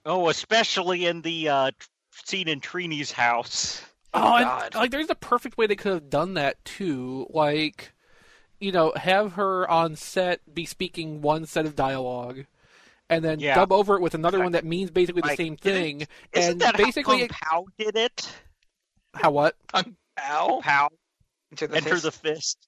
J: Oh, especially in the uh, tr- scene in Trini's house.
C: oh, and,
D: God.
C: like there's a perfect way they could have done that too. Like, you know, have her on set be speaking one set of dialogue. And then
J: Yeah.
C: dub over it with another
J: Like-
C: one that means basically the
J: like,
C: same
J: isn't-
C: thing,
J: Isn't
C: and
J: that
C: basically
J: how Kung Pao did it?
C: how what?
D: Ow.
J: Pao,
D: Into the
J: enter
D: fist.
J: the fist.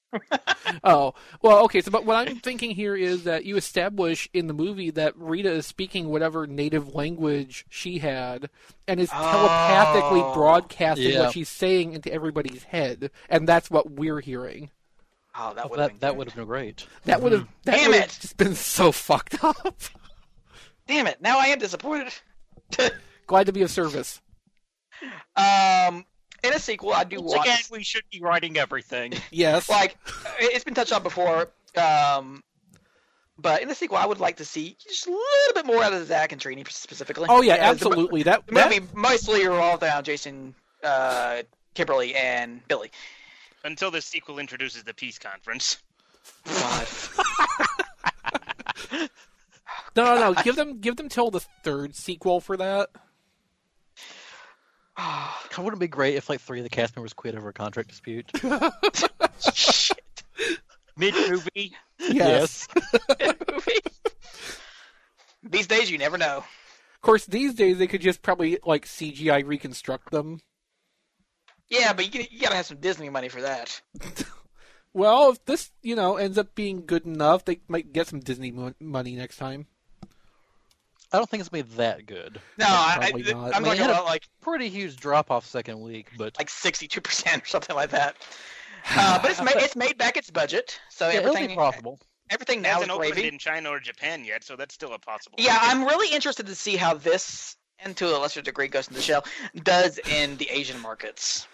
C: Oh, well, okay. So, but what I'm thinking here is that you establish in the movie that Rita is speaking whatever native language she had and is telepathically
D: Oh.
C: broadcasting
A: Yeah.
C: what she's saying into everybody's head, and that's what we're hearing.
D: Oh, that would have
A: That
D: been
A: that
D: good.
A: would have been great.
C: That would have that
D: Mm-hmm. Damn
C: would
D: it.
C: have just been so fucked up.
D: Damn it! Now I am disappointed.
C: Glad to be of service.
D: Um, in a sequel, I do
J: Once
D: want
J: again, we should be writing everything.
C: Yes.
D: like it- it's been touched on before. Um, but in the sequel, I would like to see just a little bit more out of Zach and Trini specifically.
C: oh yeah,
D: it's a-
C: absolutely. That,
D: The
C: that
D: movie mostly revolved around Jason, uh, Kimberly, and Billy.
B: Until the sequel introduces the peace conference.
D: God.
C: no, no, no. Give them give them till the third sequel for that.
A: God, Wouldn't it be great if like three of the cast members quit over a contract dispute?
J: Mid movie,
C: yes.
D: These days, you never know.
C: Of course, these days they could just probably like CGI reconstruct them.
D: Yeah, but you, you gotta have some Disney money for that.
C: Well, if this you know ends up being good enough, they might get some Disney mo- money next time.
A: I don't think it's gonna be that good.
D: No, I, I,
C: Probably not.
D: I'm
A: I mean, it
D: talking
A: had a-
D: about like
A: Pretty huge drop off second week, but
D: like 62% or something like that. Uh, but it's made, it's made back its budget, so
A: yeah, it'll be
D: everything
A: profitable.
D: everything
B: It
D: now is
B: hasn't opened
D: gravy.
B: in China or Japan yet, so that's still a possible.
D: Yeah, I'm really interested to see how this, and to a lesser degree, Ghost in the Shell does in the Asian markets.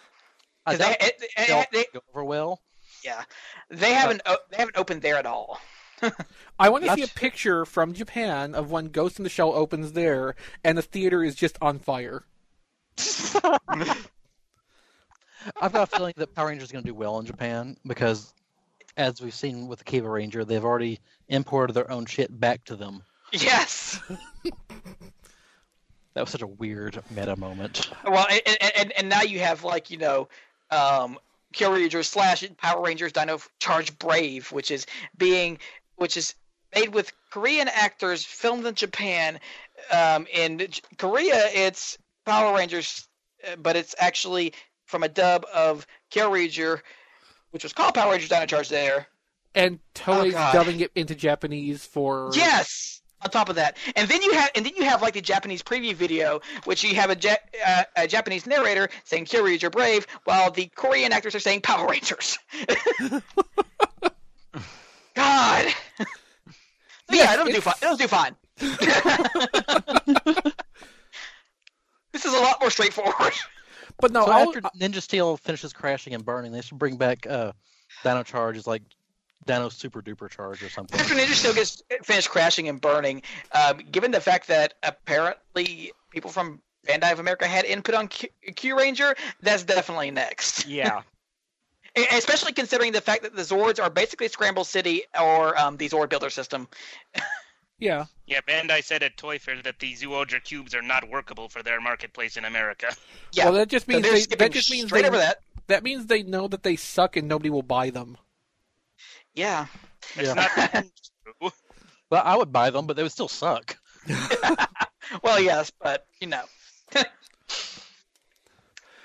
A: I
D: 'Cause They,
A: doubt
D: it, it-
A: it'll
D: they-
A: go over well.
D: yeah, they haven't o- they haven't opened there at all.
C: I want to see a
A: That's-
C: picture from Japan of when Ghost in the Shell opens there, and the theater is just on fire.
A: I've got a feeling that Power Rangers is going to do well in Japan because, as we've seen with the Kiva Ranger, they've already imported their own shit back to them.
D: Yes.
A: That was such a weird meta moment.
D: Well, and and- and, and now you have like you know, um, Kill Rangers slash Power Rangers Dino Charge Brave, which is being which is made with Korean actors, filmed in Japan. Um, in J- Korea, it's Power Rangers, uh, but it's actually from a dub of Kill Ranger, which was called Power Rangers Dino Charge. There,
C: And Toei's
D: Oh, God.
C: dubbing it into Japanese for
D: yes. On top of that, and then you have and then you have like the Japanese preview video, which you have a, ja- uh, a Japanese narrator saying "Kill Ranger Brave," while the Korean actors are saying "Power Rangers." God. yeah, it'll do
C: it's-
D: fine. It'll do fine. this is a lot more straightforward.
C: But
D: Oh,
C: no,
A: so
C: I'll-
A: after Ninja Steel finishes crashing and burning, they should bring back uh, Dino uh, Charge as like Dino Super Duper Charge or something.
D: After Ninja Steel gets finished crashing and burning, um, given the fact that apparently people from Bandai of America had input on Q, Q Ranger, that's definitely next.
J: Yeah.
D: And- and Especially considering the fact that the Zords are basically Scramble City or um, the Zord Builder system.
C: Yeah.
B: Yeah, Bandai said at Toy Fair that the Zoodra cubes are not workable for their marketplace in America.
D: Yeah,
C: Well, that just
D: so
C: means
D: they're
C: they,
D: skipping
C: that just means
D: straight
C: they,
D: over that.
C: that means they know that they suck and nobody will buy them.
D: Yeah,
A: yeah.
B: It's not
A: Well, I would buy them, but they would still suck.
D: Well, yes, but you know.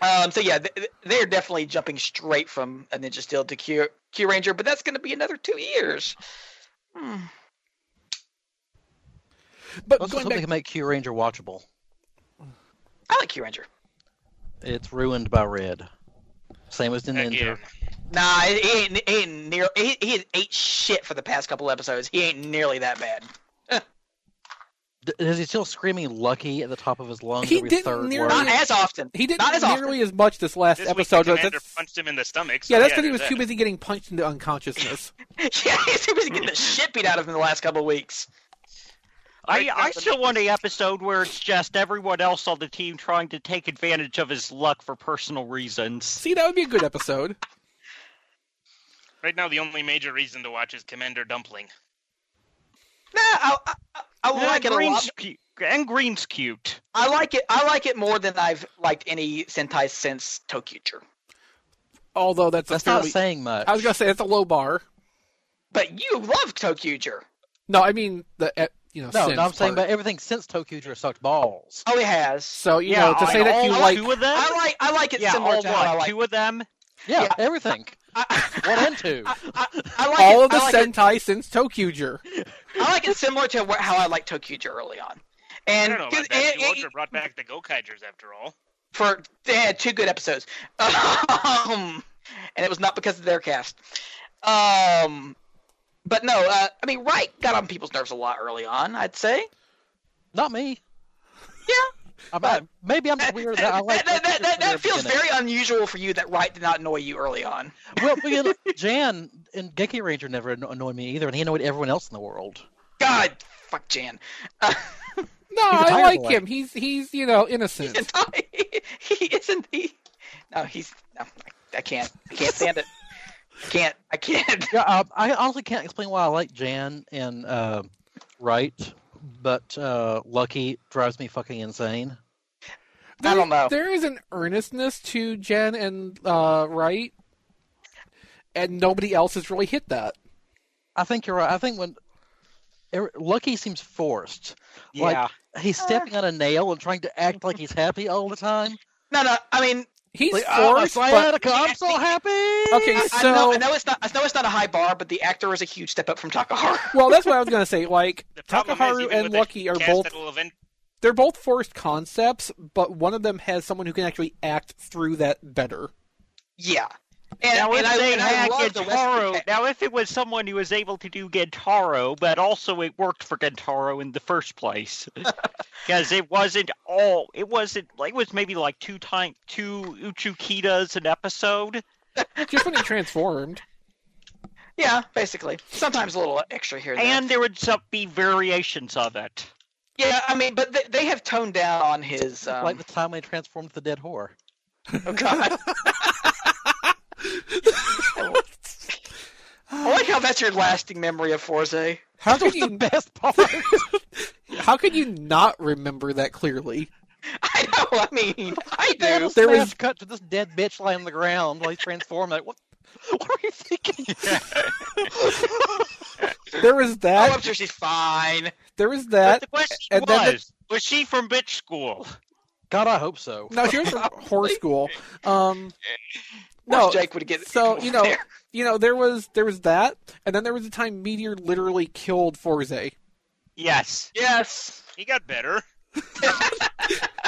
D: um. So yeah, th- th- they're definitely jumping straight from a Ninja Steel to Q Q Ranger, but that's going to be another two years. Hmm.
C: But
A: Let's just
C: going
A: hope they
C: back,
A: can make Q Ranger watchable.
D: I like Q Ranger.
A: It's ruined by Red. Same as the Ninja.
B: again.
D: Nah, he ain't, he ain't near. He, he has ate shit for the past couple episodes. He ain't nearly that bad.
A: D- Is he still screaming "lucky" at the top of his lungs
C: He
A: every
C: didn't
A: third
C: nearly-
A: word?
D: Not as often.
C: he didn't
D: not as often.
C: nearly as much this last
B: This week, the
C: episode. but
B: commander
C: that's-
B: punched him in the stomach. so
C: yeah, that's because he
B: there's
C: was
B: that.
C: too busy getting punched into unconsciousness.
D: yeah, he was getting the shit beat out of him the last couple of weeks.
J: I,
B: Right,
J: I
B: that's
J: still want the episode where it's just everyone else on the team trying to take advantage of his luck for personal reasons.
C: See, that would be a good episode.
B: Right now, the only major reason to watch is Commander Dumpling.
D: Nah, I, I, I- I
J: And
D: like it a lot.
J: Green's cu- and Green's cute.
D: I like it. I like it more than I've liked any Sentai since Tokuture.
C: Although that's,
A: That's
C: a fairly,
A: not saying much.
C: I was gonna say that's a low bar.
D: But you love Tokuture.
C: No, I mean the eh, you know.
A: no,
C: since
A: no, I'm saying,
C: part.
A: but everything since Tokuger sucked balls.
D: Oh, it has.
C: So you
J: yeah,
C: know to
J: I-
C: say that
J: all
C: you like
J: two of them.
D: I like. I like it
J: yeah,
D: similar
J: all
D: to
J: one,
D: how I like.
J: two of them.
A: Yeah,
D: Yeah.
A: everything. One and two.
D: I, I like
C: all
D: it,
C: of the
D: I like it-
C: Sentai since Tokuger.
D: I like it similar to wh- how I like Tokuger early on.
B: I
D: And
B: don't know
D: cause
B: about
C: eh,
B: that.
D: it-
B: Zoodra
D: it-
B: brought back the Gokaigers after all.
D: for they had two good episodes, um, and it was not because of their cast. Um, but no, uh, I mean, Wright got on people's nerves a lot early on. I'd say.
A: Not me.
D: Yeah.
A: I'm, I, maybe I'm weird. That I like
D: that, that, that, that
A: Tokuger
D: feels
A: beginning.
D: very unusual for you that Wright did not annoy you early on.
A: well. You know, Jan and Geki Ranger never anno- annoyed me either, and he annoyed everyone else in the world.
D: God, fuck Jan. Uh,
C: No,
A: He's a
C: I
A: tired
C: like
A: boy.
C: him. He's he's you know innocent.
D: he isn't. He. No, he's. No, I, I can't. I can't stand it. I can't. I can't.
A: Yeah, uh, I honestly can't explain why I like Jan and uh, Wright, but uh, Lucky drives me fucking insane.
D: I don't know.
C: There is an earnestness to Jen and uh, Wright, and nobody else has really hit that.
A: I think you're right. I think when er, Lucky seems forced, Like-
J: Yeah,
A: he's stepping on a nail and trying to act like he's happy all the time.
D: No, no. I mean,
C: He's
A: Like,
J: uh,
A: "Oh, my
C: forced, but
A: sciatica, I'm so happy.
C: okay.
D: I,
C: So
D: I, know, I know it's not. I know it's not a high bar, but the actor is a huge step up from Takahara.
C: well, that's what I was gonna say. Like
B: The problem is,
C: Takaharu
B: even
C: and
B: with a
C: Lucky are
B: cast
C: both
B: that will event-
C: they're both forced concepts, but one of them has someone who can actually act through that better.
D: yeah. And,
J: now, if
D: and I,
J: they
D: and I
J: had
D: love the West-
J: Gintaro, now if it was someone who was able to do Gintaro, but also it worked for Gintaro in the first place, because it wasn't all. It wasn't. like It was maybe like two time two Uchukitas an episode.
C: Just when he transformed.
D: Yeah, basically. Sometimes a little extra here. and there.
J: and there would some, be variations of it.
D: yeah, I mean, but they, they have toned down on his. Um,
A: like the time when he transformed the dead whore.
D: Oh God! I like how that's your lasting memory of Forze.
C: How could you
A: Best part.
C: how could you not remember that clearly?
D: I know. I mean, I
A: there
D: do.
C: There
A: was
C: was-
A: cut to this dead bitch lying on the ground while he's transformed. Like what? What are you thinking?
C: There was
D: Oh, I'm
C: that.
D: sure she's fine.
C: There was
J: But
C: that.
J: the question
C: and then the-
J: was, was she from bitch school?
A: God, I hope so.
C: No, she was from horse school. Um,
D: No,
C: no,
D: Jake would get.
C: so you know,
D: there.
C: you know, there was there was that, and then there was a time Meteor literally killed Forze.
J: Yes,
D: Yes.
B: He got better.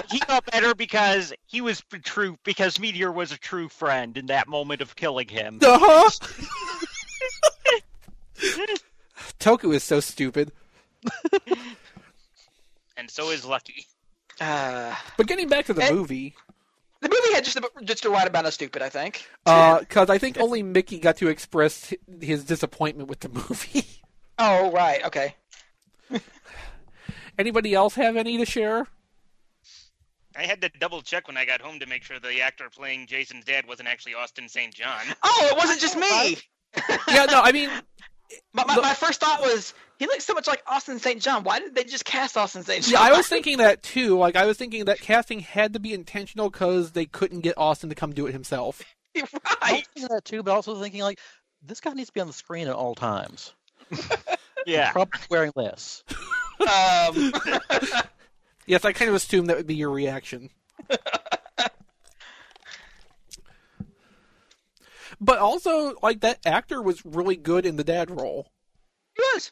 J: he got better because he was p- true because Meteor was a true friend in that moment of killing him.
C: Uh
D: Uh-huh.
C: huh. Toku is so stupid.
B: And so is Lucky.
D: Uh,
C: But getting back to the
D: Eh.
C: movie,
D: Uh, The movie had just the, just the right amount of stupid, I think.
C: Because uh, I think only Mickey got to express hi- his disappointment with the movie.
D: Oh right, okay.
C: Anybody else have any to share?
B: I had to double check when I got home to make sure the actor playing Jason's dad wasn't actually Austin St. John.
D: Oh, it wasn't just me.
C: Yeah, no, I mean,
D: My, my,
C: Look-
D: my first thought was he looks so much like Austin St. John. Why didn't they just cast Austin St. John?
C: yeah, I was thinking that too. Like, I was thinking that casting had to be intentional because they couldn't get Austin to come do it himself.
A: I
D: right.
A: was thinking that too, but also thinking like this guy needs to be on the screen at all times.
J: Yeah.
A: Probably wearing less.
D: Um,
C: Yes, I kind of assumed that would be your reaction. but also, like that actor was really good in the dad role.
D: he was.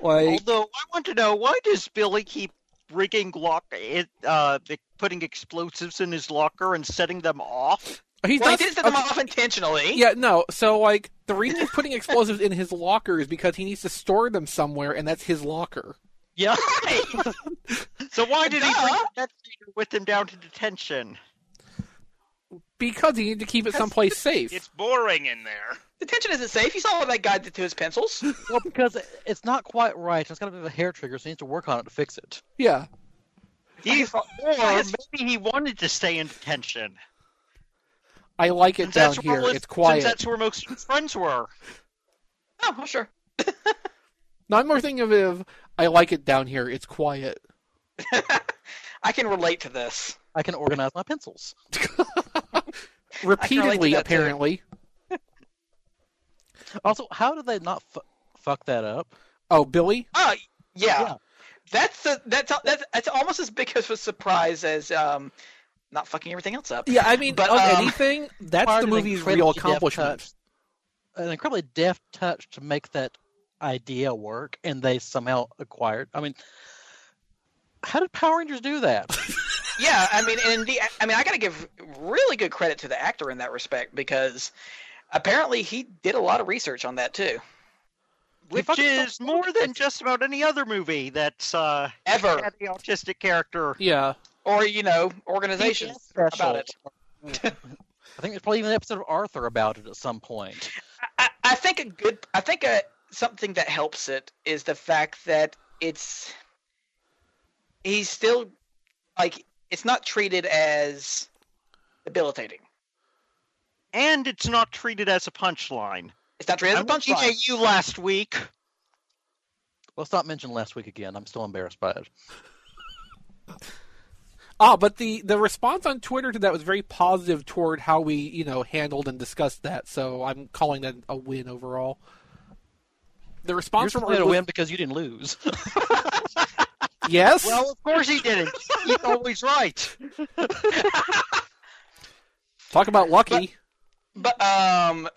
C: Like,
J: Although I want to know why does Billy keep rigging lock it uh the- putting explosives in his locker and setting them off?
C: he's
D: Well, he
C: not.
D: did set them
C: Oh, okay,
D: off intentionally.
C: Yeah, no. So, like, the reason he's putting explosives in his locker is because he needs to store them somewhere, and that's his locker.
A: Yeah.
J: So why did he bring
D: Duh.
J: that leader with him down to detention?
C: Because he needed to keep it someplace safe.
B: It's boring in there.
D: The tension isn't safe. You saw what that guy did to his pencils.
A: well, because it- it's not quite right. It's got a bit of a hair trigger, so he needs to work on it to fix it.
C: Yeah.
J: He, or
D: guess-
J: maybe he wanted to stay in detention.
C: I like it
J: Since that's
C: down
J: where
C: here.
J: most-
C: It's quiet.
J: Since that's where most of his friends were.
D: Oh, well, sure.
C: Now, I'm more thinking of it, I like it down here. It's quiet.
D: I can relate to this.
A: I can organize my pencils.
C: Repeatedly,
D: that, too.
C: apparently.
A: Also, how did they not fu- fuck that up?
C: Oh, Billy?
D: Oh, yeah.
A: Yeah.
D: That's the that's that's that's almost as big of a surprise as um, not fucking everything else up.
C: Yeah, I mean,
D: But,
C: of
D: um,
C: anything, that's
A: Required
C: the
A: an
C: movie's
A: incredibly
C: real
A: deft
C: accomplishment.
A: touch- An incredibly deft touch to make that idea work, and they somehow acquired. I mean, how did Power Rangers do that?
D: Yeah, I mean, and the I mean, I got to give really good credit to the actor in that respect because apparently he did a lot of research on that too.
J: Which
A: fucking
J: is more than just about any other movie that's uh
D: Ever
J: had the autistic character.
C: Yeah.
D: or you know organization about it.
A: I think there's probably even an episode of Arthur about it at some point.
D: I, I think a good I think a something that helps it is the fact that it's he's still like it's not treated as debilitating.
J: And it's not treated as a punchline.
D: It's not treated as
J: I
D: a
J: was looking
D: punchline.
J: at you last week.
A: Let's not mention last week again. I'm still embarrassed by it.
C: Ah, but the, the response on Twitter to that was very positive toward how we, you know, handled and discussed that. So I'm calling that a win overall. The
A: You're
C: response from
A: supposed to win because you didn't lose.
C: yes.
J: Well, Oh, of course he didn't. He's always right.
C: Talk about lucky.
D: But um,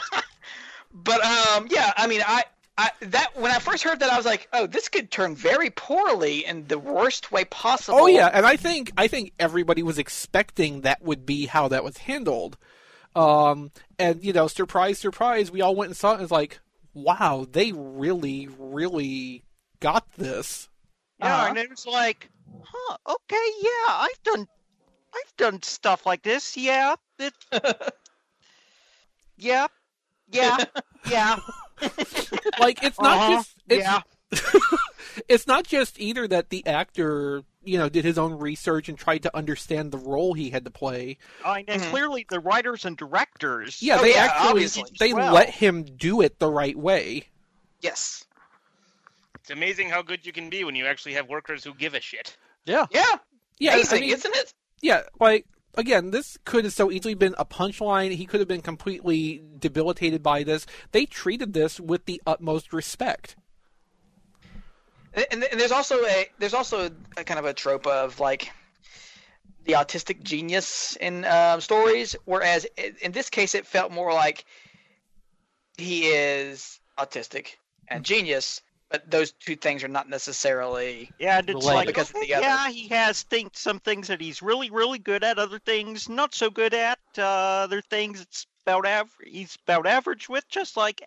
D: but um, yeah. I mean, I I that when I first heard that, I was like, oh, this could turn very poorly in the worst way possible.
C: Oh yeah, and I think I think everybody was expecting that would be how that was handled. Um, and you know, surprise, surprise, we all went and saw it and it's like, wow, they really, really got this.
J: Yeah,
D: Uh-huh.
J: and it was like, huh, okay, yeah, I've done, I've done stuff like this. Yeah, it, yeah, yeah, yeah.
C: Like it's not
J: Uh-huh.
C: just it's,
J: Yeah.
C: it's not just either that the actor, you know, did his own research and tried to understand the role he had to play.
J: I know. Mm-hmm.
D: Mhm.
J: Clearly, the writers and directors.
C: Yeah,
D: Oh,
C: they
D: yeah,
C: actually
D: obviously.
C: they
J: Well.
C: let him do it the right way.
D: Yes.
B: It's amazing how good you can be when you actually have workers who give a shit.
A: yeah.
D: Yeah.
C: Yeah, I
D: Amazing,
C: mean-
D: isn't it?
C: Yeah, like again, this could have so easily been a punchline. He could have been completely debilitated by this. They treated this with the utmost respect.
D: And, and there's also a there's also a kind of a trope of like the autistic genius in um, stories, whereas i- in this case it felt more like he is autistic and genius, but those two things are not necessarily.
J: Yeah, and it's
A: Related.
J: like,
D: Because of
J: okay,
D: the other.
J: yeah, he has think some things that he's really, really good at, other things not so good at, uh, other things it's about average. He's about average with, just like,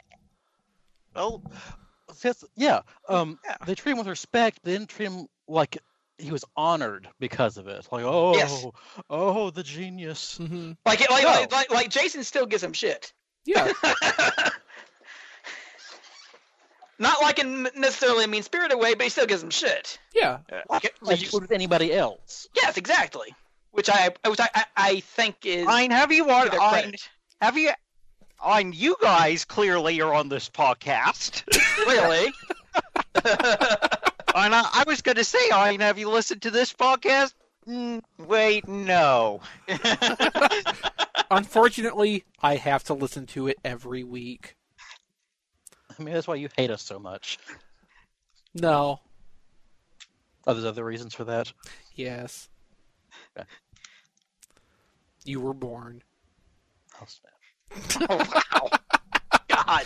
J: well,
A: Yes, yeah. Um,
J: Yeah.
A: They treat him with respect. They didn't treat him like he was honored because of it. Like, oh, oh, the genius.
C: hmm
D: Like, it- like,
A: No.
D: like, like, like Jason still gives him shit.
C: Yeah.
D: Not like in necessarily a mean spirited way, but he still gives him shit.
C: Yeah.
D: Like,
A: Like
D: like,
A: would with anybody else.
D: yes, exactly. Which I, which I, I, I think is
J: Ein, have you
D: to
J: on?
D: their
J: Ein,
D: credit.
J: have you? Ein, you guys clearly are on this podcast.
D: Clearly,
J: Ein, I, I was going to say, Ein, have you listened to this podcast? Mm, wait, no.
C: Unfortunately, I have to listen to it every week.
A: I mean, that's why you hate us so much.
C: No.
A: Oh, there's other reasons for that.
C: Yes.
A: Okay.
C: You were born.
A: I'll Oh, snap.
D: God.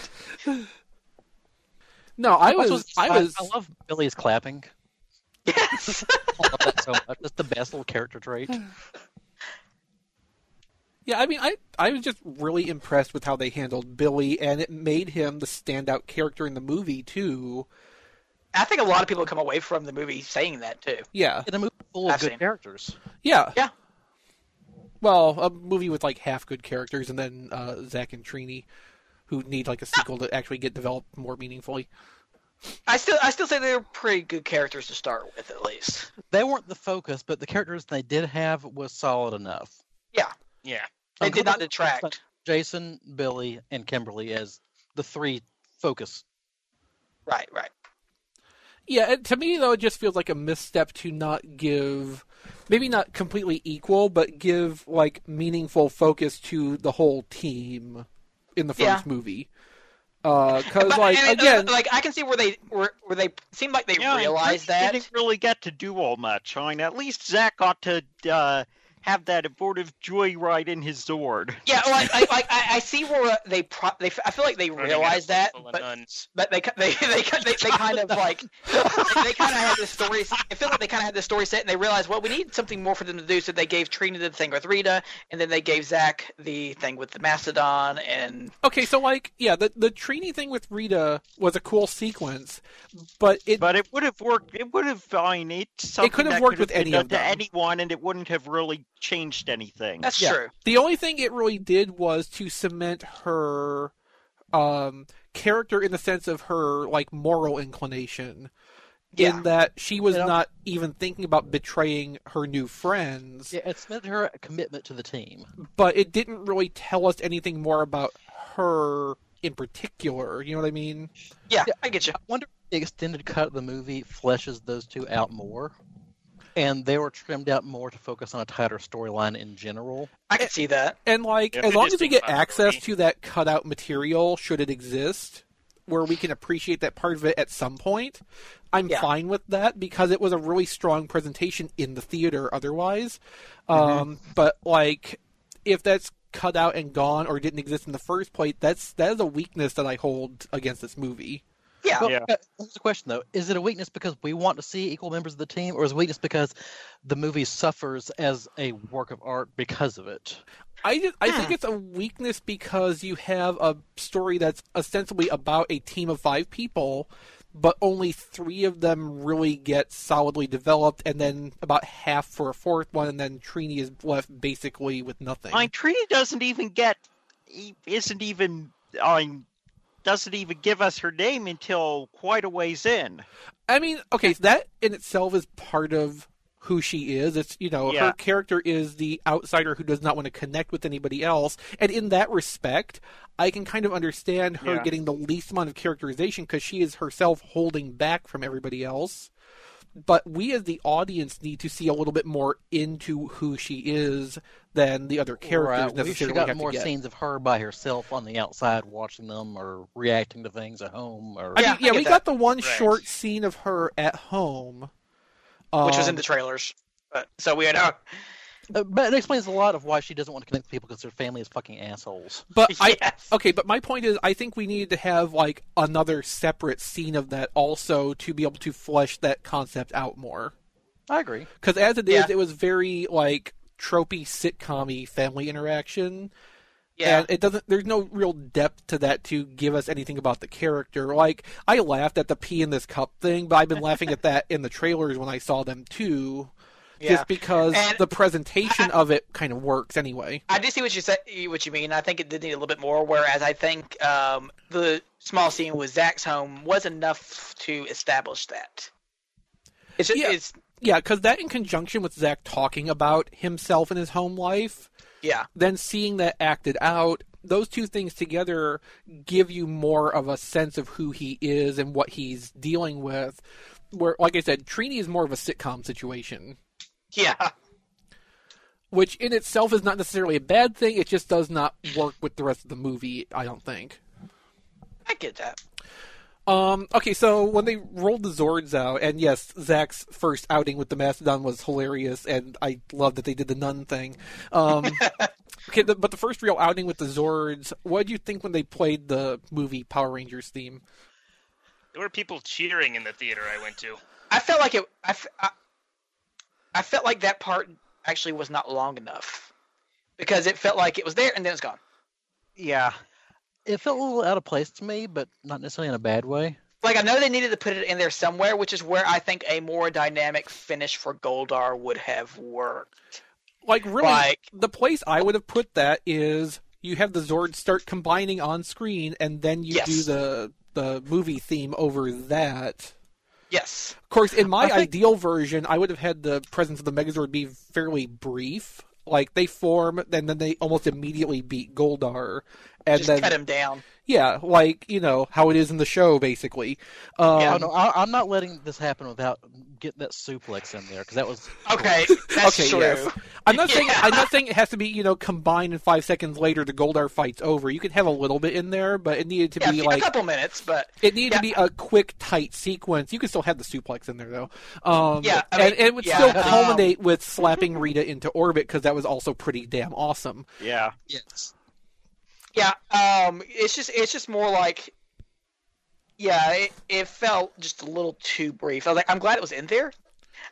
C: No, I was.
A: Also,
C: I was.
A: I love Billy's clapping.
D: Yes.
A: I love that so much. It's the best little character trait.
C: Yeah, I mean, I I was just really impressed with how they handled Billy, and it made him the standout character in the movie too.
D: I think a lot of people come away from the movie saying that too.
C: Yeah,
A: In a movie full of
D: I've
A: good
D: seen it.
A: characters.
C: yeah,
D: Yeah.
C: Well, a movie with like half good characters, and then uh, Zach and Trini, who need like a sequel to actually get developed more meaningfully.
D: I still, I still say they're pretty good characters to start with, at least.
A: They weren't the focus, but the characters they did have was solid enough. Um,
B: Yeah.
D: They
A: I'm
D: did not
A: glad-
D: detract.
A: Jason, Billy, and Kimberly as the three focus.
D: Right, right.
C: Yeah, and to me though, it just feels like a misstep to not give, maybe not completely equal, but give like meaningful focus to the whole team in the
D: Yeah.
C: first movie. Because
D: But-
C: like
D: and it-
C: again,
D: like I can see where they where, where they seem like they
J: Yeah, Ein
D: realized
J: really
D: that.
J: didn't really get to do all much. Ein, at least Zach got to uh, have that abortive joyride in his Zord.
D: Yeah, like, like, like I, I see where they pro- they I feel like they
B: Running out
D: realized
B: of
D: that,
B: full of
D: but
B: nuns.
D: but they ki- they they ki- they, they kind of like they, they kind of had this story. It felt like they kind of had this story set, and they realized, well, we need something more for them to do. So they gave Trina the thing with Rita, and then they gave Zach the thing with the mastodon, and
C: Okay, so like, yeah, the the Trini thing with Rita was a cool sequence, but it
J: But it would have worked. It would have. I mean, it's something
C: could have
J: that
C: worked with
J: been
C: any
J: done
C: of
J: to
C: them.
J: anyone, and it wouldn't have really changed anything.
D: that's
C: Yeah.
D: true.
C: the only thing it really did was to cement her um character in the sense of her like moral inclination
D: Yeah,
C: in that she was
A: You know?
C: not even thinking about betraying her new friends,
A: Yeah, it's meant her commitment to the team.
C: but it didn't really tell us anything more about her in particular, you know what I mean?
D: yeah, I get you.
A: I wonder if the extended cut of the movie fleshes those two out more. And they were trimmed out more to focus on a tighter storyline in general.
D: I can see that.
C: And like,
B: Yeah,
C: as
B: they're
C: long
B: just
C: as we
B: being
C: get
B: fun,
C: access
B: really.
C: to that cutout material, should it exist, where we can appreciate that part of it at some point, I'm
D: Yeah.
C: fine with that because it was a really strong presentation in the theater. Otherwise, um, but like, if that's cut out and gone or didn't exist in the first place, that's that is a weakness that I hold against this movie.
D: Yeah,
B: Well,
J: Yeah.
A: Uh, Here's the question, though: Is it a weakness because we want to see equal members of the team, or is it weakness because the movie suffers as a work of art because of it?
C: I, just, I think it's a weakness because you have a story that's ostensibly about a team of five people, but only three of them really get solidly developed, and then about half for a fourth one, and then Trini is left basically with nothing.
J: I Trini doesn't even get. he Isn't even. I doesn't even give us her name until quite a ways in.
C: I mean, okay, so that in itself is part of who she is. It's you know,
J: Yeah.
C: her character is the outsider who does not want to connect with anybody else, and in that respect, I can kind of understand her
J: Yeah.
C: getting the least amount of characterization because she is herself holding back from everybody else. But we as the audience need to see a little bit more into who she is than the other characters
A: right? uh, We should
C: necessarily
A: have got
C: have
A: more
C: to get.
A: scenes of her by herself on the outside, watching them or reacting to things at home. Or
C: I mean,
D: Yeah, I
C: yeah,
D: get
C: we
D: that.
C: got the one
B: Right.
C: short scene of her at home,
D: which was in
C: um,
D: the trailers. But, so we had our
A: Uh, but it explains a lot of why she doesn't want to connect with people because their family is fucking assholes.
C: But I
D: Yes.
C: okay, but my point is I think we needed to have like another separate scene of that also to be able to flesh that concept out more.
A: I agree.
C: Cuz as it is
D: Yeah.
C: it was very like tropey sitcom family interaction
D: Yeah.
C: And it doesn't. There's no real depth to that to give us anything about the character. Like I laughed at the pee in this cup thing, but I've been laughing at that in the trailers when I saw them too,
D: yeah.
C: just because
D: And-
C: the presentation of it kind of works anyway.
D: I do see what you say, what you mean. I think it did need a little bit more. Whereas I think um, the small scene with Zach's home was enough to establish that. It's just,
C: Yeah.
D: it's
C: Yeah, because that in conjunction with Zach talking about himself and his home life,
D: yeah,
C: then seeing that acted out, those two things together give you more of a sense of who he is and what he's dealing with. Where, like I said, Trini is more of a sitcom situation,
D: yeah,
C: which in itself is not necessarily a bad thing. It just does not work with the rest of the movie, I don't think.
D: I get that.
C: Um, okay, so when they rolled the Zords out, and yes, Zach's first outing with the Mastodon was hilarious, and I love that they did the nun thing. Um, okay, the, but the first real outing with the Zords, what did you think when they played the movie Power Rangers theme?
B: There were people cheering in the theater I went to.
D: I felt like it. I, f- I- I felt like that part actually was not long enough because it felt like it was there and then it's gone.
J: Yeah.
A: It felt a little out of place to me, but not necessarily in a bad way.
D: Like I know they needed to put it in there somewhere, which is where I think a more dynamic finish for Goldar would have worked.
C: Like, really,
D: Like-
C: the place I would have put that is you have the Zords start combining on screen, and then you
D: Yes.
C: do the the movie theme over that.
D: Yes.
C: Of course, in my
A: I think-
C: ideal version, I would have had the presence of the Megazord be fairly brief. Like they form, and then they almost immediately beat Goldar, and
D: Just
C: then
D: cut him down.
C: yeah, like you know how it is in the show, basically. Um,
A: oh, no, I, I'm not letting this happen without getting that suplex in there because that was
D: Okay. That's
C: okay,
D: true.
C: yes. I'm not saying
D: Yeah.
C: I'm not saying it has to be you know combined, and five seconds later the Goldar fight's over. You could have a little bit in there, but it needed to
D: Yeah,
C: be
D: a
C: like
D: couple minutes, but
C: It needed
D: Yeah.
C: to be a quick, tight sequence. You could still have the suplex in there, though. Um,
D: Yeah, I
C: and,
D: mean,
C: and it would
D: yeah,
C: still
D: um,
C: culminate with slapping Rita into orbit because that was also pretty damn awesome.
J: Yeah.
A: yes.
D: yeah, um, it's just it's just more like, yeah, it, it felt just a little too brief. I was like, I'm glad it was in there.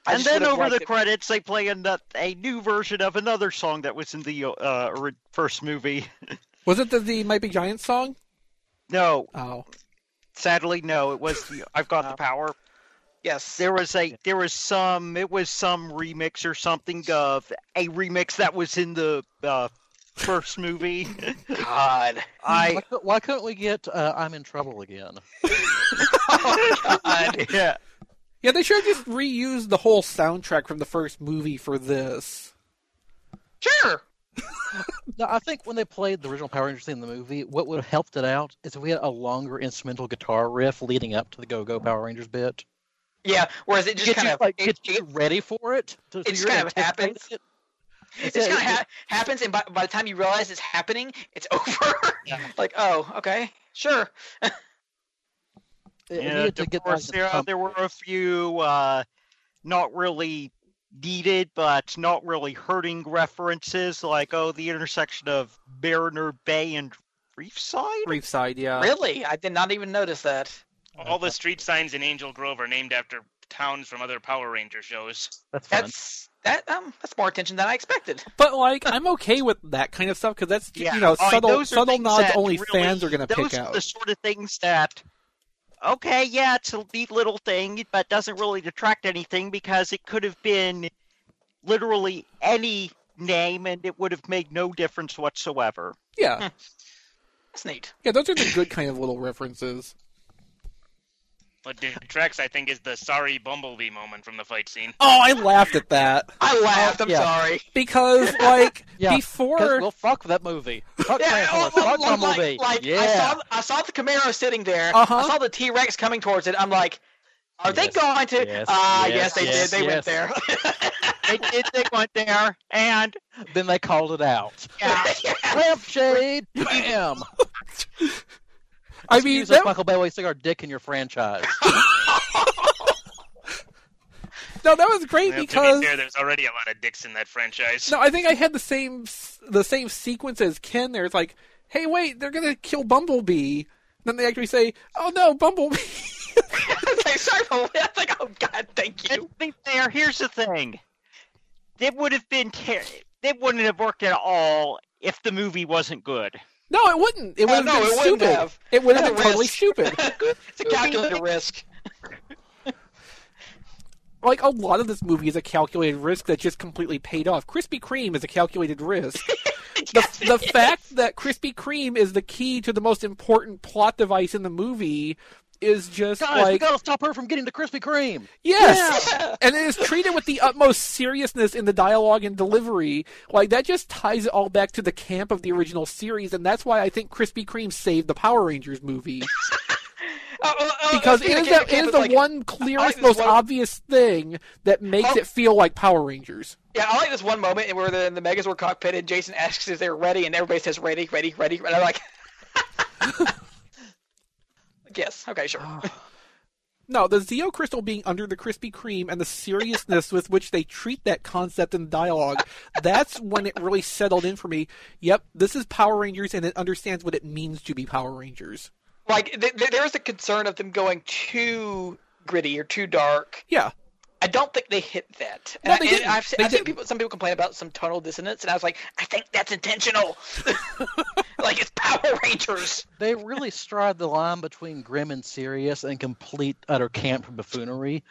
D: I
J: and
D: just
J: then
D: would've
J: over
D: liked
J: the
D: it-
J: credits, they play a, a new version of another song that was in the uh, ori- first movie.
C: Was it the, the Might Be Giant song?
J: No,
C: Oh,
J: sadly, no. It was the I've Got
A: Oh.
J: the Power.
D: yes,
J: There was a there was some it was some remix or something of a remix that was in the uh, first movie.
D: God,
J: I
A: Why, cou- why couldn't we get uh, "I'm in Trouble" again?
D: God.
J: yeah.
C: yeah. They should have just reused the whole soundtrack from the first movie for this.
D: sure.
A: No, I think when they played the original Power Rangers theme in the movie, what would have helped it out is if we had a longer instrumental guitar riff leading up to the Go Go Power Rangers bit.
D: Yeah, whereas it just
A: Get
D: kind
A: you
D: of
A: like
D: it,
A: get you ready for it. To,
D: it just
A: you're
D: kind of
A: anticipating
D: happens.
A: it.
D: it
A: Yeah,
D: just kind of
A: it-
D: ha- happens, and by, by the time you realize it's happening, it's over. like, oh, okay, sure.
A: it
J: Yeah,
A: needed to
J: of
A: get
J: course,
A: like,
J: there,
A: um,
J: there were a few uh, not really needed, but not really hurting references, like oh, the intersection of Mariner Bay and Reefside.
C: Reefside, yeah.
D: really, I did not even notice that.
B: All the street signs in Angel Grove are named after towns from other Power Ranger shows.
A: that's fun.
D: That's that. Um, that's more attention than I expected.
C: But like, I'm okay with that kind of stuff because that's
J: Yeah,
C: you know
J: I-
C: subtle
J: those are
C: subtle
J: things
C: nods
J: that
C: only
J: really-
C: fans are going to
J: Those
C: pick
J: are
C: out.
J: the sort of things that. Okay, yeah, it's a neat little thing, but doesn't really detract anything because it could have been literally any name and it would have made no difference whatsoever.
C: Yeah,
D: That's neat.
C: yeah. Those are the good kind of little references.
B: What detracts, I think, is the sorry Bumblebee moment from the fight scene.
C: Oh, I laughed at that.
D: I laughed. I'm
A: yeah.
D: sorry.
C: because like
A: Yeah, 'Cause,
C: before
A: Well, fuck that movie. Fuck
D: Yeah, oh,
A: Transformers.
D: oh,
A: Fuck
D: like,
A: Bumblebee.
D: like, I
A: yeah.
D: saw I saw the Camaro sitting there. I
C: Uh-huh.
D: saw the T Rex coming towards it. I'm like, are they
A: Yes,
D: going to?
A: yes,
D: Ah,
A: yes,
D: yes, they
A: yes,
D: did. They
A: yes.
D: went there.
J: They did they went there and
A: Then they called it out.
J: yeah,
A: Lampshade. Bam.
C: I mean
A: Use us,
C: that,
A: Michael Bay, while you stick our dick in your franchise.
C: no that was great
B: Well, to
C: because
B: be fair, there's already a lot of dicks in that franchise.
C: no I think I had the same s- the same sequence as Ken there it's like hey wait they're gonna kill Bumblebee then they actually say oh no Bumblebee
D: It's like, sorry, for I was like, oh God, thank
J: I
D: you.
J: think there. Here's the thing. It would have been ter- it wouldn't have worked at all if the movie wasn't good.
C: No, it wouldn't. It
D: Oh,
C: would have
D: no,
C: been
D: it wouldn't
C: stupid.
D: have.
C: It would have
D: At
C: been
D: a
C: totally
D: risk.
C: stupid.
D: it's a calculated risk.
C: like a lot of this movie is a calculated risk that just completely paid off. Krispy Kreme is a calculated risk. the the fact that Krispy Kreme is the key to the most important plot device in the movie is just
A: Guys, we
C: like
A: gotta stop her from getting to Krispy Kreme.
C: yes, and it is treated with the utmost seriousness in the dialogue and delivery. Like that just ties it all back to the camp of the original series, and that's why I think Krispy Kreme saved the Power Rangers movie.
D: Oh, oh, oh,
C: because it
D: speaking
C: is,
D: of
C: the,
D: campus,
C: it is the
D: like-
C: one
D: I
C: clearest,
D: like this
C: most
D: one-
C: obvious thing that makes
D: Oh.
C: it feel like Power Rangers.
D: Yeah, I like this one moment where they're in the Megazord cockpit and Jason asks if they're ready, and everybody says ready, ready, ready, and I'm like, yes, okay, sure.
C: Ah. No, the Zeo crystal being under the Krispy Kreme and the seriousness with which they treat that concept in dialogue, that's when it really settled in for me. Yep, this is Power Rangers and it understands what it means to be Power Rangers.
D: Like th- th- there was a concern of them going too gritty or too dark.
C: Yeah.
D: I don't think they hit that.
C: No,
D: And I-
C: they
D: and
C: didn't.
D: I've, se-
C: They
D: I've seen
C: didn't.
D: people. Some people complain about some tonal dissonance, and I was like, I think that's intentional. like it's Power Rangers.
A: They really stride the line between grim and serious and complete utter camp buffoonery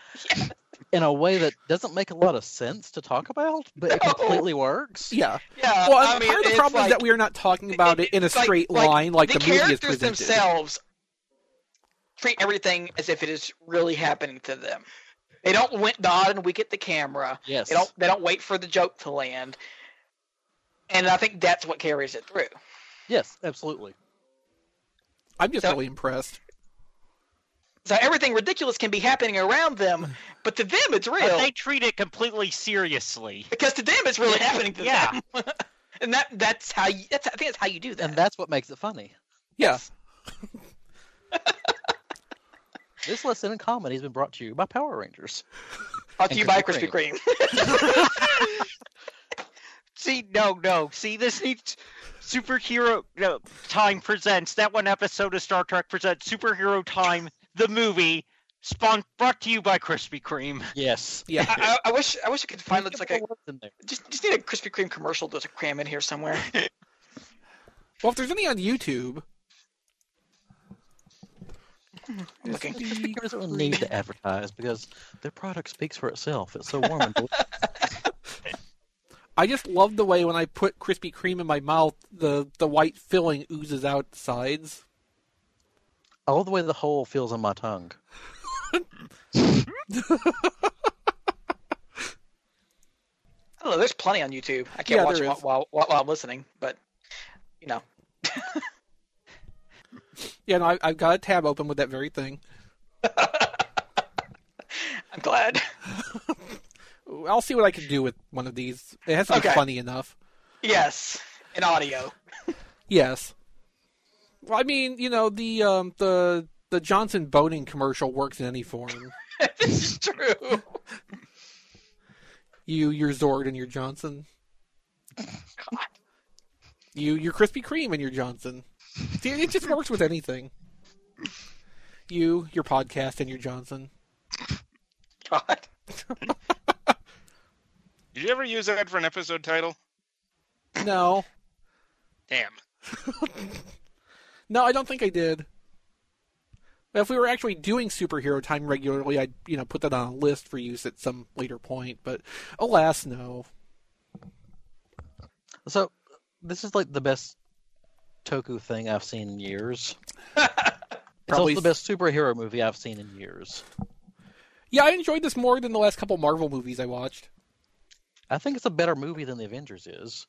A: in a way that doesn't make a lot of sense to talk about, but it
D: No.
A: completely works.
C: Yeah.
D: Yeah.
C: Well,
D: Uh, I
C: and
D: mean,
C: part of the
D: it's
C: problem is
D: like-
C: that we are not talking about it, in a
D: it's like-
C: straight
D: like,
C: line like the, movie is
D: characters
C: presented.
D: themselves treat everything as if it is really happening to them. They don't wink, nod and wink at the camera.
A: Yes.
D: They don't. They don't wait for the joke to land. And I think that's what carries it through.
A: Yes, absolutely.
C: I'm just
D: So-
C: really impressed.
D: So everything ridiculous can be happening around them, but to them it's real
J: But they treat it completely seriously.
D: because to them it's really happening to
J: Yeah.
D: them. and that that's how you. That's I think that's how you do that.
A: And that's what makes it funny.
C: Yeah.
A: This lesson in comedy has been brought to you by Power Rangers.
D: Brought to
A: and
D: you by Krispy
A: Krispy
D: Kreme.
J: See, no, no. See, this needs superhero no, time presents that one episode of Star Trek presents superhero time the movie spawn brought to you by Krispy Kreme.
A: Yes.
C: Yeah.
D: I, I, I wish I wish I could find like a
A: People worked in there.
D: just just need a Krispy Kreme commercial to cram in here somewhere.
C: Well, if there's any on YouTube,
D: I'm looking.
C: the-
A: Krispy Kreme doesn't need to advertise because their product speaks for itself. It's so warm and delicious.
C: I just love the way when I put Krispy Kreme in my mouth, the, the white filling oozes out the sides.
A: all the way the hole feels in my tongue.
D: I don't know. There's plenty on YouTube. I
C: Yeah,
D: can't watch
C: there
D: while,
C: is.
D: while, while while I'm listening, but you know,
C: Yeah, no, I, I've got a tab open with that very thing.
D: I'm glad.
C: I'll see what I can do with one of these. It has to be
D: Okay.
C: funny enough.
D: yes, in audio.
C: Yes. Well, I mean, you know, the um, the the Johnson boating commercial works in any form.
D: this is true.
C: you, your Zord, and your Johnson. You, your Krispy Kreme, and your Johnson. See, it just works with anything. You, your podcast, and your Johnson.
D: God.
B: Did you ever use that for an episode title?
C: No,
B: Damn.
C: no, I don't think I did. If we were actually doing superhero time regularly, I'd you know put that on a list for use at some later point. But alas, no.
A: So this is like the best toku thing I've seen in years. it's
C: Probably
A: also the best superhero movie I've seen in years.
C: Yeah, I enjoyed this more than the last couple Marvel movies I watched.
A: I think it's a better movie than The Avengers is.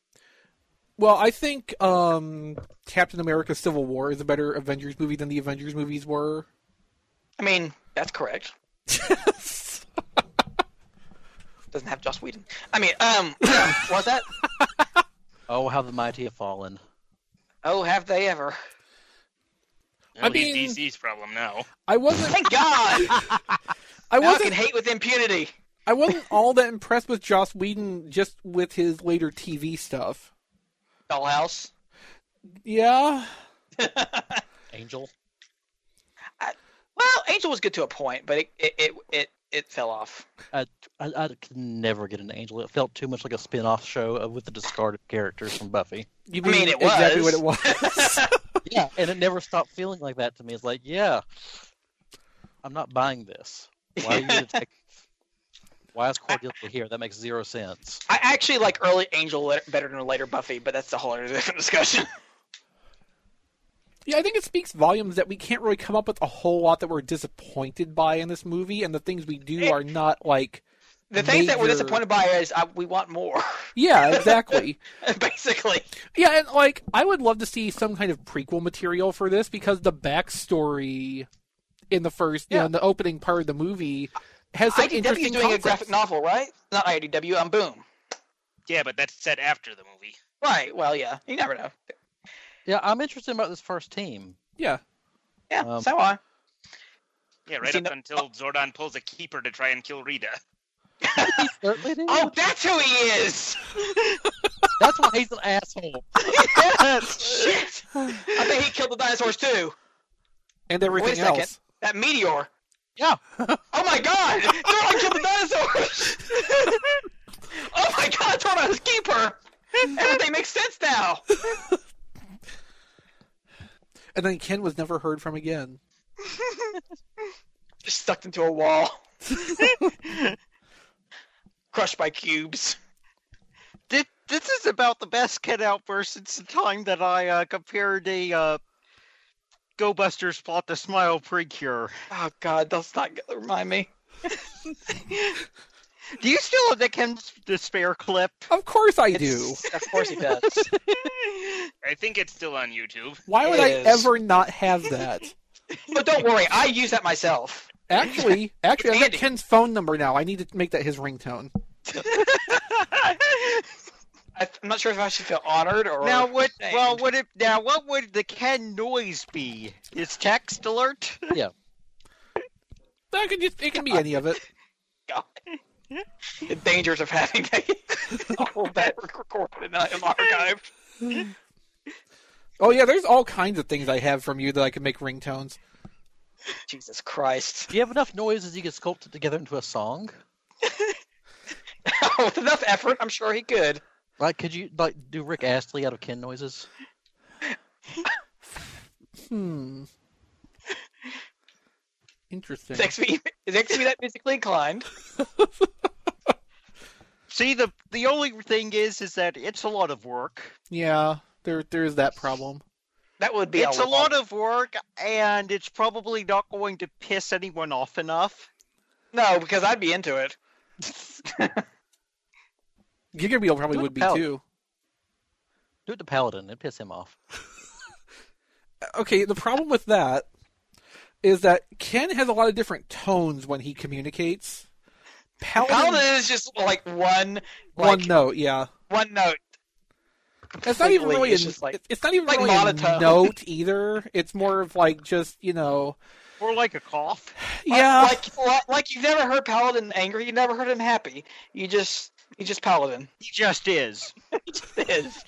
C: Well, I think um, Captain America: Civil War is a better Avengers movie than the Avengers movies were.
D: I mean, that's correct. Doesn't have Joss Whedon. I mean, um, was that?
A: Oh, how the mighty have fallen.
D: Oh, have they ever?
B: That'll
C: I
B: be
C: mean-
B: DC's problem now.
C: I wasn't.
D: Thank God.
C: I
D: Now I can
C: wasn't.
D: hate with impunity.
C: I wasn't all that impressed with Joss Whedon just with his later TV stuff.
D: Dollhouse.
C: Yeah,
A: Angel.
D: Well, Angel was good to a point, but it it it, it it fell off.
A: I, I could never get into Angel. It felt too much like a spin off show of, with the discarded characters from Buffy.
C: You
D: I mean, it
C: exactly
D: was.
C: what it was.
A: Yeah, and it never stopped feeling like that to me. It's like, yeah, I'm not buying this. Why are you attack- Why is Cordelia here? That makes zero sense.
D: I actually like early Angel le- better than later Buffy, but that's a whole other different discussion.
C: Yeah, I think it speaks volumes that we can't really come up with a whole lot that we're disappointed by in this movie, and the things we do
D: Eh.
C: are not like.
D: The things that we're
C: Major-
D: disappointed by is I, we want more,
C: Yeah, exactly.
D: basically.
C: yeah, and like I would love to see some kind of prequel material for this because the backstory in the first, you know,
A: Yeah.
C: in the opening part of the movie has some
D: IDW is
C: interesting
D: doing a
C: concepts.
D: graphic novel, right? Not IDW. I'm um, Boom.
B: Yeah, but that's set after the movie.
D: Right. Well, yeah. You never know.
A: Yeah, I'm interested about this first team.
C: Yeah,
D: Yeah.
A: Um,
D: so I.
B: Yeah, right
D: See,
B: up
D: no-
B: until Zordon pulls a keeper to try and kill Rita.
A: Certainly do.
D: Oh, that's who he is.
A: That's why he's an asshole.
D: Shit. I think he killed the dinosaurs too.
C: and everything
D: second.
C: else.
D: That meteor.
A: Yeah.
D: Oh my god! Thornton killed the dinosaurs! oh my god, Thornton was keeper! Everything makes sense now!
C: And then Ken was never heard from again.
D: Just stuck into a wall. Crushed by cubes.
J: Thi- This is about the best Ken outburst since the time that I uh, compared a uh, Go Busters plot to Smile Precure.
D: Oh god, that's not gonna remind me.
J: Do you still have the Ken's despair clip?
C: Of course I do.
D: It's- Of course he does.
B: I think it's still on YouTube.
C: Why would
D: It
C: I
D: is.
C: ever not have that?
D: but don't worry, I use that myself.
C: Actually, actually, I got
D: Andy.
C: Ken's phone number now. I need to make that his ringtone.
D: I, I'm not sure if I should feel honored or.
J: Now what?
D: Dang.
J: Well, what if now what would the Ken noise be? Is text alert?
C: That could just, it can be any of it.
D: the dangers of having all that recorded and archived.
C: Oh yeah, there's all kinds of things I have from you that I can make ringtones.
D: Jesus Christ.
A: Do you have enough noises you can sculpt it together into a song?
D: With enough effort, I'm sure he could.
A: Like, could you like do Rick Astley out of Ken noises?
C: Hmm. Interesting.
D: Is XP, is XP that musically inclined?
J: See, the the only thing is, is that it's a lot of work.
C: Yeah, there there is that problem.
D: That would be
J: it's a lot of work, and it's probably not going to piss anyone off enough.
D: No, because I'd be into it.
C: Gigabeal probably
A: What
C: would be
A: about-
C: too.
A: Do it to Paladin. It'd piss him off.
C: Okay, the problem with that is that Ken has a lot of different tones when he communicates. Paladin,
D: Paladin is just like one,
C: one
D: like one,
C: note, yeah.
D: note.
C: It's not even
D: completely.
C: really
D: It's
C: a,
D: just like
C: it- it's not even
D: like
C: really a
D: monotone.
C: note either. It's more of like just you know,
J: Or like a cough.
C: yeah.
D: like, like like you've never heard Paladin angry. You never heard him happy. You just you just Paladin.
J: He just is.
D: It is.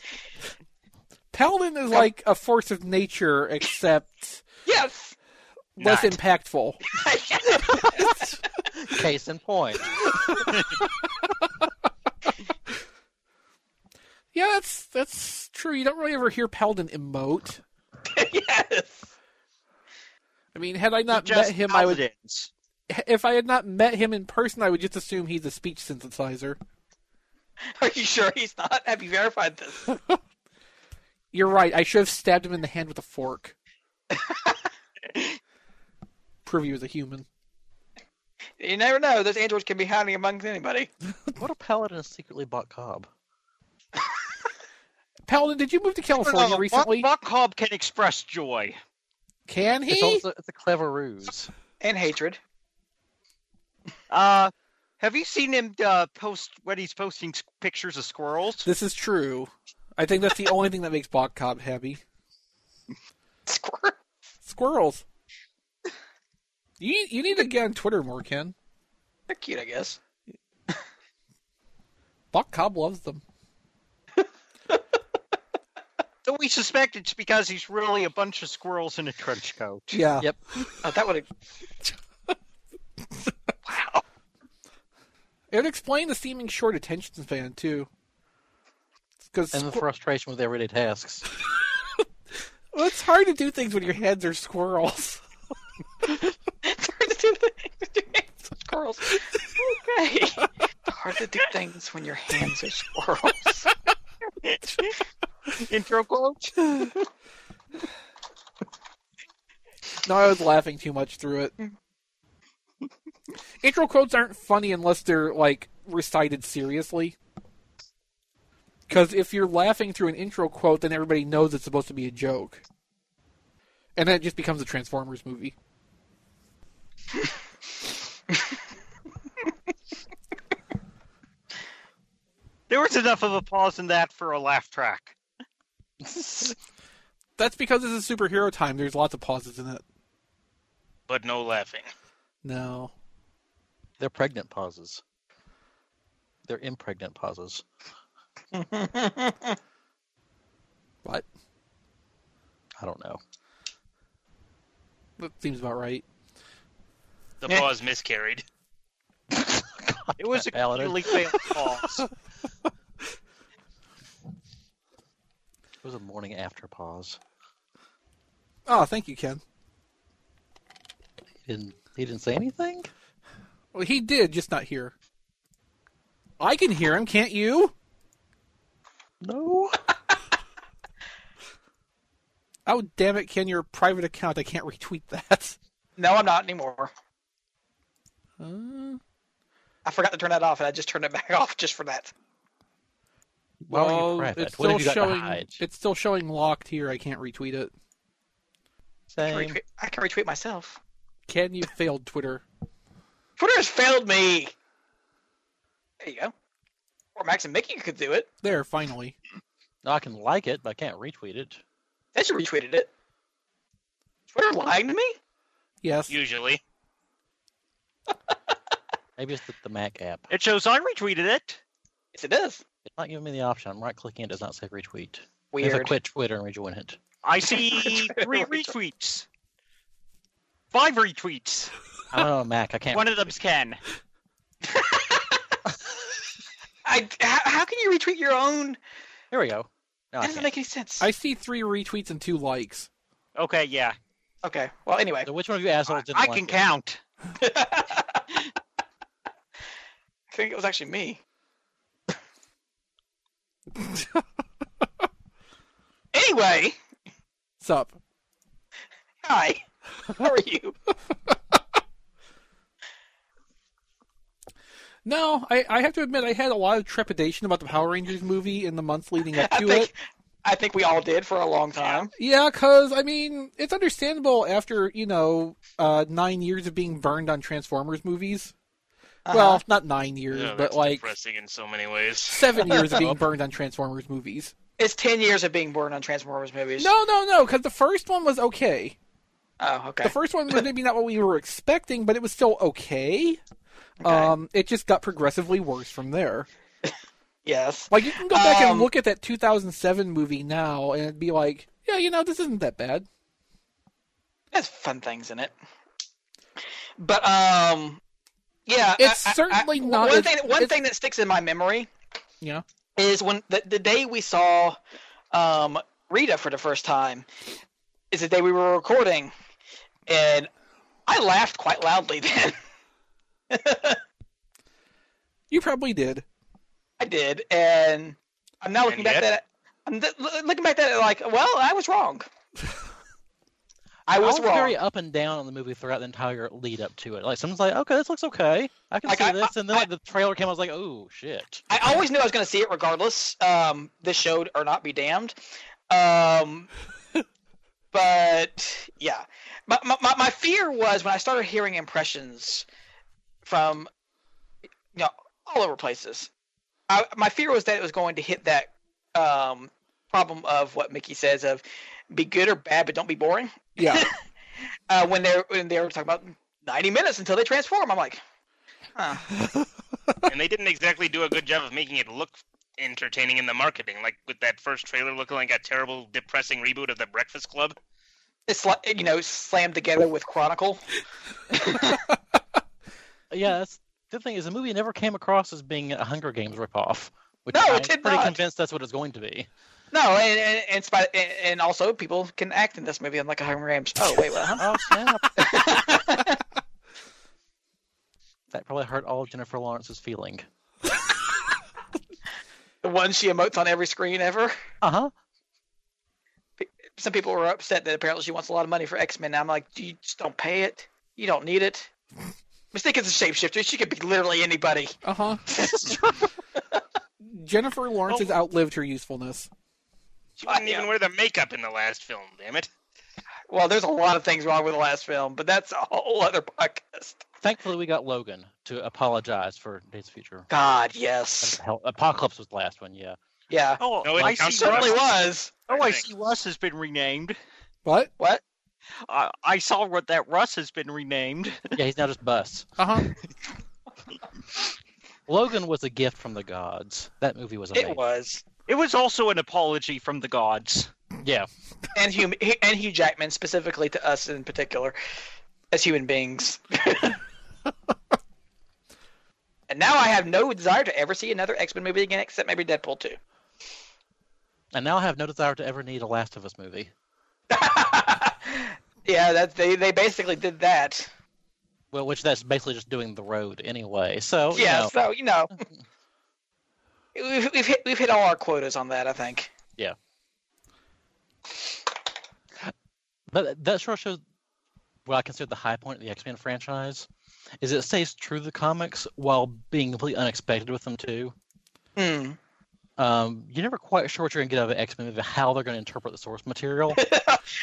C: Paladin is like a force of nature, except
D: Yes.
C: less
B: Not.
C: impactful.
A: Case in point.
C: Yeah, that's that's true. You don't really ever hear Paladin emote.
D: yes.
C: I mean, had I not
J: just
C: met him, I
J: paladins.
C: would. If I had not met him in person, I would just assume he's a speech synthesizer.
D: Are you sure he's not? Have you verified this?
C: You're right. I should have stabbed him in the hand with a fork. Prove he was a human.
D: You never know. Those androids can be hiding amongst anybody.
A: What if Paladin secretly bought Cobb?
C: Paladin, did you move to
J: Well,
C: California
J: Buck-
C: recently?
J: Buck Hobb can express joy.
C: Can he?
A: It's also it's a clever ruse.
D: And hatred.
J: Uh, have you seen him uh, post when he's posting s- pictures of squirrels?
C: This is true. I think that's the only thing that makes Bok Cobb happy.
D: Squirt.
C: Squirrels. You you need to get on Twitter more, Ken.
D: They're cute, I guess.
C: Bok Cobb loves them.
J: So we suspect it's because he's really a bunch of squirrels in a trench coat.
C: Yeah.
A: Yep.
D: Oh, that would have. wow.
C: It would explain the seeming short attention span too. Because
A: and the frustration with everyday tasks.
C: it's hard to do things when your heads are squirrels.
D: Hard to do things with your hands are squirrels. Okay. Hard to do things when your hands are squirrels.
J: Intro quote.
C: No, I was laughing too much through
J: Mm.
C: it. Intro quotes aren't funny unless they're like recited seriously. Because if you're laughing through an intro quote, then everybody knows it's supposed to be a joke, and then it just becomes a Transformers movie.
J: There was enough of a pause in that for a laugh track.
C: That's because it's a superhero time. There's lots of pauses in it.
B: but no laughing.
C: No,
A: They're pregnant pauses. They're impregnant pauses.
C: what?
A: I don't know.
C: That seems about right.
B: The
D: Yeah.
B: pause miscarried.
J: It was a
A: Paladin.
J: clearly failed pause.
A: It was a morning after pause.
C: Oh, thank you, Ken.
A: He didn't. He didn't say anything.
C: Well, he did, just not here. I can hear him, can't you?
A: No.
C: Oh, damn it, Ken, your private account. I can't retweet that.
D: No, I'm not anymore.
C: Uh,
D: I forgot to turn that off, and I just turned it back off just for that.
A: Why are you
C: well,
A: private?
C: it's
A: What have
C: still
A: you got to
C: showing.
A: hide?
C: It's still showing locked here. I can't retweet it.
D: I can
A: Same.
D: retweet, I can retweet myself.
C: Ken, you failed Twitter.
D: Twitter has failed me. There you go. Or Max and Mickey could do it.
C: There, finally.
A: No, I can like it, but I can't retweet it.
D: They should retweeted it. Twitter lying to me.
C: Yes.
B: Usually,
A: Maybe it's the, the Mac app.
J: it shows I retweeted it.
D: Yes, it does.
A: It's not giving me the option. I'm right clicking. It does not say retweet. I have to
D: Weird.
A: quit Twitter and rejoin it.
J: I see three retweets. Five retweets.
A: I'm on a Mac. I can't.
J: One of them's Ken.
D: I h- how, can you retweet your own?
A: Here we go. No, I
D: That doesn't
A: can't.
D: make any sense.
C: I see three retweets and two likes.
J: Okay, yeah.
D: Okay. Well, anyway,
A: So which one of you assholes didn't
J: I
A: like
J: can
A: it?
J: count.
D: I think it was actually me. anyway,
C: Sup?
D: hi. How are you?
C: No, I, I have to admit I had a lot of trepidation about the Power Rangers movie in the months leading up
D: I
C: to
D: think
C: it.
D: I think we all did for a long time.
C: Yeah, because I mean, it's understandable after you know uh, nine years of being burned on Transformers movies.
D: Uh-huh.
C: Well, not nine years,
B: Yeah,
C: but
B: that's
C: like
B: depressing in so many ways.
C: seven years of being burned on Transformers movies.
D: It's ten years of being born on Transformers movies.
C: No, no, no, because the first one was okay.
D: Oh, okay.
C: The first one was maybe not what we were expecting, but it was still okay. Um, it just got progressively worse from there.
D: yes.
C: Like you can go back
D: Um,
C: and look at that 2007 movie now, and it'd be like, yeah, you know, this isn't that bad.
D: It has fun things in it. But um yeah,
C: It's
D: I- I-
C: certainly
D: I-
C: not
D: one
C: as-
D: thing one
C: it's-
D: thing that sticks in my memory
C: Yeah.
D: is when the, the day we saw um Rita for the first time is the day we were recording and I laughed quite loudly then.
C: You probably did.
D: I did and I'm now looking
B: And
D: back
B: yet-
D: that I'm th- looking back that like, well, I was wrong. I was, wrong.
A: very up and down on the movie throughout the entire lead up to it. Like someone's like, "Okay, this looks okay. I can
D: Like,
A: see
D: I-
A: this," and then
D: I-
A: like, the trailer came. I was like, "Oh shit!"
D: I always knew I was going to see it regardless. Um, this showed or not be damned. Um, but yeah, my, my my- my fear was when I started hearing impressions from you know all over places. I, my fear was that it was going to hit that um, problem of what Mickey says of be good or bad, but don't be boring.
C: Yeah.
D: Uh, when they're when they were talking about ninety minutes until they transform, I'm like, huh.
B: and they didn't exactly do a good job of making it look entertaining in the marketing, like with that first trailer looking like a terrible, depressing reboot of The Breakfast Club.
D: it's like you know slammed together with Chronicle.
A: Yeah, that's The thing is, the movie never came across as being a Hunger Games ripoff, which
D: No, it
A: I'm
D: did
A: pretty
D: not.
A: convinced that's what it's going to be.
D: No, and and, and, spite, and and also people can act in this movie unlike a Hunger Games. Oh wait, what?
A: Oh
D: Huh?
A: snap! that probably hurt all of Jennifer Lawrence's feeling.
D: The one she emotes on every screen ever.
A: Uh huh.
D: Some people were upset that apparently she wants a lot of money for X Men. Now I'm like, "Do you just don't pay it. You don't need it. Mistake is a shapeshifter. She could be literally anybody.
C: Uh huh. Jennifer Lawrence has outlived her usefulness.
B: She wouldn't
D: Yeah.
B: even wear the makeup in the last film. Damn it!
D: Well, there's a lot of things wrong with the last film, but that's a whole other podcast.
A: Thankfully, we got Logan to apologize for Days of Future.
D: God, yes.
A: Hell, Apocalypse was the last one, yeah.
D: Yeah.
J: Oh,
B: No, it
J: I
B: counts
J: see.
B: for
J: Russ,
D: Certainly was.
J: oh, I
B: think.
J: see. Russ has been renamed.
C: What?
D: What?
J: I I saw what that Russ has been renamed.
A: Yeah, he's now just Bus.
C: Uh huh.
A: Logan was a gift from the gods. That movie was amazing.
D: It was.
J: It was also an apology from the gods.
A: Yeah.
D: And Hugh, and Hugh Jackman, specifically to us in particular, as human beings. and now I have no desire to ever see another X Men movie again, except maybe Deadpool 2.
A: And now I have no desire to ever need a Last of Us movie.
D: Yeah, that they, they basically did that.
A: Well, which that's basically just doing the road anyway. So Oh, you
D: yeah,
A: know,
D: so, you know. We've, we've, hit, we've hit all our quotas on that, I think.
A: but that sure shows what I consider the high point of the X Men franchise is it stays true to the comics while being completely unexpected with them too.
D: Hmm.
A: Um, you're never quite sure what you're gonna get out of an X Men movie, how they're gonna interpret the source material.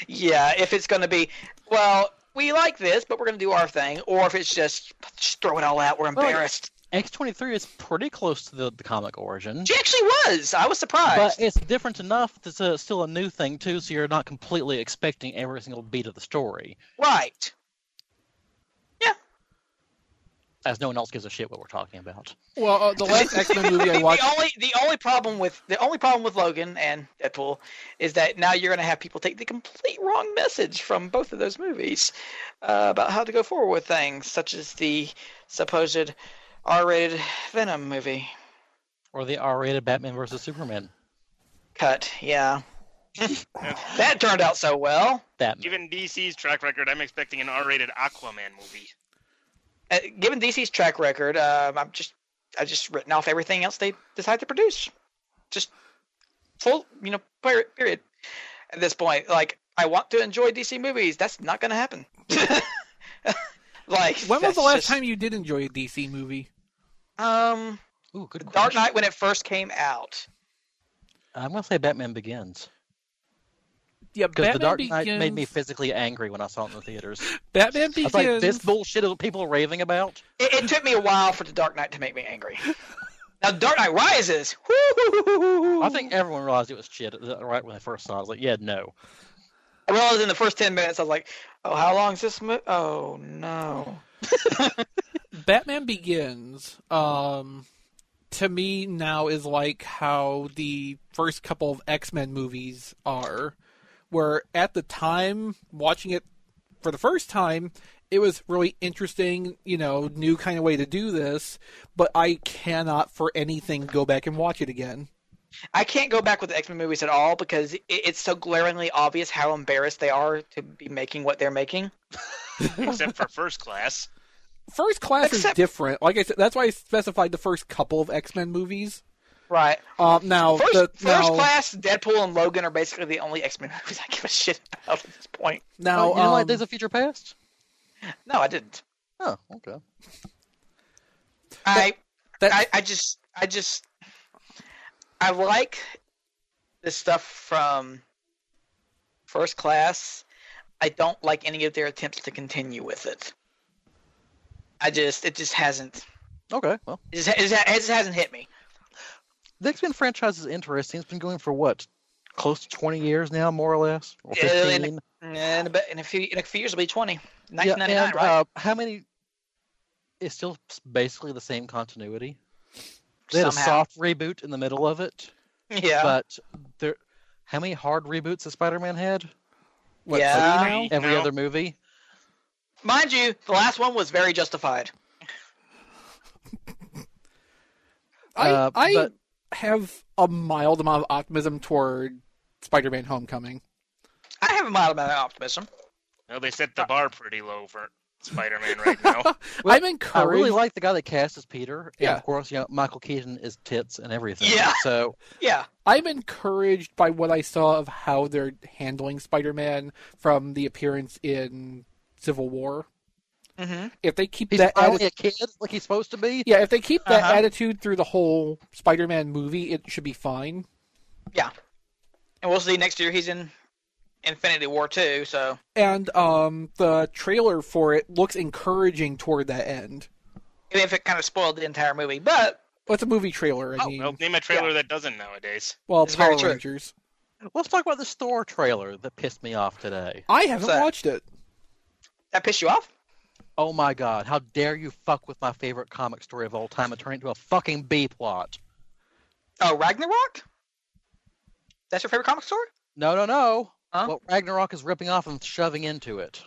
D: Yeah, if it's going to be, well, we like this, but we're going to do our thing, or if it's just, just throw it all out, we're
A: Well,
D: embarrassed.
A: X twenty three is pretty close to the, the comic origin.
D: She actually was. I was surprised.
A: But it's different enough that it's uh, still a new thing too, so you're not completely expecting every single beat of the story,
D: right.
A: as no one else gives a shit what we're talking about.
C: Well, uh, the last X Men movie
D: The-
C: I watched.
D: The only the only problem with the only problem with Logan and Deadpool is that now you're going to have people take the complete wrong message from both of those movies uh, about how to go forward with things, such as the supposed R-rated Venom movie
A: Or the R-rated Batman versus Superman.
D: cut. Yeah, that turned out so well.
A: That
B: Given DC's track record, I'm expecting an R-rated Aquaman movie.
D: uh, given DC's track record, um, I'm just I just written off everything else they decide to produce. Just full, you know, period. period. At this point, like I want to enjoy DC movies. That's not going to happen. like
C: When was
D: that's
C: the last
D: just-
C: time you did enjoy a DC movie?
D: Um,
A: Ooh, good
D: Dark
A: question.
D: Knight when it first came out.
A: I'm gonna say Batman Begins
C: Yeah,
A: because
C: Batman
A: the Dark
C: Begins.
A: Knight made me physically angry when I saw it in the theaters.
C: Batman
A: I
C: Begins.
A: was like, this bullshit is what people are raving about.
D: It, it took me a while for the Dark Knight to make me angry. now Dark Knight Rises. Woo!
A: I think everyone realized it was shit at the- right when they first saw it. I was like, yeah, no.
D: I realized in the first ten minutes I was like, "Oh, how long is this movie? Oh no."
C: Batman Begins, um, to me now is like how the first couple of X Men movies are, where at the time watching it for the first time, it was really interesting, you know, new kind of way to do this. But I cannot for anything go back and watch it again.
D: I can't go back with the X Men movies at all because it, it's so glaringly obvious how embarrassed they are to be making what they're making.
B: except for First Class.
C: First class is
D: Except-
C: different. Like I said, that's why I specified the first couple of X Men movies.
D: Right.
C: Um, now
D: First,
C: the,
D: first
C: now,
D: class, Deadpool and Logan are basically the only X Men movies I give a shit about at this point.
C: now
A: Oh, you know, like
C: um,
A: Days of Future Past.
D: No, I didn't.
A: Oh, okay.
D: I,
C: that-
D: I, I just, I just, I like the stuff from First Class. I don't like any of their attempts to continue with it. I just, it just hasn't,
A: Okay, well.
D: it just, it just, it just hasn't hit me.
A: the X Men franchise is interesting. It's been going for what, close to twenty years now, more or less, or
D: Yeah, and-
A: fifteen.
D: And a bit, in a few in a few years it'll be twenty.
A: Yeah,
D: Nineteen ninety nine,
A: and
D: right?
A: uh, how many? It's still s- basically the same continuity. They had a
D: Somehow.
A: soft reboot in the middle of it,
D: yeah.
A: but there. How many hard reboots has Spider Man had?
C: what,
D: Yeah.
C: three now?
A: Every
B: No.
A: other movie.
D: Mind you, the last one was very justified.
C: I,
A: Uh,
C: I
A: but-
C: have a mild amount of optimism toward Spider-Man: Homecoming.
D: I have a mild amount of optimism.
B: Well, they set the bar pretty low for Spider-Man right now.
A: Well,
C: I'm
A: I
C: encouraged.
A: really like the guy that cast as Peter. And
C: Yeah.
A: of course, you know, Michael Keaton is tits and everything.
D: Yeah.
A: So
D: Yeah.
C: I'm encouraged by what I saw of how they're handling Spider-Man from the appearance in Civil War.
D: Mm-hmm.
C: If they keep
A: he's
C: that
A: finally
C: atti-
A: a kid like he's supposed to be.
C: yeah, if they keep that
D: Uh-huh.
C: attitude through the whole Spider-Man movie, it should be fine.
D: And we'll see next year he's in Infinity War too. So
C: And um, the trailer for it looks encouraging toward that end.
D: even if it kind of spoiled the entire movie, but
C: Well, it's a movie trailer. I
B: Oh,
C: mean,
B: well, name a trailer that doesn't nowadays.
C: well,
D: It's very
C: Power
D: true.
C: Rangers.
A: Let's talk about this Thor trailer that pissed me off today.
C: I haven't
D: So-
C: watched it.
D: that pissed you off.
A: Oh my god! How dare you fuck with my favorite comic story of all time and turn it into a fucking B plot?
D: Oh, Ragnarok. That's your favorite comic story?
A: No, no, no.
D: Huh?
A: What Ragnarok is ripping off and shoving into it.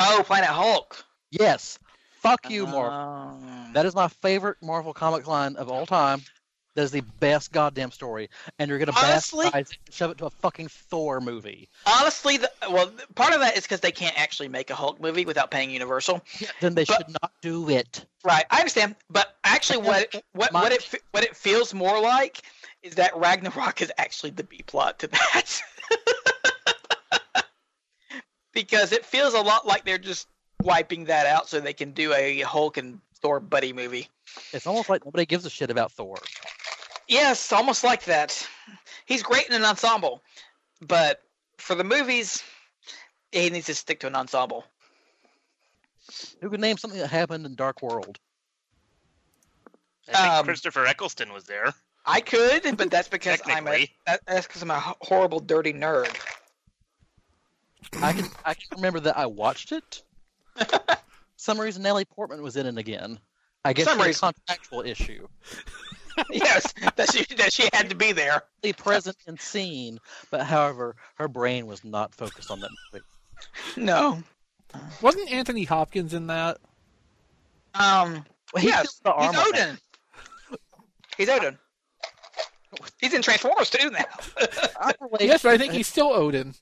D: Oh, Planet Hulk.
A: Yes. Fuck you,
D: Uh,
A: Marvel.
D: Um,
A: That is my favorite Marvel comic line of all time. That is the best goddamn story, and you're gonna
D: Honestly?
A: bastardize it and shove it to a fucking Thor movie.
D: honestly, the, well, th- part of that is because they can't actually make a Hulk movie without paying Universal.
A: Then they
D: But-
A: should not do it.
D: Right, I understand, but actually, what it- what what it fe- what it feels more like is that Ragnarok is actually the B plot to that, because it feels a lot like they're just wiping that out so they can do a Hulk and Thor buddy movie.
A: It's almost like nobody gives a shit about Thor.
D: Yes, almost like that. He's great in an ensemble, but for the movies, he needs to stick to an ensemble.
A: Who can name something that happened in Dark World?
B: I think
D: Um,
B: Christopher Eccleston was there.
D: I could, but that's because I'm a
B: Technically.
D: that, that's because I'm a h- horrible dirty nerd.
A: I can I can remember that I watched it. Some reason Natalie Portman was in it again. I guess
D: Some
A: it's a
D: reason.
A: contractual issue.
D: yes, that she that she had to be there.
A: Fully Present and seen, but however, her brain was not focused on that movie.
D: No.
C: Wasn't Anthony Hopkins in that?
D: Um.
A: Well, he
D: yes,
A: killed the arm
D: he's
A: on that.
D: Odin. He's Odin. He's in Transformers too now.
A: I relate
C: Yes, but I
A: to
C: think he's still Odin.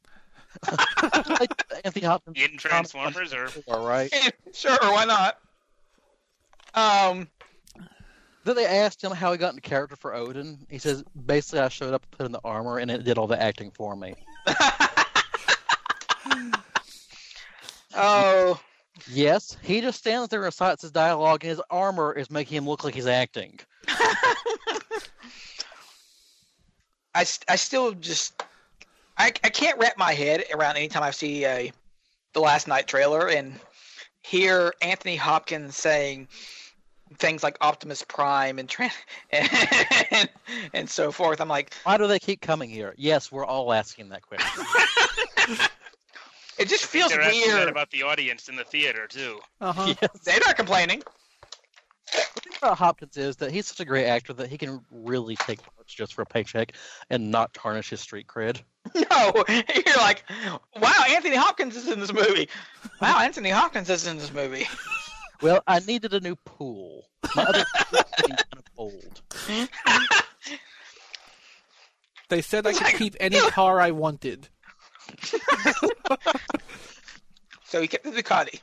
A: Anthony Hopkins.
B: In Transformers, or
A: All right.
D: sure, why not? Um.
A: Then they asked him how he got into character for Odin. He says, basically, I showed up, put in the armor, and it did all the acting for me.
D: Oh.
A: Yes, he just stands there and recites his dialogue, and his armor is making him look like he's acting.
D: I, st- I still just I, I can't wrap my head around any time I see a the last night trailer and hear Anthony Hopkins saying things like Optimus Prime and tran and, and so forth. I'm like,
A: Why do they keep coming here? Yes, we're all asking that question.
D: it just feels
B: they're asking that
D: weird.
B: about the audience in the theater too.
C: Uh-huh.
D: They're not complaining.
A: about Hopkins is that he's such a great actor that he can really take parts just for a paycheck and not tarnish his street cred.
D: No, you're like, wow, Anthony Hopkins is in this movie. Wow, Anthony Hopkins is in this movie.
A: Well, I needed a new pool. My other pool is getting kind of old.
C: They said I could keep any car I wanted.
D: So he kept the Ducati.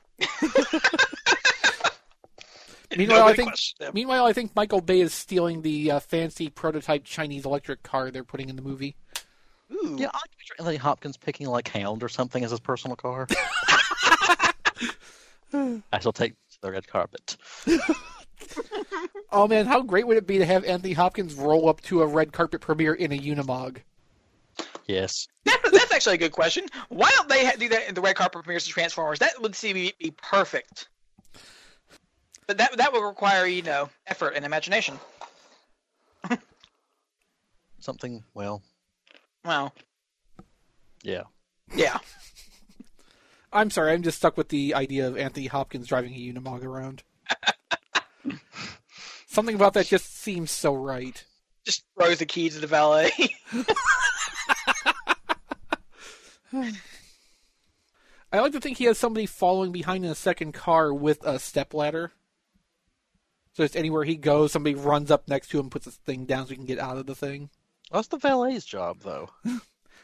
C: Meanwhile, I
D: Nobody
C: think-
D: questioned him.
C: Meanwhile, I think Michael Bay is stealing the uh, fancy prototype Chinese electric car they're putting in the movie.
D: Ooh.
A: Yeah, I can picture Anthony Hopkins picking like Hound or something as his personal car. I shall take the red carpet.
C: Oh man, how great would it be to have Anthony Hopkins roll up to a red carpet premiere in a Unimog?
A: Yes.
D: That's, that's actually a good question. Why don't they ha- do that in the red carpet premieres of Transformers? That would seem to be perfect. But that that would require you know effort and imagination.
A: Something, well,
D: Wow.
A: yeah.
D: Yeah.
C: I'm sorry, I'm just stuck with the idea of Anthony Hopkins driving a Unimog around. Something about that just seems so right.
D: Just throws the key to the valet.
C: I like to think he has somebody following behind in a second car with a stepladder. So just anywhere he goes, somebody runs up next to him, puts this thing down so he can get out of the thing.
A: That's the valet's job, though.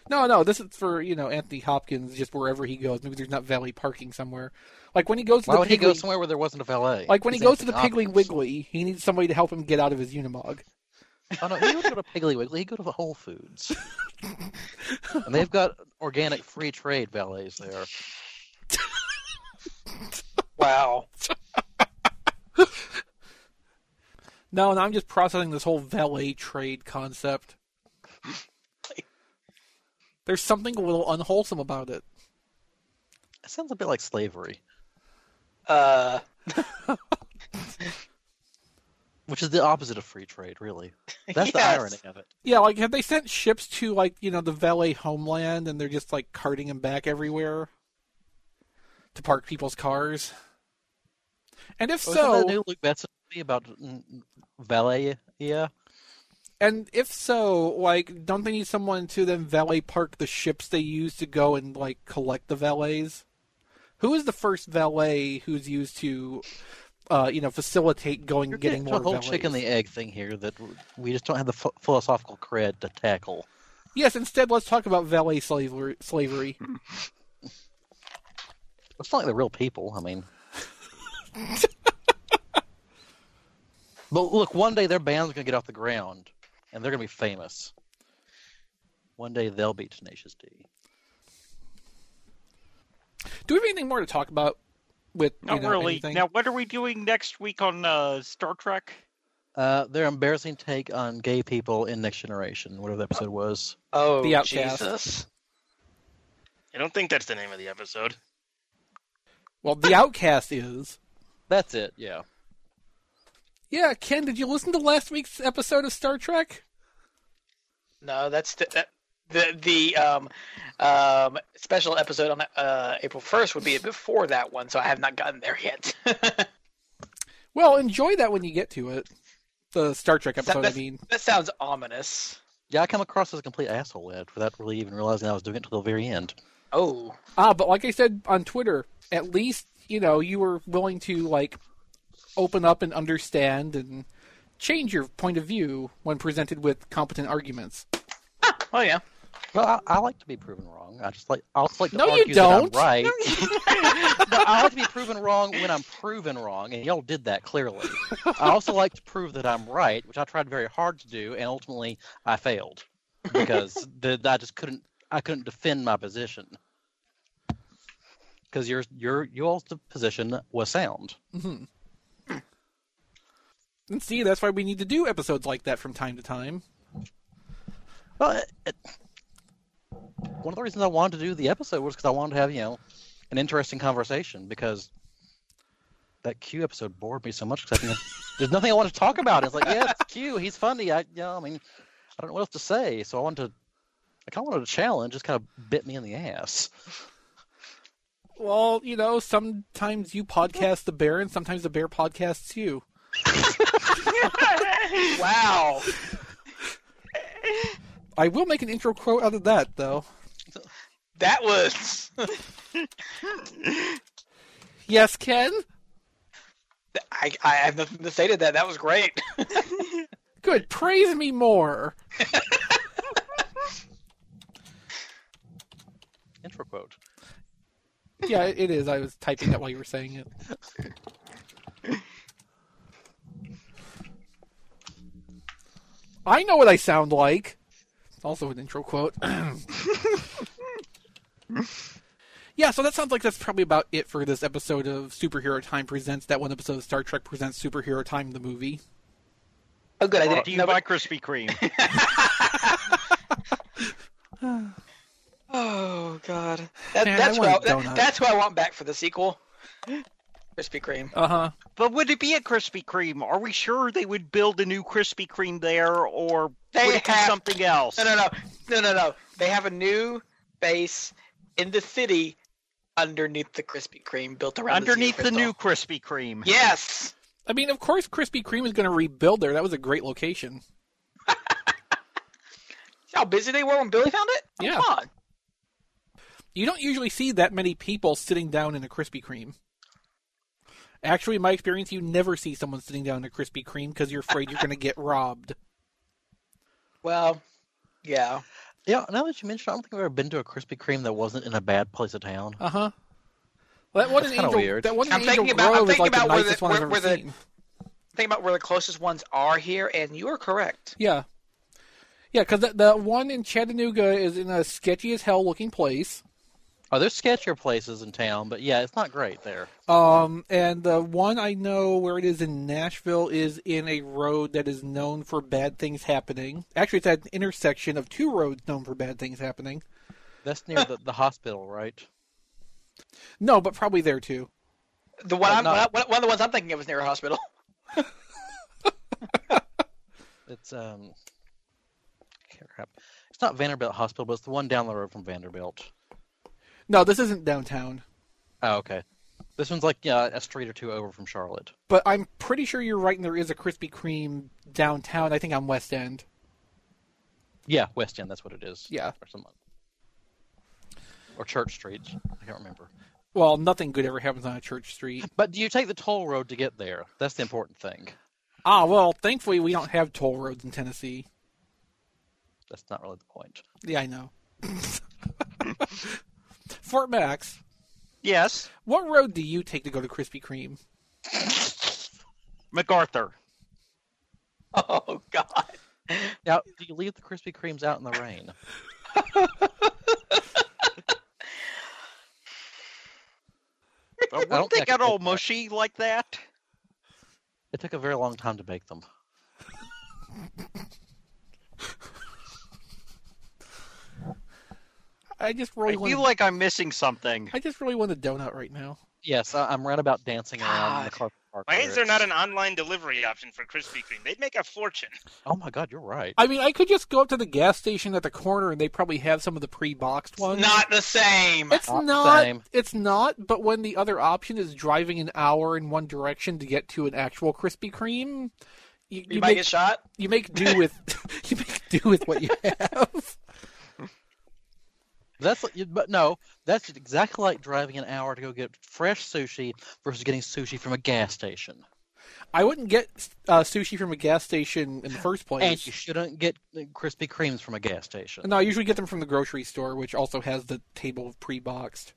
C: No, no, this is for you know Anthony Hopkins. Just wherever he goes, maybe there's not valet parking somewhere. Like when he goes to
A: Why
C: the
A: would he go
C: Piggly,
A: somewhere where there wasn't a valet?
C: like when he
A: He's
C: goes to the
A: Anthony
C: Piggly
A: Hopkins.
C: Wiggly, he needs somebody to help him get out of his Unimog.
A: Oh no, he would go to Piggly Wiggly. He'd go to the Whole Foods, and they've got organic free trade valets there.
D: Wow.
C: No, no, I'm just processing this whole valet trade concept. There's something a little unwholesome about it.
A: It sounds a bit like slavery,
D: Uh,
A: which is the opposite of free trade, really. That's the
D: Yes.
A: irony of it.
C: Yeah, like have they sent ships to like you know the valet homeland and they're just like carting them back everywhere to park people's cars? And if
A: So,
C: so,
A: Oh, that new Luke Besson movie about mm, mm, valet? Yeah,
C: and if so, like don't they need someone to then valet park the ships they use to go and like collect the valets? Who is the first valet who's used to, uh, you know, facilitate going
A: you're
C: and getting
A: to
C: more
A: a whole
C: valets?
A: chicken the egg thing here that w- we just don't have the ph philosophical cred to tackle.
C: Yes, instead let's talk about valet slavery. Slavery.
J: Hmm.
A: It's not like they're real people. I mean. but look, one day their band's gonna get off the ground, and they're gonna be famous. One day they'll be Tenacious D.
C: Do we have anything more to talk about? With you
J: Not
C: know,
J: really.
C: anything?
J: Now, what are we doing next week on uh, Star Trek?
A: Uh, their embarrassing take on gay people in Next Generation, whatever the episode was.
D: oh,
C: The Outcast.
D: Jesus.
B: I don't think that's the name of the episode.
C: Well, The Outcast is.
A: That's it. Yeah.
C: Yeah, Ken, did you listen to last week's episode of Star Trek?
D: No, that's the, that, the the um um special episode on uh April first would be before that one, so I have not gotten there yet.
C: Well, enjoy that when you get to it. The Star Trek episode, I
D: that's-
C: mean.
D: that sounds ominous.
A: Yeah, I come across as a complete asshole, Ed, without really even realizing I was doing it until the very end.
D: Oh,
C: Ah, but like I said on Twitter, at least, you know, you were willing to, like, open up and understand and change your point of view when presented with competent arguments.
D: oh yeah.
A: Well, I, I like to be proven wrong. I just like I also like to
C: No, you
A: argue that I'm
C: don't.
A: right. No, I like to be proven wrong when I'm proven wrong, and y'all did that clearly. I also like to prove that I'm right, which I tried very hard to do, and ultimately I failed because the, I just couldn't I couldn't defend my position because your your you all's position was sound.
C: hmm And see, that's why we need to do episodes like that from time to time.
A: Well, it, it, one of the reasons I wanted to do the episode was because I wanted to have you know an interesting conversation because that Q episode bored me so much because there's nothing I want to talk about. It's like yes, Q, he's funny. I you know, I mean, I don't know what else to say, so I wanted to. I kind of wanted a challenge, just kind of bit me in the ass.
C: Well, you know, sometimes you podcast the bear, and sometimes the bear podcasts you.
D: Wow.
C: I will make an intro quote out of that, though.
D: That was
C: Yes, Ken.
D: I, I have nothing to say to that. That was great.
C: Good. Praise me more.
A: Intro quote.
C: Yeah, it is. I was typing that while you were saying it. I know what I sound like. Also, an intro quote. yeah, so that sounds like that's probably about it for this episode of Superhero Time Presents. That one episode of Star Trek Presents Superhero Time, the movie.
D: Oh, good. I
J: Brought to
D: didn't
J: you
D: know.
J: by Krispy Kreme.
D: Oh God. That,
C: Man,
D: that's
C: I
D: what I,
C: want a donut.
D: that, that's what I want back for the sequel. Krispy Kreme.
C: Uh huh.
J: but would it be at Krispy Kreme? Are we sure they would build a new Krispy Kreme there, or
D: They
J: would it be
D: have-
J: something else?
D: No, no, no, no, no, no. They have a new base in the city underneath the Krispy Kreme built around the sea
J: Underneath the
D: crystal.
J: new Krispy Kreme.
D: Yes.
C: I mean, of course, Krispy Kreme is going to rebuild there. That was a great location.
D: See how busy they were when Billy found it.
C: Yeah.
D: Come on.
C: You don't usually see that many people sitting down in a Krispy Kreme. Actually, in my experience, you never see someone sitting down at Krispy Kreme because you're afraid you're going to get robbed.
D: Well, yeah.
A: Yeah, now that you mention, it, I don't think I've ever been to a Krispy Kreme that wasn't in a bad place of town.
C: Uh huh. Well, that one in
A: That's kinda
C: Angel,
A: weird.
C: that one in
D: I'm
C: Angel
D: thinking about- I'm
C: Grove is
D: thinking
C: like the
D: about where the-
C: nicest one
D: where-
C: I've
D: where
C: ever
D: the-
C: seen.
D: Think about where the closest ones are here, and you are correct.
C: Yeah. Yeah, because the, the one in Chattanooga is in a sketchy as hell looking place.
A: Oh, there's sketchier places in town, but yeah, it's not great there.
C: Um, and the one I know where it is in Nashville is in a road that is known for bad things happening. Actually, it's at an intersection of two roads known for bad things happening.
A: That's near the, the hospital, right?
C: No, but probably there too.
D: The one,
A: Well,
D: I'm,
A: no.
D: one- one of the ones I'm thinking of is near a hospital.
A: It's um, crap. It's not Vanderbilt Hospital, but it's the one down the road from Vanderbilt.
C: No, this isn't downtown.
A: Oh, okay. This one's like yeah, a street or two over from Charlotte.
C: But I'm pretty sure you're right, and there is a Krispy Kreme downtown. I think on West End.
A: Yeah, West End. That's what it is.
C: Yeah.
A: or something. Or Church Street. I can't remember.
C: Well, nothing good ever happens on a church street.
A: But do you take the toll road to get there? That's the important thing.
C: Ah, well, thankfully we don't have toll roads in Tennessee.
A: That's not really the point.
C: Yeah, I know. Fort Max,
J: Yes,
C: what road do you take to go to Krispy Kreme?
J: MacArthur.
D: Oh God.
A: Now, do you leave the Krispy Kremes out in the rain?
J: But
A: I don't
J: weren't they
A: think I
J: got
A: could
J: all
A: do that.
J: mushy like that?
A: It took a very long time to bake them.
C: I just
J: I
C: really want.
J: feel like I'm missing something.
C: I just really want a donut right now.
A: Yes, I, I'm right about dancing around in the car park.
B: Why
A: where
B: is there not
A: it's-
B: an online delivery option for Krispy Kreme? They'd make a fortune.
A: Oh my God, you're right.
C: I mean, I could just go up to the gas station at the corner, and they probably have some of the pre-boxed ones.
D: Not the same.
C: It's
A: Not the
C: not.
A: same.
C: It's not. But when the other option is driving an hour in one direction to get to an actual Krispy Kreme, you,
D: You,
C: you
D: might
C: make
D: get shot.
C: you make do with you make do with what you have.
A: That's like- but no, that's exactly like driving an hour to go get fresh sushi versus getting sushi from a gas station.
C: I wouldn't get uh, sushi from a gas station in the first
A: And you
C: place.
A: shouldn't get Krispy Kremes from a gas station.
C: No, I usually get them from the grocery store, which also has the table of pre-boxed.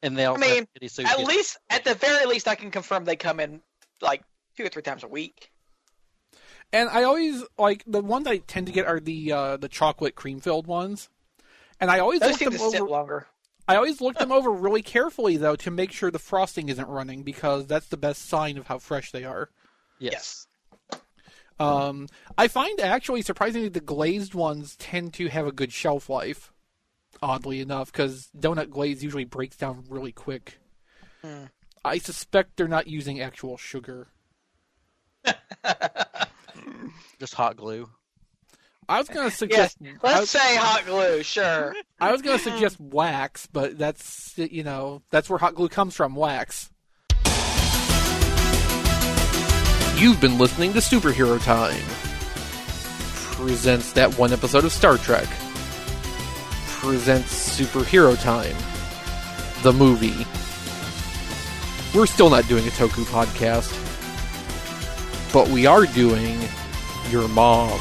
A: And they all
D: I mean,
A: have shitty sushi.
D: At least, at the very least, I can confirm they come in like two or three times a week.
C: And I always like the ones I tend to get are the uh, the chocolate cream filled ones. And I always
D: Those
C: look
D: seem
C: them
D: to
C: over.
D: sit longer.
C: I always look them over really carefully though to make sure the frosting isn't running because that's the best sign of how fresh they are.
A: yes.
C: Um, I find actually surprisingly the glazed ones tend to have a good shelf life. Oddly enough, because donut glaze usually breaks down really quick.
D: Hmm.
C: I suspect they're not using actual sugar.
A: Just hot glue.
C: I was gonna
D: Yes.
C: suggest. I-
D: Let's say hot glue, sure.
C: I was gonna suggest wax, but that's you know that's where hot glue comes from, wax. You've been listening to Superhero Time. Presents that one episode of Star Trek. Presents Superhero Time, the movie. We're still not doing a Toku podcast, but we are doing your mom.